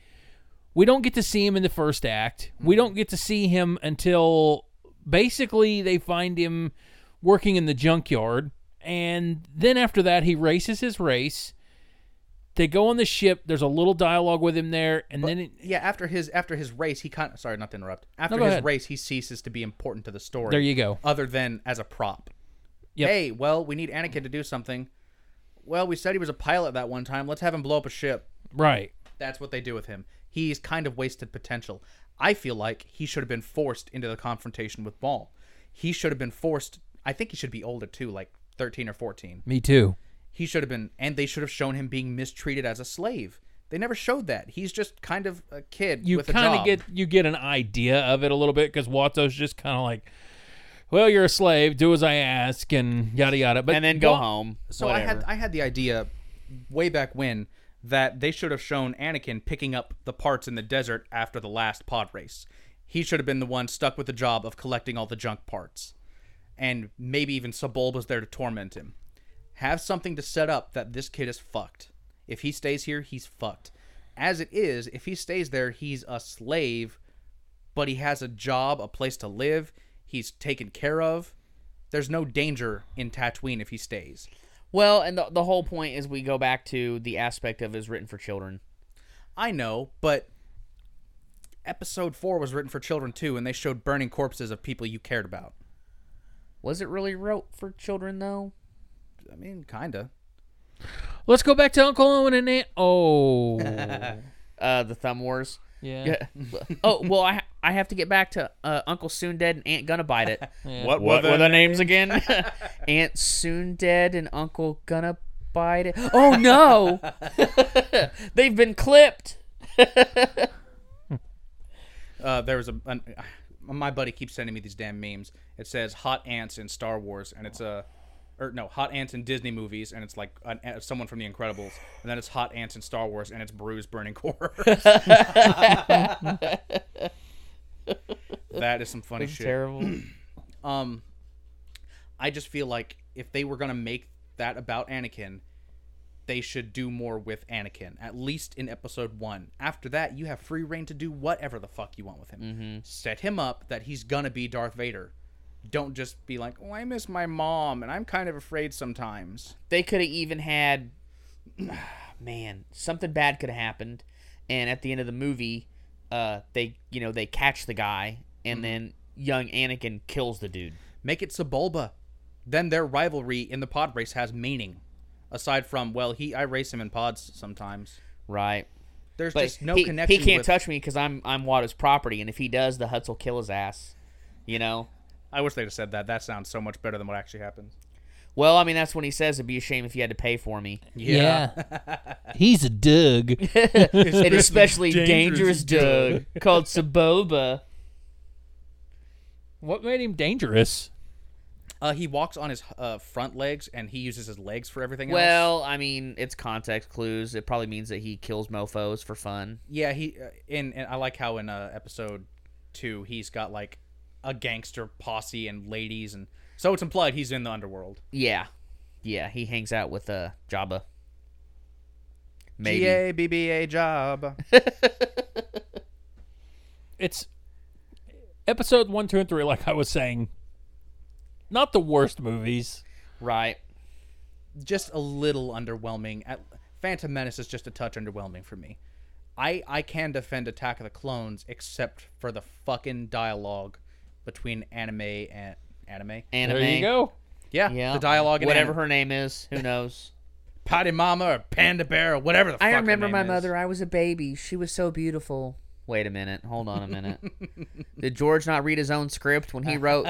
Speaker 1: We don't get to see him in the first act. We don't get to see him until basically they find him working in the junkyard, and then after that, he races his race. They go on the ship. There's a little dialogue with him there, and then it,
Speaker 2: Yeah, after his after his race, he kind of sorry not to interrupt. After
Speaker 1: go
Speaker 2: his
Speaker 1: ahead.
Speaker 2: race, he ceases to be important to the story.
Speaker 1: there you go.
Speaker 2: Other than as a prop.
Speaker 1: Yep.
Speaker 2: Hey, well, we need Anakin to do something. Well, we said he was a pilot that one time. Let's have him blow up a ship.
Speaker 1: Right.
Speaker 2: That's what they do with him. He's kind of wasted potential. I feel like he should have been forced into the confrontation with Maul. He should have been forced. I think he should be older too, like 13 or 14.
Speaker 1: Me too.
Speaker 2: He should have been, and they should have shown him being mistreated as a slave. They never showed that. He's just kind of a kid
Speaker 1: you
Speaker 2: with a
Speaker 1: kind
Speaker 2: job.
Speaker 1: of get you get an idea of it a little bit because Watto's just kind of like, well, you're a slave, do as I ask, and yada yada. But
Speaker 3: And then go
Speaker 1: Wa-
Speaker 3: home.
Speaker 2: So I had I had the idea way back when that they should have shown Anakin picking up the parts in the desert after the last pod race. He should have been the one stuck with the job of collecting all the junk parts. And maybe even Sabol was there to torment him. Have something to set up that this kid is fucked. If he stays here, he's fucked. As it is, if he stays there, he's a slave, but he has a job, a place to live, he's taken care of. There's no danger in Tatooine if he stays.
Speaker 3: Well, and the, the whole point is we go back to the aspect of is written for children.
Speaker 2: I know, but episode four was written for children too, and they showed burning corpses of people you cared about.
Speaker 3: Was it really wrote for children though?
Speaker 2: I mean, kinda.
Speaker 1: Let's go back to Uncle Owen and Aunt. Oh,
Speaker 3: Uh, the Thumb Wars.
Speaker 1: yeah.
Speaker 3: Yeah. oh well, I I have to get back to uh, Uncle Soon Dead and Aunt Gonna Bite It.
Speaker 1: What-
Speaker 3: were the names again? Aunt Soon Dead and Uncle Gonna Bite It. Oh no, they've been clipped.
Speaker 2: Uh, there was a. An, my buddy keeps sending me these damn memes. It says "hot ants in Star Wars," and it's a, or no, "hot ants in Disney movies," and it's like an, uh, someone from The Incredibles, and then it's "hot ants in Star Wars," and it's bruised burning corpse. that is some funny shit.
Speaker 3: Terrible.
Speaker 2: Um, I just feel like if they were gonna make that about Anakin, they should do more with Anakin. At least in Episode One. After that, you have free reign to do whatever the fuck you want with him.
Speaker 3: Mm-hmm.
Speaker 2: Set him up that he's gonna be Darth Vader. Don't just be like, "Oh, I miss my mom, and I'm kind of afraid sometimes."
Speaker 3: they could have even had man something bad could have happened and at the end of the movie uh they you know they catch the guy
Speaker 2: Mm-hmm.
Speaker 3: and then young anakin kills the dude
Speaker 2: Make it Sebulba. Then their rivalry in the pod race has meaning. Aside from, well, he I race him in pods sometimes.
Speaker 3: right
Speaker 2: There's
Speaker 3: But
Speaker 2: just no
Speaker 3: he,
Speaker 2: connection.
Speaker 3: He can't
Speaker 2: with-
Speaker 3: touch me because I'm I'm Wada's property, and if he does, the Huts will kill his ass. You know.
Speaker 2: I wish they'd have said that. That sounds so much better than what actually happens.
Speaker 3: Well, I mean, that's when he says it'd be a shame if you had to pay for me,
Speaker 4: Yeah. He's a Doug.
Speaker 3: and especially
Speaker 1: dangerous
Speaker 3: dangerous, Doug called Saboba.
Speaker 1: What made him dangerous?
Speaker 2: Uh, he walks on his uh, front legs and he uses his legs for everything else.
Speaker 3: Well, I mean, it's context clues. It probably means that he kills mofo's for fun.
Speaker 2: yeah, he uh, in and I like how in uh, episode two he's got like a gangster posse and ladies and so it's implied he's in the underworld.
Speaker 3: Yeah, yeah, he hangs out with uh Jabba. Maybe.
Speaker 2: G A B B A job.
Speaker 1: It's episode one, two, and three. Like I was saying, not the worst movies.
Speaker 3: Right.
Speaker 2: just a little underwhelming. At, Phantom Menace is just a touch underwhelming for me. I I can defend Attack of the Clones except for the fucking dialogue between anime and anime.
Speaker 3: Anime.
Speaker 1: There you go.
Speaker 2: Yeah,
Speaker 3: Yeah.
Speaker 2: the dialogue in
Speaker 3: Whatever
Speaker 2: anime.
Speaker 3: her name is, who knows?
Speaker 2: Potty Mama or Panda Bear or whatever the fuck
Speaker 3: I
Speaker 2: her
Speaker 3: remember
Speaker 2: name
Speaker 3: my
Speaker 2: is.
Speaker 3: mother. I was a baby. She was so beautiful. Wait a minute. Hold on a minute. Did George not read his own script when he wrote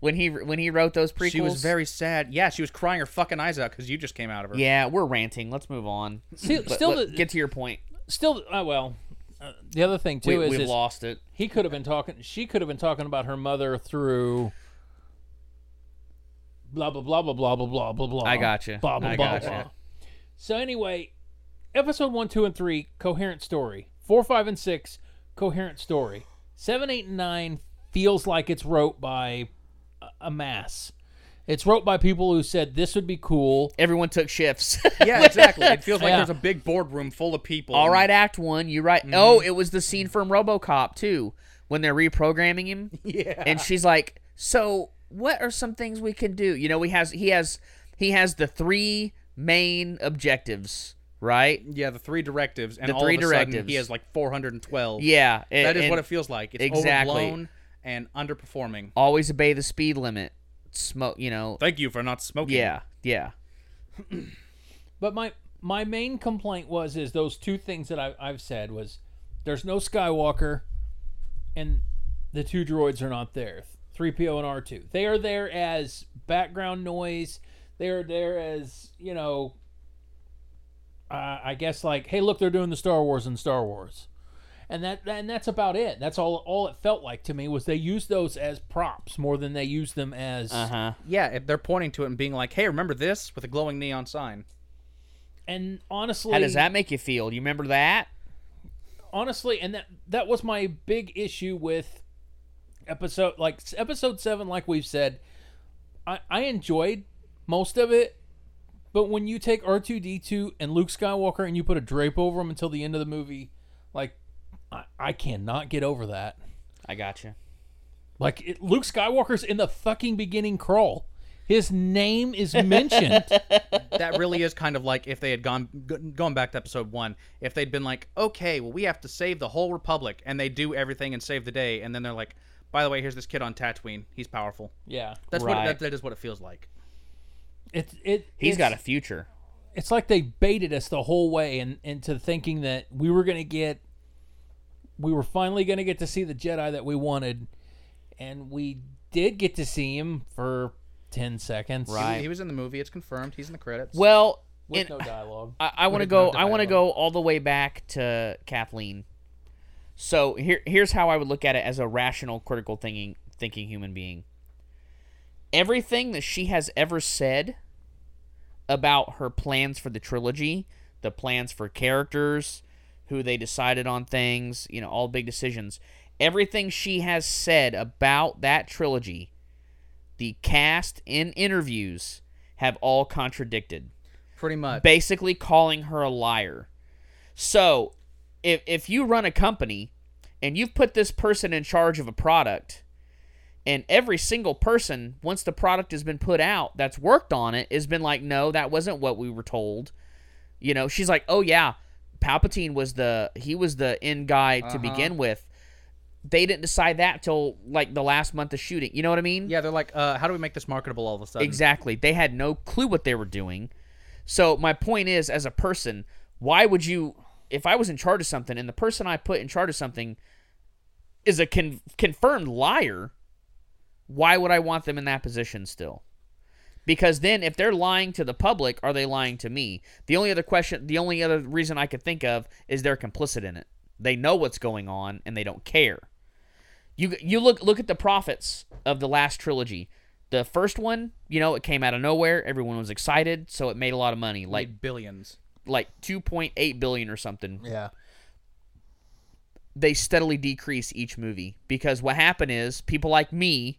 Speaker 3: when he when he wrote those prequels?
Speaker 2: She was very sad. Yeah, she was crying her fucking eyes out because you just came out of her.
Speaker 3: Yeah, we're ranting. Let's move on.
Speaker 1: Still,
Speaker 3: But
Speaker 1: still,
Speaker 3: let-
Speaker 1: the,
Speaker 3: get to your point.
Speaker 1: still. Oh well. Uh, the other thing
Speaker 3: We,
Speaker 1: too is,
Speaker 3: we've
Speaker 1: is
Speaker 3: lost it.
Speaker 1: he could have been talking. She could have been talking about her mother through. Blah blah blah blah blah blah blah blah blah.
Speaker 3: I gotcha.
Speaker 1: Blah blah
Speaker 3: I
Speaker 1: blah
Speaker 3: gotcha.
Speaker 1: blah. So anyway, episode one, two, and three coherent story. Four, five, and six coherent story. Seven, eight, and nine feels like it's wrote by a- a mass. It's wrote by people who said this would be cool.
Speaker 3: Everyone took shifts.
Speaker 2: Yeah, exactly. It feels like
Speaker 1: Yeah.
Speaker 2: there's a big boardroom full of people.
Speaker 3: All right, Act One. You right.
Speaker 2: Mm-hmm.
Speaker 3: Oh, it was the scene from RoboCop too, when they're reprogramming him.
Speaker 2: Yeah.
Speaker 3: And she's like, "So, what are some things we can do?" You know, he has he has he has the three main objectives, right?
Speaker 2: Yeah, the three directives and
Speaker 3: The
Speaker 2: all
Speaker 3: three
Speaker 2: of a sudden
Speaker 3: directives.
Speaker 2: he has like 412.
Speaker 3: Yeah, a-
Speaker 2: That is what
Speaker 3: and
Speaker 2: it feels like. It's
Speaker 3: Exactly.
Speaker 2: overblown and underperforming.
Speaker 3: always obey the speed limit. Smoke, you know.
Speaker 2: Thank you for not smoking.
Speaker 3: Yeah, yeah.
Speaker 1: But my my main complaint was is those two things that I, I've said was there's no Skywalker, and the two droids are not there. Three PO and R two. They are there as background noise. They are there as you know. Uh, I guess like hey look they're doing the Star Wars and Star Wars, and that and that's about it. That's all all it felt like to me was they used those as props more than they used them as.
Speaker 3: Uh huh.
Speaker 2: Yeah, if they're pointing to it and being like, "Hey, remember this?" with a glowing neon sign.
Speaker 1: And honestly,
Speaker 3: How does that make you feel? You remember that?
Speaker 1: honestly, and that that was my big issue with episode like s- episode seven. Like we've said, I I enjoyed most of it, but when you take R two D two and Luke Skywalker and you put a drape over him until the end of the movie, like I, I cannot get over that.
Speaker 3: I gotcha.
Speaker 1: Like it, Luke Skywalker's in the fucking beginning crawl. His name is mentioned.
Speaker 2: That really is kind of like if they had gone g- going back to episode 1, if they'd been like, "Okay, well we have to save the whole republic." And they do everything and save the day and then they're like, "By the way, here's this kid on Tatooine. He's powerful."
Speaker 1: yeah,
Speaker 2: That's what
Speaker 3: Right.
Speaker 2: that, that is what it feels like.
Speaker 1: it it
Speaker 3: He's
Speaker 1: it's-
Speaker 3: got a future.
Speaker 1: it's like they baited us the whole way in, into thinking that we were going to get we were finally going to get to see the jedi that we wanted and we did get to see him for 10 seconds
Speaker 3: Right.
Speaker 2: He, he was in the movie, it's confirmed. He's in the credits.
Speaker 3: Well,
Speaker 1: with
Speaker 3: and-
Speaker 1: no dialogue
Speaker 3: I, I want to
Speaker 2: did not
Speaker 3: go. I want to
Speaker 2: dialogue.
Speaker 3: go all the way back to Kathleen. So here, here's how I would look at it as a rational, critical thinking, thinking human being. Everything that she has ever said about her plans for the trilogy, the plans for characters, who they decided on things, you know, all big decisions. Everything she has said about that trilogy, the cast in interviews have all contradicted
Speaker 2: pretty much.
Speaker 3: basically calling her a liar. So, if if you run a company and you've put this person in charge of a product, and every single person, once the product has been put out, that's worked on it, has been like, no, that wasn't what we were told. You know, she's like, oh yeah, Palpatine was the he was the end guy to begin with. They didn't decide that till like the last month of shooting. You know what I mean?
Speaker 2: yeah, they're like, uh, "How do we make this marketable all of a sudden?"
Speaker 3: Exactly. They had no clue what they were doing. So my point is, as a person, why would you if I was in charge of something and the person I put in charge of something is a con- confirmed liar, why would I want them in that position still? Because then if they're lying to the public, are they lying to me? The only other question, the only other reason I could think of is they're complicit in it. They know what's going on and they don't care. You you look look at the profits of the last trilogy. The first one, you know, it came out of nowhere. Everyone was excited, so it made a lot of money. Like
Speaker 2: Like billions.
Speaker 3: like 2.8 billion or something
Speaker 4: Yeah.
Speaker 3: they steadily decrease each movie because what happened is people like me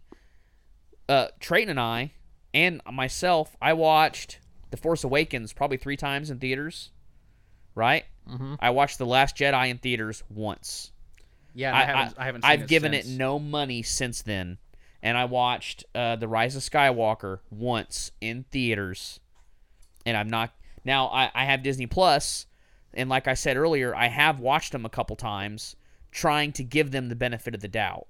Speaker 3: uh Trayton and I and myself I watched The Force Awakens probably 3 times in theaters right mm-hmm. I watched The Last Jedi in theaters once
Speaker 2: Yeah, and I,
Speaker 3: I,
Speaker 2: haven't. I, haven't. Seen
Speaker 3: have given
Speaker 2: since.
Speaker 3: it no money since then, and I watched uh, the Rise of Skywalker once in theaters, and I'm not now. I, I have Disney Plus, and like I said earlier, I have watched them a couple times, trying to give them the benefit of the doubt.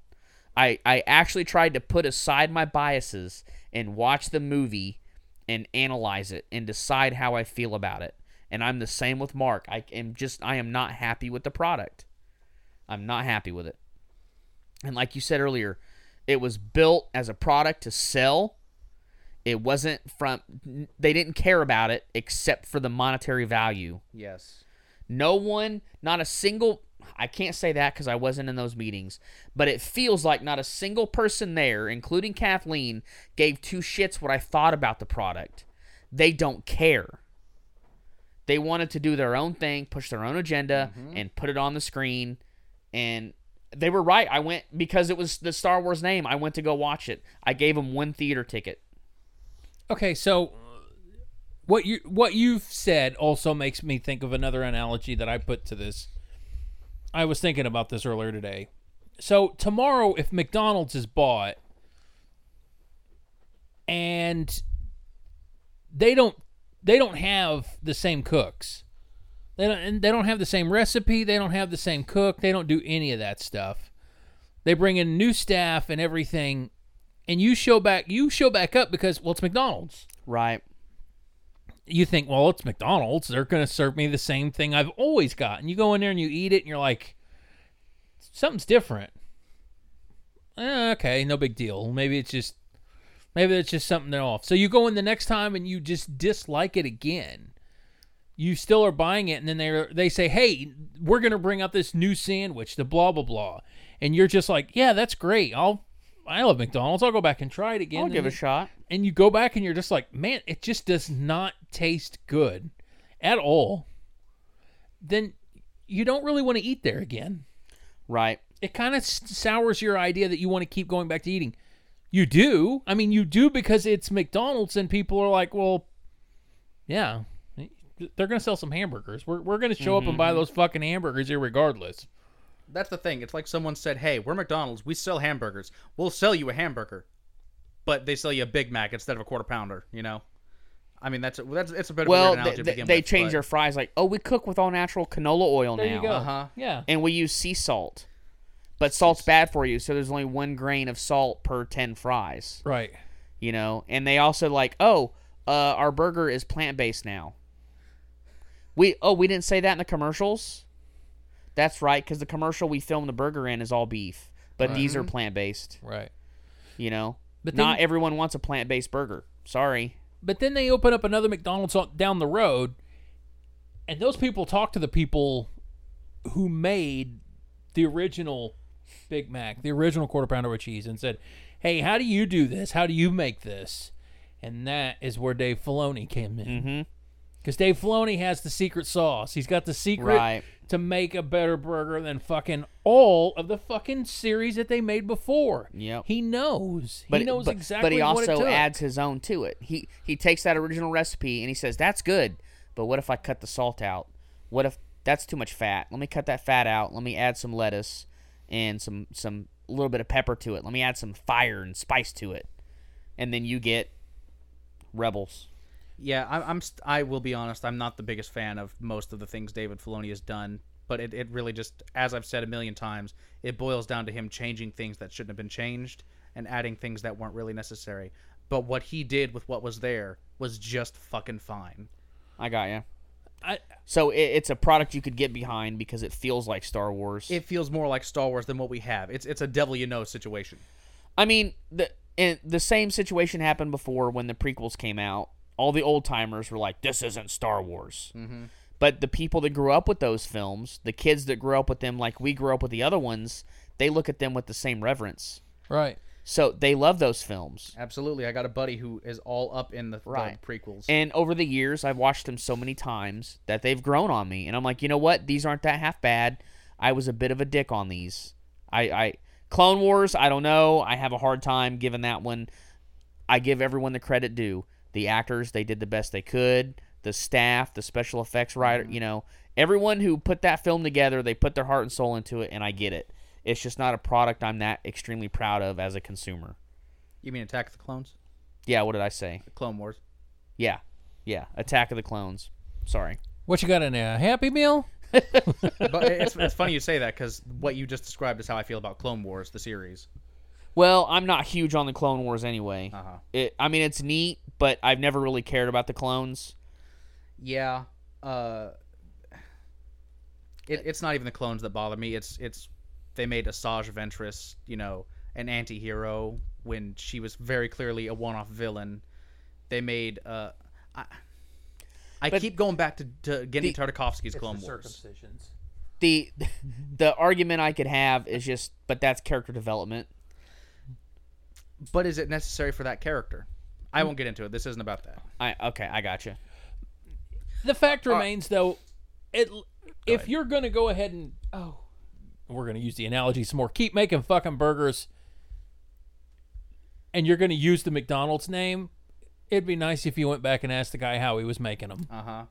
Speaker 3: I I actually tried to put aside my biases and watch the movie and analyze it and decide how I feel about it. And I'm the same with Mark. I am just I am not happy with the product. I'm not happy with it. And like you said earlier, it was built as a product to sell. It wasn't from they didn't care about it except for the monetary value.
Speaker 2: Yes.
Speaker 3: No one, not a single I can't say that cuz I wasn't in those meetings, but it feels like not a single person there, including Kathleen, gave two shits what I thought about the product. They don't care. They wanted to do their own thing, push their own agenda
Speaker 1: Mm-hmm.
Speaker 3: and put it on the screen and they were right. I went because it was the Star Wars name. I went to go watch it. I gave them one theater ticket.
Speaker 1: Okay, so uh, what you what you've said also makes me think of another analogy that I put to this. I was thinking about this earlier today. So tomorrow, if McDonald's is bought, and they don't they don't have the same cooks, they don't and they don't have the same recipe. They don't have the same cook. They don't do any of that stuff. They bring in new staff and everything, and you show back you show back up because well it's McDonald's.
Speaker 3: Right.
Speaker 1: You think well it's McDonald's, they're going to serve me the same thing I've always got. And you go in there and you eat it and you're like something's different. Eh, okay, no big deal. Maybe it's just maybe it's just something they're off. So you go in the next time and you just dislike it again. You still are buying it and then they they say, "Hey, we're going to bring out this new sandwich, the blah blah blah." And you're just like, "Yeah, that's great. I'll I love McDonald's. I'll go back and try it again."
Speaker 3: I'll
Speaker 1: And
Speaker 3: give it a
Speaker 1: then-
Speaker 3: shot.
Speaker 1: and you go back and you're just like, man, it just does not taste good at all, then you don't really want to eat there again.
Speaker 3: Right.
Speaker 1: It kind of sours your idea that you want to keep going back to eating. You do. I mean, you do because it's McDonald's and people are like, well, yeah, they're going to sell some hamburgers. We're, we're going to show up and
Speaker 3: Mm-hmm.
Speaker 1: buy those fucking hamburgers irregardless.
Speaker 2: That's the thing. It's like someone said, "Hey, we're McDonald's. We sell hamburgers. We'll sell you a hamburger, but they sell you a Big Mac instead of a quarter pounder." You know, I mean that's that's it's a bit of a
Speaker 3: Well,
Speaker 2: weird analogy
Speaker 3: they,
Speaker 2: to
Speaker 3: they,
Speaker 2: begin
Speaker 3: they
Speaker 2: with,
Speaker 3: change
Speaker 2: but-
Speaker 3: their fries like, oh, we cook with all natural canola oil
Speaker 1: There
Speaker 3: now,
Speaker 1: you go.
Speaker 2: uh-huh.
Speaker 1: Yeah.
Speaker 3: and we use sea salt, but salt's bad for you, so there's only one grain of salt per ten fries,
Speaker 1: Right.
Speaker 3: you know. And they also like, oh, uh, our burger is plant based now. We oh we didn't say that in the commercials. That's right, because the commercial we filmed the burger in is all beef, but these
Speaker 1: Mm-hmm.
Speaker 3: are plant based.
Speaker 1: Right.
Speaker 3: You know,
Speaker 1: But
Speaker 3: not
Speaker 1: then-
Speaker 3: everyone wants a plant based burger. Sorry.
Speaker 1: But then they open up another McDonald's on- down the road, and those people talk to the people who made the original Big Mac, the original quarter pounder with cheese, and said, "Hey, how do you do this? How do you make this?" And that is where Dave Filoni came
Speaker 3: Mm. Mm-hmm.
Speaker 1: in, because Dave Filoni has the secret sauce. He's got the secret
Speaker 3: Right.
Speaker 1: to make a better burger than fucking all of the fucking series that they made before.
Speaker 3: Yep.
Speaker 1: he knows. he knows exactly.
Speaker 3: But he
Speaker 1: what it
Speaker 3: also
Speaker 1: took.
Speaker 3: adds his own to it. He he takes that original recipe and he says that's good, but what if I cut the salt out? What if that's too much fat? Let me cut that fat out. Let me add some lettuce and some some a little bit of pepper to it. Let me add some fire and spice to it, and then you get rebels.
Speaker 2: Yeah, I, I'm. St- I will be honest. I'm not the biggest fan of most of the things David Filoni has done, but it, it really just, as I've said a million times, it boils down to him changing things that shouldn't have been changed and adding things that weren't really necessary. But what he did with what was there was just fucking fine.
Speaker 3: I got you.
Speaker 1: I,
Speaker 3: So it, it's a product you could get behind because it feels like Star Wars.
Speaker 2: It feels more like Star Wars than what we have. It's it's a devil you know situation.
Speaker 3: I mean, the and the same situation happened before when the prequels came out. All the old timers were like, "This isn't Star Wars." But the people that grew up with those films, the kids that grew up with them, like we grew up with the other ones, they look at them with the same reverence.
Speaker 1: Right.
Speaker 3: So they love those films.
Speaker 2: Absolutely. I got a buddy who is all up in the, the
Speaker 3: Right.
Speaker 2: prequels.
Speaker 3: And over the years, I've watched them so many times that they've grown on me. And I'm like, you know what? These aren't that half bad. I was a bit of a dick on these. I, I Clone Wars, I don't know. I have a hard time giving that one. I give everyone the credit due. The actors, they did the best they could. The staff, the special effects writer, you know, everyone who put that film together, they put their heart and soul into it, and I get it. It's just not a product I'm that extremely proud of as a consumer.
Speaker 2: you mean Attack of the Clones?
Speaker 3: Yeah, what did I say?
Speaker 2: Clone Wars.
Speaker 3: Yeah, yeah, Attack of the Clones. Sorry.
Speaker 1: What you got in there? Happy Meal?
Speaker 2: but it's, it's funny you say that because what you just described is how I feel about Clone Wars, the series.
Speaker 3: Well, I'm not huge on the Clone Wars anyway.
Speaker 2: Uh-huh.
Speaker 3: It, I mean, it's neat, but I've never really cared about the clones.
Speaker 2: Yeah. Uh, it, it's not even the clones that bother me. It's it's they made Asajj Ventress, you know, an anti-hero when she was very clearly a one-off villain. They made uh, I, I
Speaker 3: But
Speaker 2: keep going back to, to Genndy
Speaker 3: the-
Speaker 2: Tartakovsky's Clone Wars.
Speaker 3: The the argument I could have is just, but that's character development.
Speaker 2: But is it necessary for that character? I won't get into it. This isn't about that.
Speaker 3: I okay, I gotcha.
Speaker 1: The fact remains, though, it, if you're going to go ahead and oh, we're going to use the analogy some more. Keep making fucking burgers, and you're going to use the McDonald's name. It'd be nice if you went back and asked the guy how he was making them.
Speaker 2: Uh huh.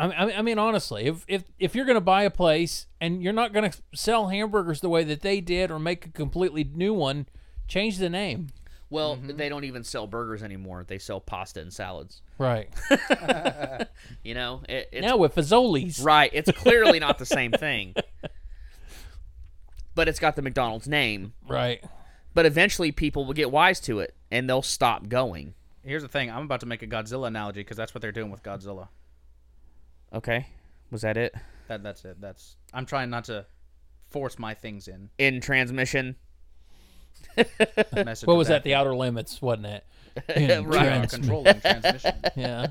Speaker 1: I mean, I mean- I mean, honestly, if if if you're going to buy a place and you're not going to sell hamburgers the way that they did, or make a completely new one, change the name.
Speaker 3: Well, they don't even sell burgers anymore. They sell pasta and salads.
Speaker 1: Right
Speaker 3: You know, it, it's
Speaker 1: now with Fazoli's,
Speaker 3: right. It's clearly not the same thing. But it's got the McDonald's name.
Speaker 1: right?
Speaker 3: But eventually, people will get wise to it, and they'll stop going.
Speaker 2: Here's the thing. I'm about to make a Godzilla analogy because that's what they're doing with Godzilla.
Speaker 3: Okay, was that it?
Speaker 2: That that's it. That's I'm trying not to force my things in.
Speaker 3: In transmission.
Speaker 2: Message
Speaker 1: What was
Speaker 2: back.
Speaker 1: that? The Outer Limits, wasn't it?
Speaker 2: Right,
Speaker 1: Yeah.
Speaker 2: our controlling transmission.
Speaker 1: Yeah.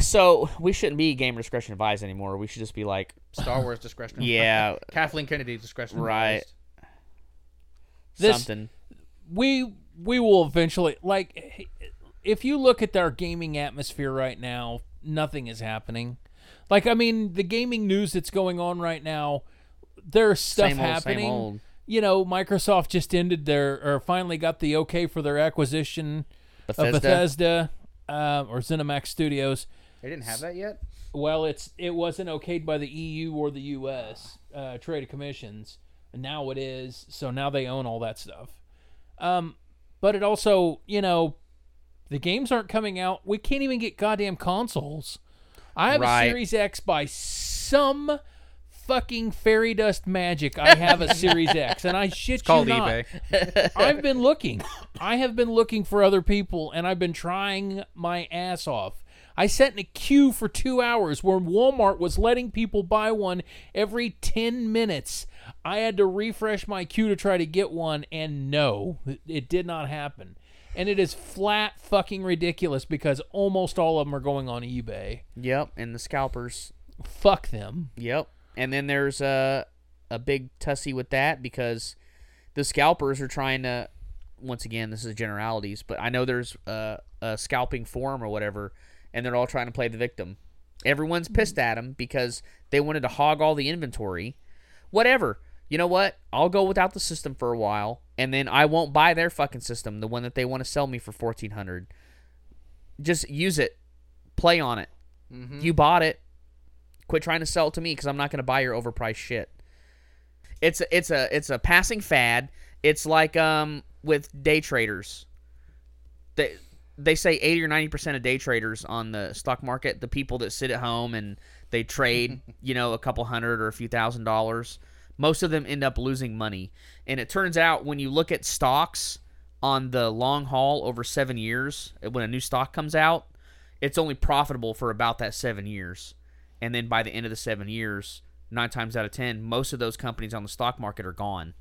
Speaker 3: So we shouldn't be gamer discretion advised anymore. We should just be like,
Speaker 2: Star Wars discretion.
Speaker 3: yeah,
Speaker 2: Kathleen Kennedy discretion.
Speaker 3: Right.
Speaker 1: This-
Speaker 3: something.
Speaker 1: we we will eventually like if you look at our gaming atmosphere right now nothing is happening like i mean the gaming news that's going on right now there's stuff
Speaker 3: Same old, same
Speaker 1: happening
Speaker 3: old.
Speaker 1: you know microsoft just ended their or finally got the okay for their acquisition
Speaker 3: Bethesda.
Speaker 1: of bethesda uh, or zenimax studios
Speaker 2: They didn't have that yet.
Speaker 1: well, it's it wasn't okayed by the EU or the US uh, trade commissions. And now it is. So now they own all that stuff. Um, but it also, you know, the games aren't coming out. We can't even get goddamn consoles. I have
Speaker 3: Right.
Speaker 1: a Series X by some fucking fairy dust magic. I have a Series X, and I shit
Speaker 2: Called
Speaker 1: you not.
Speaker 2: eBay.
Speaker 1: I've been looking. I have been looking for other people, and I've been trying my ass off. I sat in a queue for two hours where Walmart was letting people buy one every 10 minutes. I had to refresh my queue to try to get one, and no, it- it did not happen. And it is flat fucking ridiculous because almost all of them are going on eBay.
Speaker 3: Yep, and the scalpers.
Speaker 1: Fuck them.
Speaker 3: Yep, and then there's a a big tussy with that because the scalpers are trying to. Once again, this is generalities, but I know there's a, a scalping forum or whatever, and they're all trying to play the victim. Everyone's pissed at them because they wanted to hog all the inventory. Whatever. You know what? I'll go without the system for a while, and then I won't buy their fucking system, the one that they want to sell me for fourteen hundred. Just use it, play on it. You bought it. Quit trying to sell it to me because I'm not going to buy your overpriced shit. It's a, it's a it's a passing fad. It's like um with day traders. They they say eighty or ninety percent of day traders on the stock market, the people that sit at home and they trade, you know, a couple hundred or a few thousand dollars. Most of them end up losing money. And it turns out when you look at stocks on the long haul over seven years, when a new stock comes out, it's only profitable for about that seven years. And then by the end of the seven years, nine times out of 10, most of those companies on the stock market are gone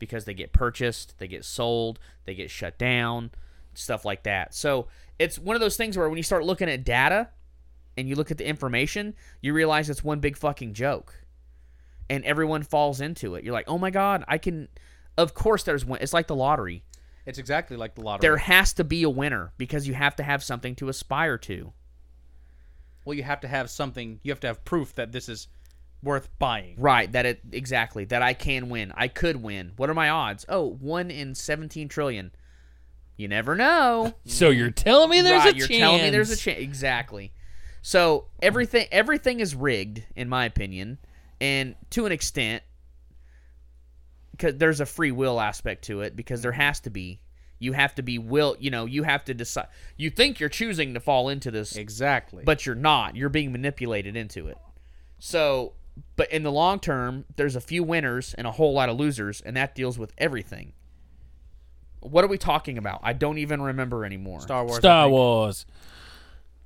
Speaker 3: because they get purchased, they get sold, they get shut down, stuff like that. So it's one of those things where when you start looking at data and you look at the information, you realize it's one big fucking joke. And everyone falls into it. You're like, oh my God, I can. Of course, there's one. It's like the lottery
Speaker 2: It's exactly like the lottery.
Speaker 3: there has to be a winner because you have to have something to aspire to.
Speaker 2: well, you have to have something. You have to have proof that this is worth buying.
Speaker 3: Right, that it exactly, that I can win. I could win. What are my odds? Oh, 1 in 17 trillion. You never know.
Speaker 4: So you're telling me there's
Speaker 3: Mm. right,
Speaker 4: a
Speaker 3: you're
Speaker 4: chance.
Speaker 3: telling me there's a chance. Exactly. So, everything everything is rigged in my opinion, and to an extent cuz there's a free will aspect to it because there has to be you have to be will, you know, you have to decide. You think you're choosing to fall into this
Speaker 2: Exactly.
Speaker 3: but you're not. You're being manipulated into it. So, but in the long term, there's a few winners and a whole lot of losers, and that deals with everything. What are we talking about? I don't even remember anymore.
Speaker 2: Star Wars. I
Speaker 4: Star
Speaker 2: think.
Speaker 4: Wars.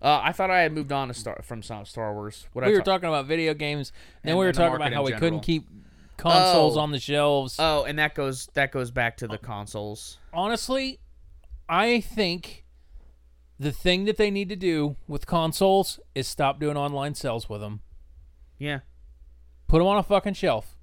Speaker 3: Uh, I thought I had moved on to Star from Star Star Wars. What I
Speaker 4: We were
Speaker 3: talk-
Speaker 4: talking about video games. Then
Speaker 2: And-
Speaker 4: we were
Speaker 2: and the
Speaker 4: talking about
Speaker 2: market in
Speaker 4: how we
Speaker 2: general.
Speaker 4: couldn't keep consoles
Speaker 3: Oh.
Speaker 4: on the shelves.
Speaker 3: Oh, and that goes that goes back to the consoles.
Speaker 1: honestly, I think the thing that they need to do with consoles is stop doing online sales with them.
Speaker 3: Yeah,
Speaker 1: Put them on a fucking shelf.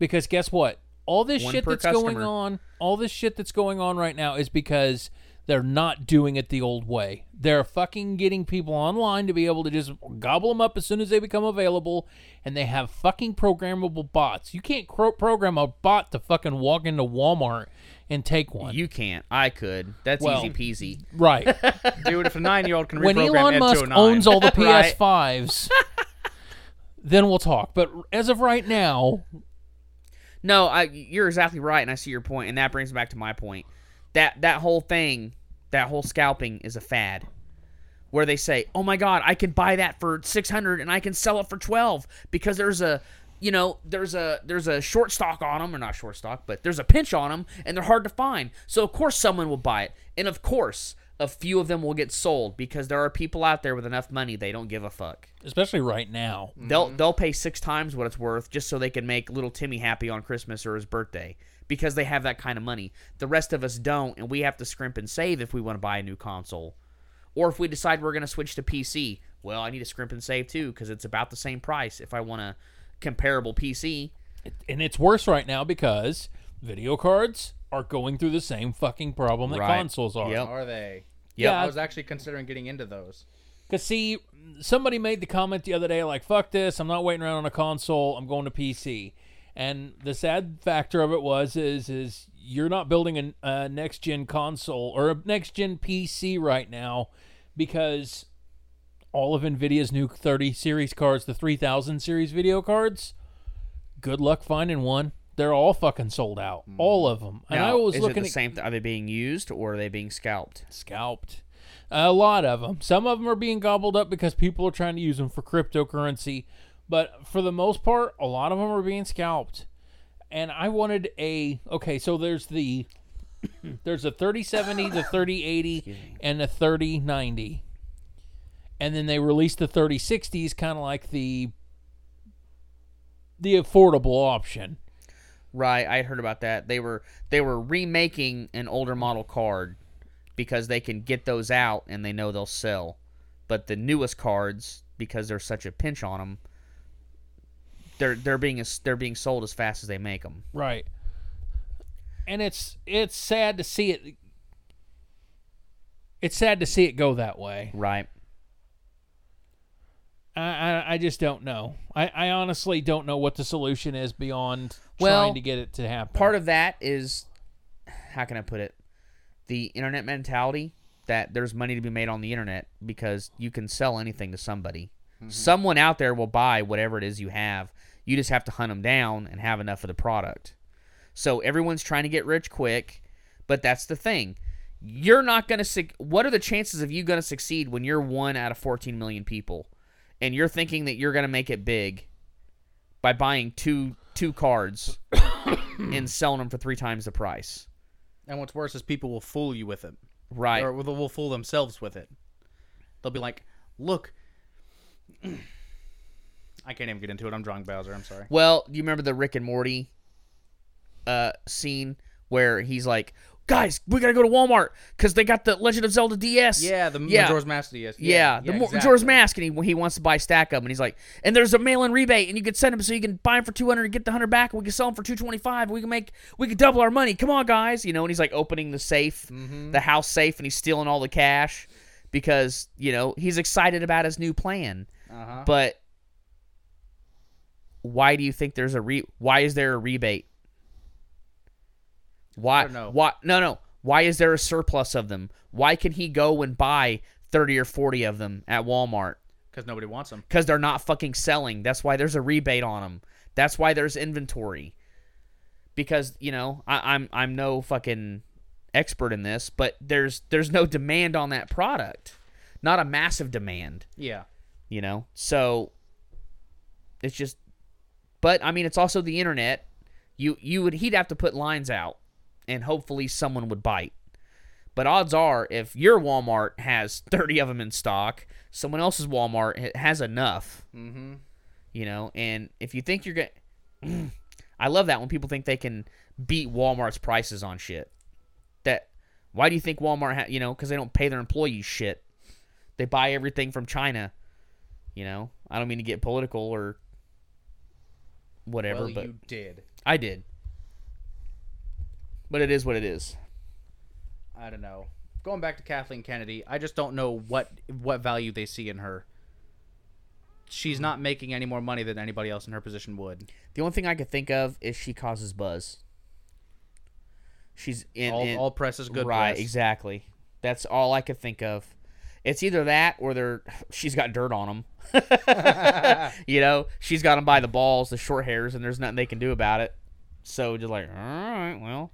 Speaker 1: Because guess what? All this
Speaker 3: One
Speaker 1: shit
Speaker 3: per
Speaker 1: that's going
Speaker 3: customer.
Speaker 1: on, all this shit that's going on right now is because they're not doing it the old way. They're fucking getting people online to be able to just gobble them up as soon as they become available, and they have fucking programmable bots. You can't cro- program a bot to fucking walk into Walmart and take one.
Speaker 3: you can't. I could. That's
Speaker 1: Well-
Speaker 3: easy peasy.
Speaker 1: right.
Speaker 2: Dude, if a nine-year-old can
Speaker 1: when
Speaker 2: reprogram
Speaker 1: Elon
Speaker 2: Ed
Speaker 1: Musk
Speaker 3: oh
Speaker 2: to a nine,
Speaker 1: owns all the
Speaker 2: Right.
Speaker 1: PS5s, then we'll talk. But as of right now,
Speaker 3: No, I you're exactly right, and I see your point, and that brings me back to my point. That that whole thing, that whole scalping is a fad. Where they say, Oh my god, I can buy that for six hundred and I can sell it for twelve because there's a you know, there's a there's a short stock on them, or not short stock, but there's a pinch on them, and they're hard to find. So of course someone will buy it, and of course a few of them will get sold because there are people out there with enough money they don't give a fuck.
Speaker 1: especially right now,
Speaker 3: They'll they'll pay six times what it's worth just so they can make little Timmy happy on Christmas or his birthday because they have that kind of money. The rest of us don't, and we have to scrimp and save if we want to buy a new console, or if we decide we're going to switch to PC. Well, I need to scrimp and save too because it's about the same price if I want a comparable PC.
Speaker 1: and it's worse right now because video cards are going through the same fucking problem that
Speaker 3: Right.
Speaker 1: consoles are.
Speaker 3: Yep.
Speaker 2: Are they?
Speaker 3: Yep.
Speaker 2: I was actually considering getting into those.
Speaker 1: Cause see, somebody made the comment the other day, like, "Fuck this! I'm not waiting around on a console. I'm going to PC." And the sad factor of it was, is, is you're not building a, a next gen console or a next gen PC right now, because all of Nvidia's new 30 series cards, the 3000 series video cards, good luck finding one. They're all fucking sold out, all of them. And I
Speaker 3: Mm. Now,
Speaker 1: was
Speaker 3: is
Speaker 1: looking
Speaker 3: it the
Speaker 1: at
Speaker 3: same. Th- are they being used or are they being scalped?
Speaker 1: scalped. A lot of them. Some of them are being gobbled up because people are trying to use them for cryptocurrency, but for the most part, a lot of them are being scalped. And I wanted a okay, so there's the there's a 3070, the 3080, and the 3090. And then they released the 3060s kind of like the the affordable option.
Speaker 3: Right, I had heard about that. They were they were remaking an older model card because they can get those out and they know they'll sell. But the newest cards, because there's such a pinch on them, they're they're being as, they're being sold as fast as they make them.
Speaker 1: Right. And it's it's sad to see it it's sad to see it go that way.
Speaker 3: Right.
Speaker 1: I I, I just don't know. I, I honestly don't know what the solution is beyond
Speaker 3: Well,
Speaker 1: trying to get it to happen.
Speaker 3: Part of that is how can I put it? The internet mentality that there's money to be made on the internet because you can sell anything to somebody. Someone out there will buy whatever it is you have. You just have to hunt them down and have enough of the product. So everyone's trying to get rich quick, but that's the thing. You're not going to suc what are the chances of you going to succeed when you're one out of 14 million people and you're thinking that you're going to make it big by buying two two cards and selling them for three times the price.
Speaker 2: And what's worse is people will fool you with it,
Speaker 3: Right.
Speaker 2: or will will fool themselves with it. They'll be like, look. I can't even get into it. I'm drawing Bowser. I'm sorry.
Speaker 3: Well, do you remember the Rick and Morty uh, scene where he's like, "Guys, we gotta go to Walmart because they got the Legend of Zelda DS."
Speaker 2: Yeah, the
Speaker 3: yeah,
Speaker 2: Majora's Mask E DS.
Speaker 3: yeah, the Mo- Majora's Mask, and he, he wants to buy stack of them, and he's like, "And there's a mail-in rebate, and you can send them so you can buy them for two hundred and get the hundred back, and we can sell them for two twenty-five. We can make we can double our money. Come on, guys, you know." And he's like opening the safe,
Speaker 2: Mm-hmm.
Speaker 3: the house safe, and he's stealing all the cash because you know he's excited about his new plan.
Speaker 2: Uh-huh.
Speaker 3: But why do you think there's a re? Why is there a rebate? Why?
Speaker 2: don't know.
Speaker 3: Why? No, no. Why is there a surplus of them? Why can he go and buy thirty or forty of them at Walmart?
Speaker 2: Because nobody wants them.
Speaker 3: Because they're not fucking selling. That's why there's a rebate on them. That's why there's inventory. Because you know, I, I'm I'm no fucking expert in this, but there's there's no demand on that product, not a massive demand
Speaker 2: Yeah.
Speaker 3: you know so it's just but i mean it's also the internet you you would he'd have to put lines out and hopefully someone would bite but odds are if your walmart has 30 of them in stock someone else's walmart ha- has enough
Speaker 2: Mm-hmm.
Speaker 3: you know and if you think you're gonna i love that when people think they can beat walmart's prices on shit that why do you think walmart ha- you know because they don't pay their employees shit they buy everything from china you know i don't mean to get political or whatever
Speaker 2: Well,
Speaker 3: but
Speaker 2: you did.
Speaker 3: i did but it is what it is
Speaker 2: I don't know. Going back to Kathleen Kennedy, I just don't know what what value they see in her. She's not making any more money than anybody else in her position would.
Speaker 3: the only thing i could think of is she causes buzz she's in
Speaker 2: all,
Speaker 3: in-
Speaker 2: all press is good
Speaker 3: right,
Speaker 2: press.
Speaker 3: exactly. That's all I could think of. It's either that or they're she's got dirt on them. you know, she's got them by the balls, the short hairs, and there's nothing they can do about it. So just like, all right, well,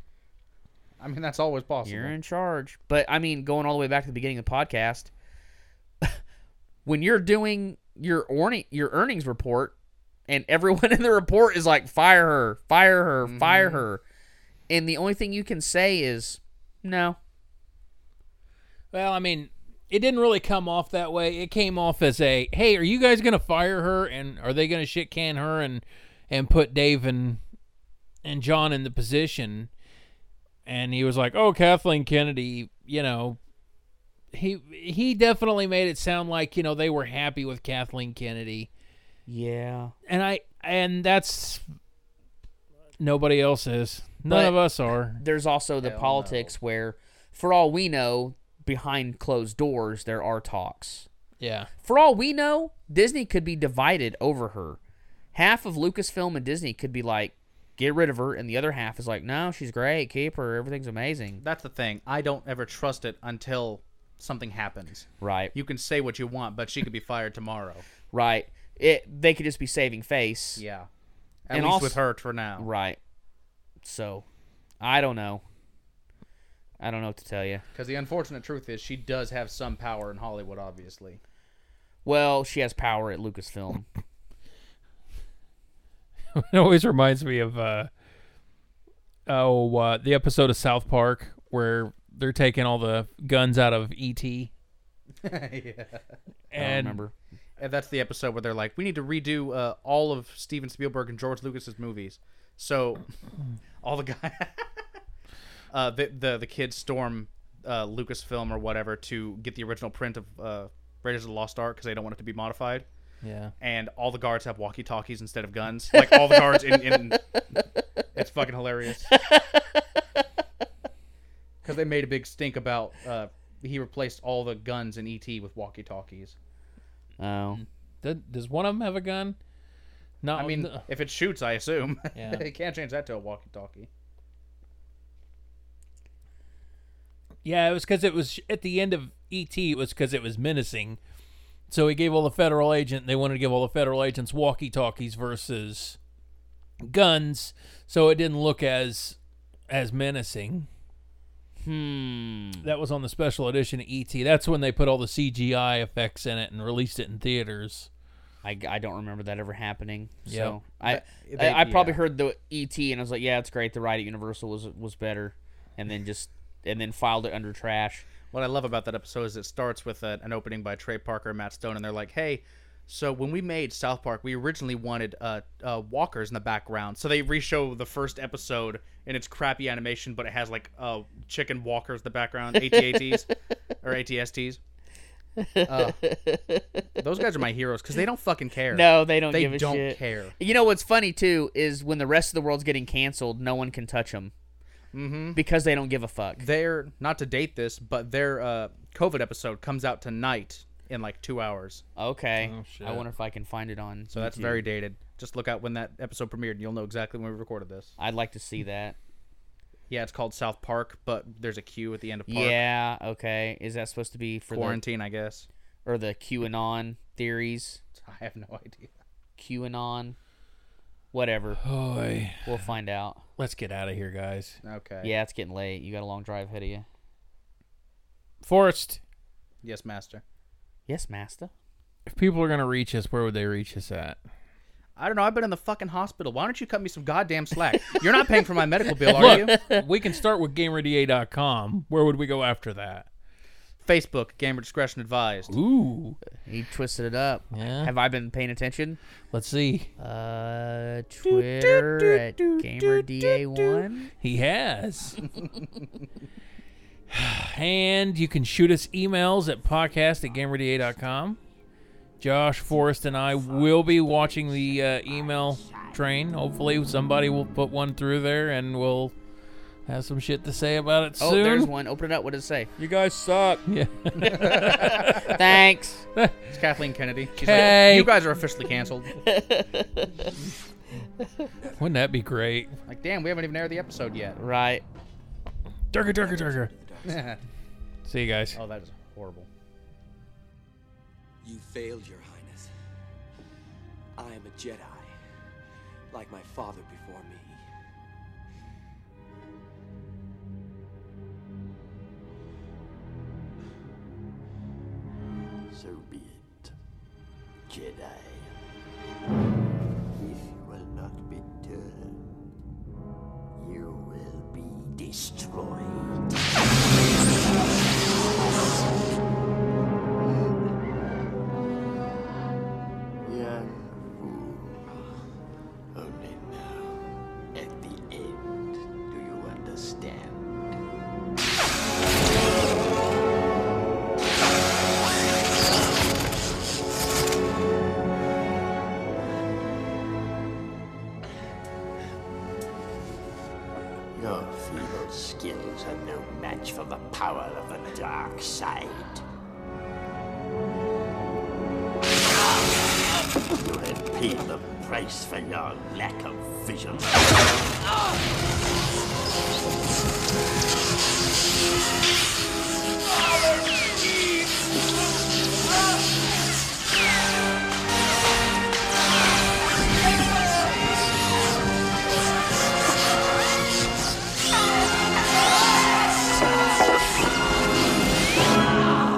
Speaker 2: I mean, that's always possible.
Speaker 3: you're in charge. But I mean, going all the way back to the beginning of the podcast, when you're doing your orni- your earnings report, and everyone in the report is like, fire her, fire her, fire her, and the only thing you can say is, no,
Speaker 1: Well, I mean, it didn't really come off that way. It came off as a, "Hey, are you guys going to fire her and are they going to shit can her and and put Dave and and John in the position?" And he was like, "Oh, Kathleen Kennedy, you know, he he definitely made it sound like, you know, they were happy with Kathleen Kennedy."
Speaker 3: yeah.
Speaker 1: And I and that's nobody else is. None
Speaker 3: But-
Speaker 1: of us are.
Speaker 3: there's also the
Speaker 2: Hell no.
Speaker 3: politics where, for all we know, behind closed doors there are talks.
Speaker 1: Yeah.
Speaker 3: For all we know, Disney could be divided over her. Half of Lucasfilm and Disney could be like, get rid of her, and the other half is like, no, she's great, keep her, everything's amazing.
Speaker 2: That's the thing. I don't ever trust it until something happens.
Speaker 3: Right,
Speaker 2: You can say what you want, but she could be fired tomorrow.
Speaker 3: right. It they could just be saving face.
Speaker 2: Yeah. At
Speaker 3: And
Speaker 2: least
Speaker 3: also-
Speaker 2: with her for now.
Speaker 3: Right. So, I don't know. I don't know what to tell you.
Speaker 2: Because the unfortunate truth is, she does have some power in Hollywood, obviously.
Speaker 3: Well, she has power at Lucasfilm.
Speaker 1: It always reminds me of uh, oh uh, the episode of South Park where they're taking all the guns out of ET,
Speaker 2: yeah.
Speaker 3: I don't
Speaker 1: and
Speaker 3: remember.
Speaker 2: And that's the episode where they're like, we need to redo uh, all of Steven Spielberg and George Lucas's movies. So all the guy, uh, the, the the kids storm uh, Lucasfilm or whatever to get the original print of uh, Raiders of the Lost Ark because they don't want it to be modified.
Speaker 1: yeah,
Speaker 2: And all the guards have walkie talkies instead of guns. Like all the guards in, in it's fucking hilarious. Because they made a big stink about uh, he replaced all the guns in ET with walkie talkies.
Speaker 3: Oh,
Speaker 1: Th- does one of them have a gun? No,
Speaker 2: I mean,
Speaker 1: th-
Speaker 2: if it shoots, I assume.
Speaker 1: Yeah.
Speaker 2: they can't change that to a walkie-talkie.
Speaker 1: yeah, it was because it was at the end of ET. It was because it was menacing, so he gave all the federal agent. They wanted to give all the federal agents walkie talkies versus guns, so it didn't look as as menacing.
Speaker 2: Mm.
Speaker 3: hmm.
Speaker 1: That was on the special edition of ET. That's when they put all the CGI effects in it and released it in theaters.
Speaker 3: I, I don't remember that ever happening.
Speaker 1: Yeah.
Speaker 3: So I
Speaker 2: They-
Speaker 3: I, I probably
Speaker 2: yeah.
Speaker 3: heard the ET and I was like, yeah, it's great. The ride at Universal was was better, and then just and then filed it under trash.
Speaker 2: What I love about that episode is it starts with a, an opening by Trey Parker and Matt Stone, and they're like, "Hey, so when we made South Park, we originally wanted uh, uh, walkers in the background." So they reshow the first episode, and it's crappy animation, but it has like uh, chicken walkers in the background, ATATs or ATSTs. Uh, those guys are my heroes because they don't fucking care.
Speaker 3: No, they don't
Speaker 2: They
Speaker 3: give a
Speaker 2: don't
Speaker 3: shit.
Speaker 2: care.
Speaker 3: You know what's funny too is when the rest of the world's getting canceled, no one can touch them mm-hmm. because they don't give a fuck.
Speaker 2: their not to date this, but their uh, COVID episode comes out tonight in like two hours,
Speaker 3: Okay,
Speaker 1: shit.
Speaker 3: I wonder if I can find it on.
Speaker 2: so that's very dated. Just look out when that episode premiered, and you'll know exactly when we recorded this.
Speaker 3: I'd like to see that.
Speaker 2: Yeah, it's called South Park, but there's a Q at the end of Park.
Speaker 3: Yeah. Okay. Is that supposed to be for
Speaker 2: quarantine, I guess.
Speaker 3: the or the QAnon theories?
Speaker 2: I have no idea.
Speaker 3: QAnon, whatever.
Speaker 1: Boy,
Speaker 3: We'll find out.
Speaker 1: let's get out of here, guys.
Speaker 2: Okay.
Speaker 3: Yeah, it's getting late. You got a long drive ahead of you.
Speaker 1: Forrest,
Speaker 2: Yes, master.
Speaker 3: Yes, master.
Speaker 1: if people are gonna reach us, where would they reach us at?
Speaker 2: I don't know. I've been in the fucking hospital. Why don't you cut me some goddamn slack? You're not paying for my medical bill, are you?
Speaker 1: Look, we can start with GamerDA.com. Where would we go after that?
Speaker 2: Facebook, gamer discretion advised.
Speaker 1: Ooh,
Speaker 3: He twisted it up.
Speaker 1: Yeah.
Speaker 3: Have I been paying attention?
Speaker 1: let's see.
Speaker 3: Uh, Twitter at GamerDA1.
Speaker 1: He has. and you can shoot us emails at podcast at gamerda.com. Josh Forrest and I will be watching the uh, email train. Hopefully, somebody will put one through there and we'll have some shit to say about it
Speaker 3: Oh,
Speaker 1: soon.
Speaker 3: there's one. Open it up. What does it say?
Speaker 1: You guys suck. Yeah.
Speaker 3: Thanks.
Speaker 2: It's Kathleen Kennedy. She's
Speaker 1: Okay.
Speaker 2: like, you guys are officially canceled.
Speaker 1: Wouldn't that be great?
Speaker 2: Like, damn, we haven't even aired the episode yet.
Speaker 3: Right.
Speaker 1: Durga, durga, durga. See you guys.
Speaker 2: Oh, that is horrible.
Speaker 5: You failed, Your Highness. I am a Jedi, like my father before me. So be it, Jedi. If you will not be turned, you will be destroyed. Young fool. Only now, at the end, do you understand? Your feeble skills are no match for the power of the dark side. You'll pay the price for your lack of vision.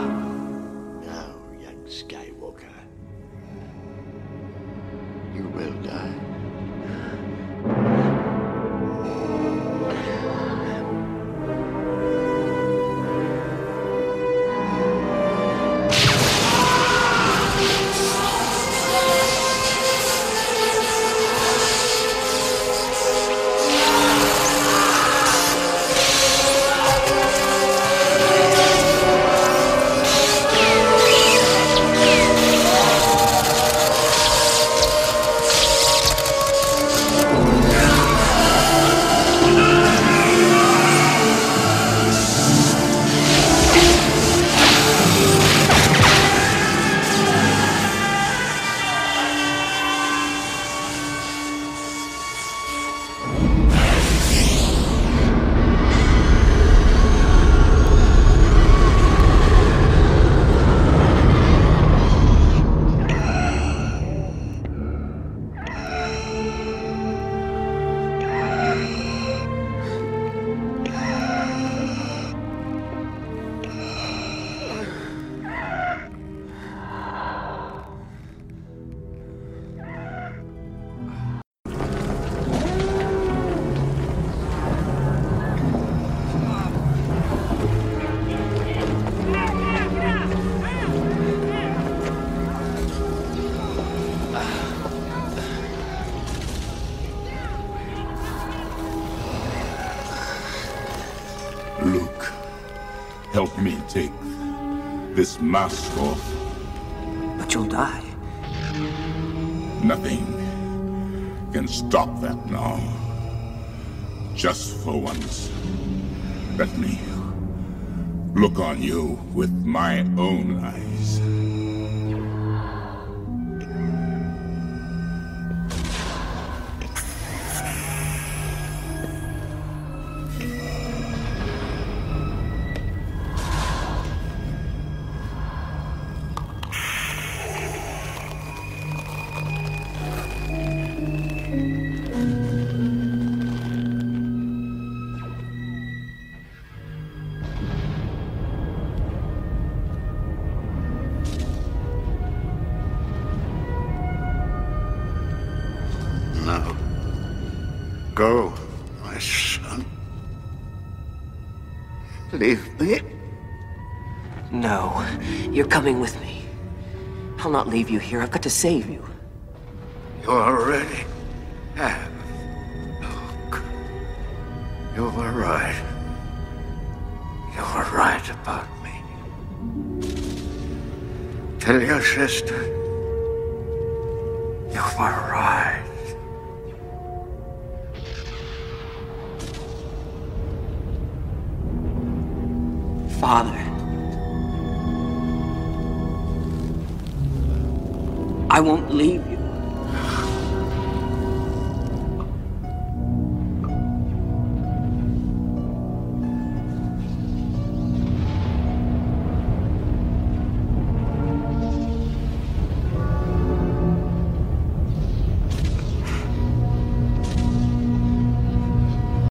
Speaker 5: Now, young Skywalker, you will die.
Speaker 6: Luke, help me take this mask off.
Speaker 7: But you'll die.
Speaker 6: Nothing can stop that now. Just for once, let me look on you with my own eyes.
Speaker 5: No. Go, my son. Leave me.
Speaker 7: No, you're coming with me. I'll not leave you here. I've got to save you.
Speaker 5: You already have. Look. You were right. You were right about me. Tell your sister. You were right.
Speaker 7: Father. I won't leave you.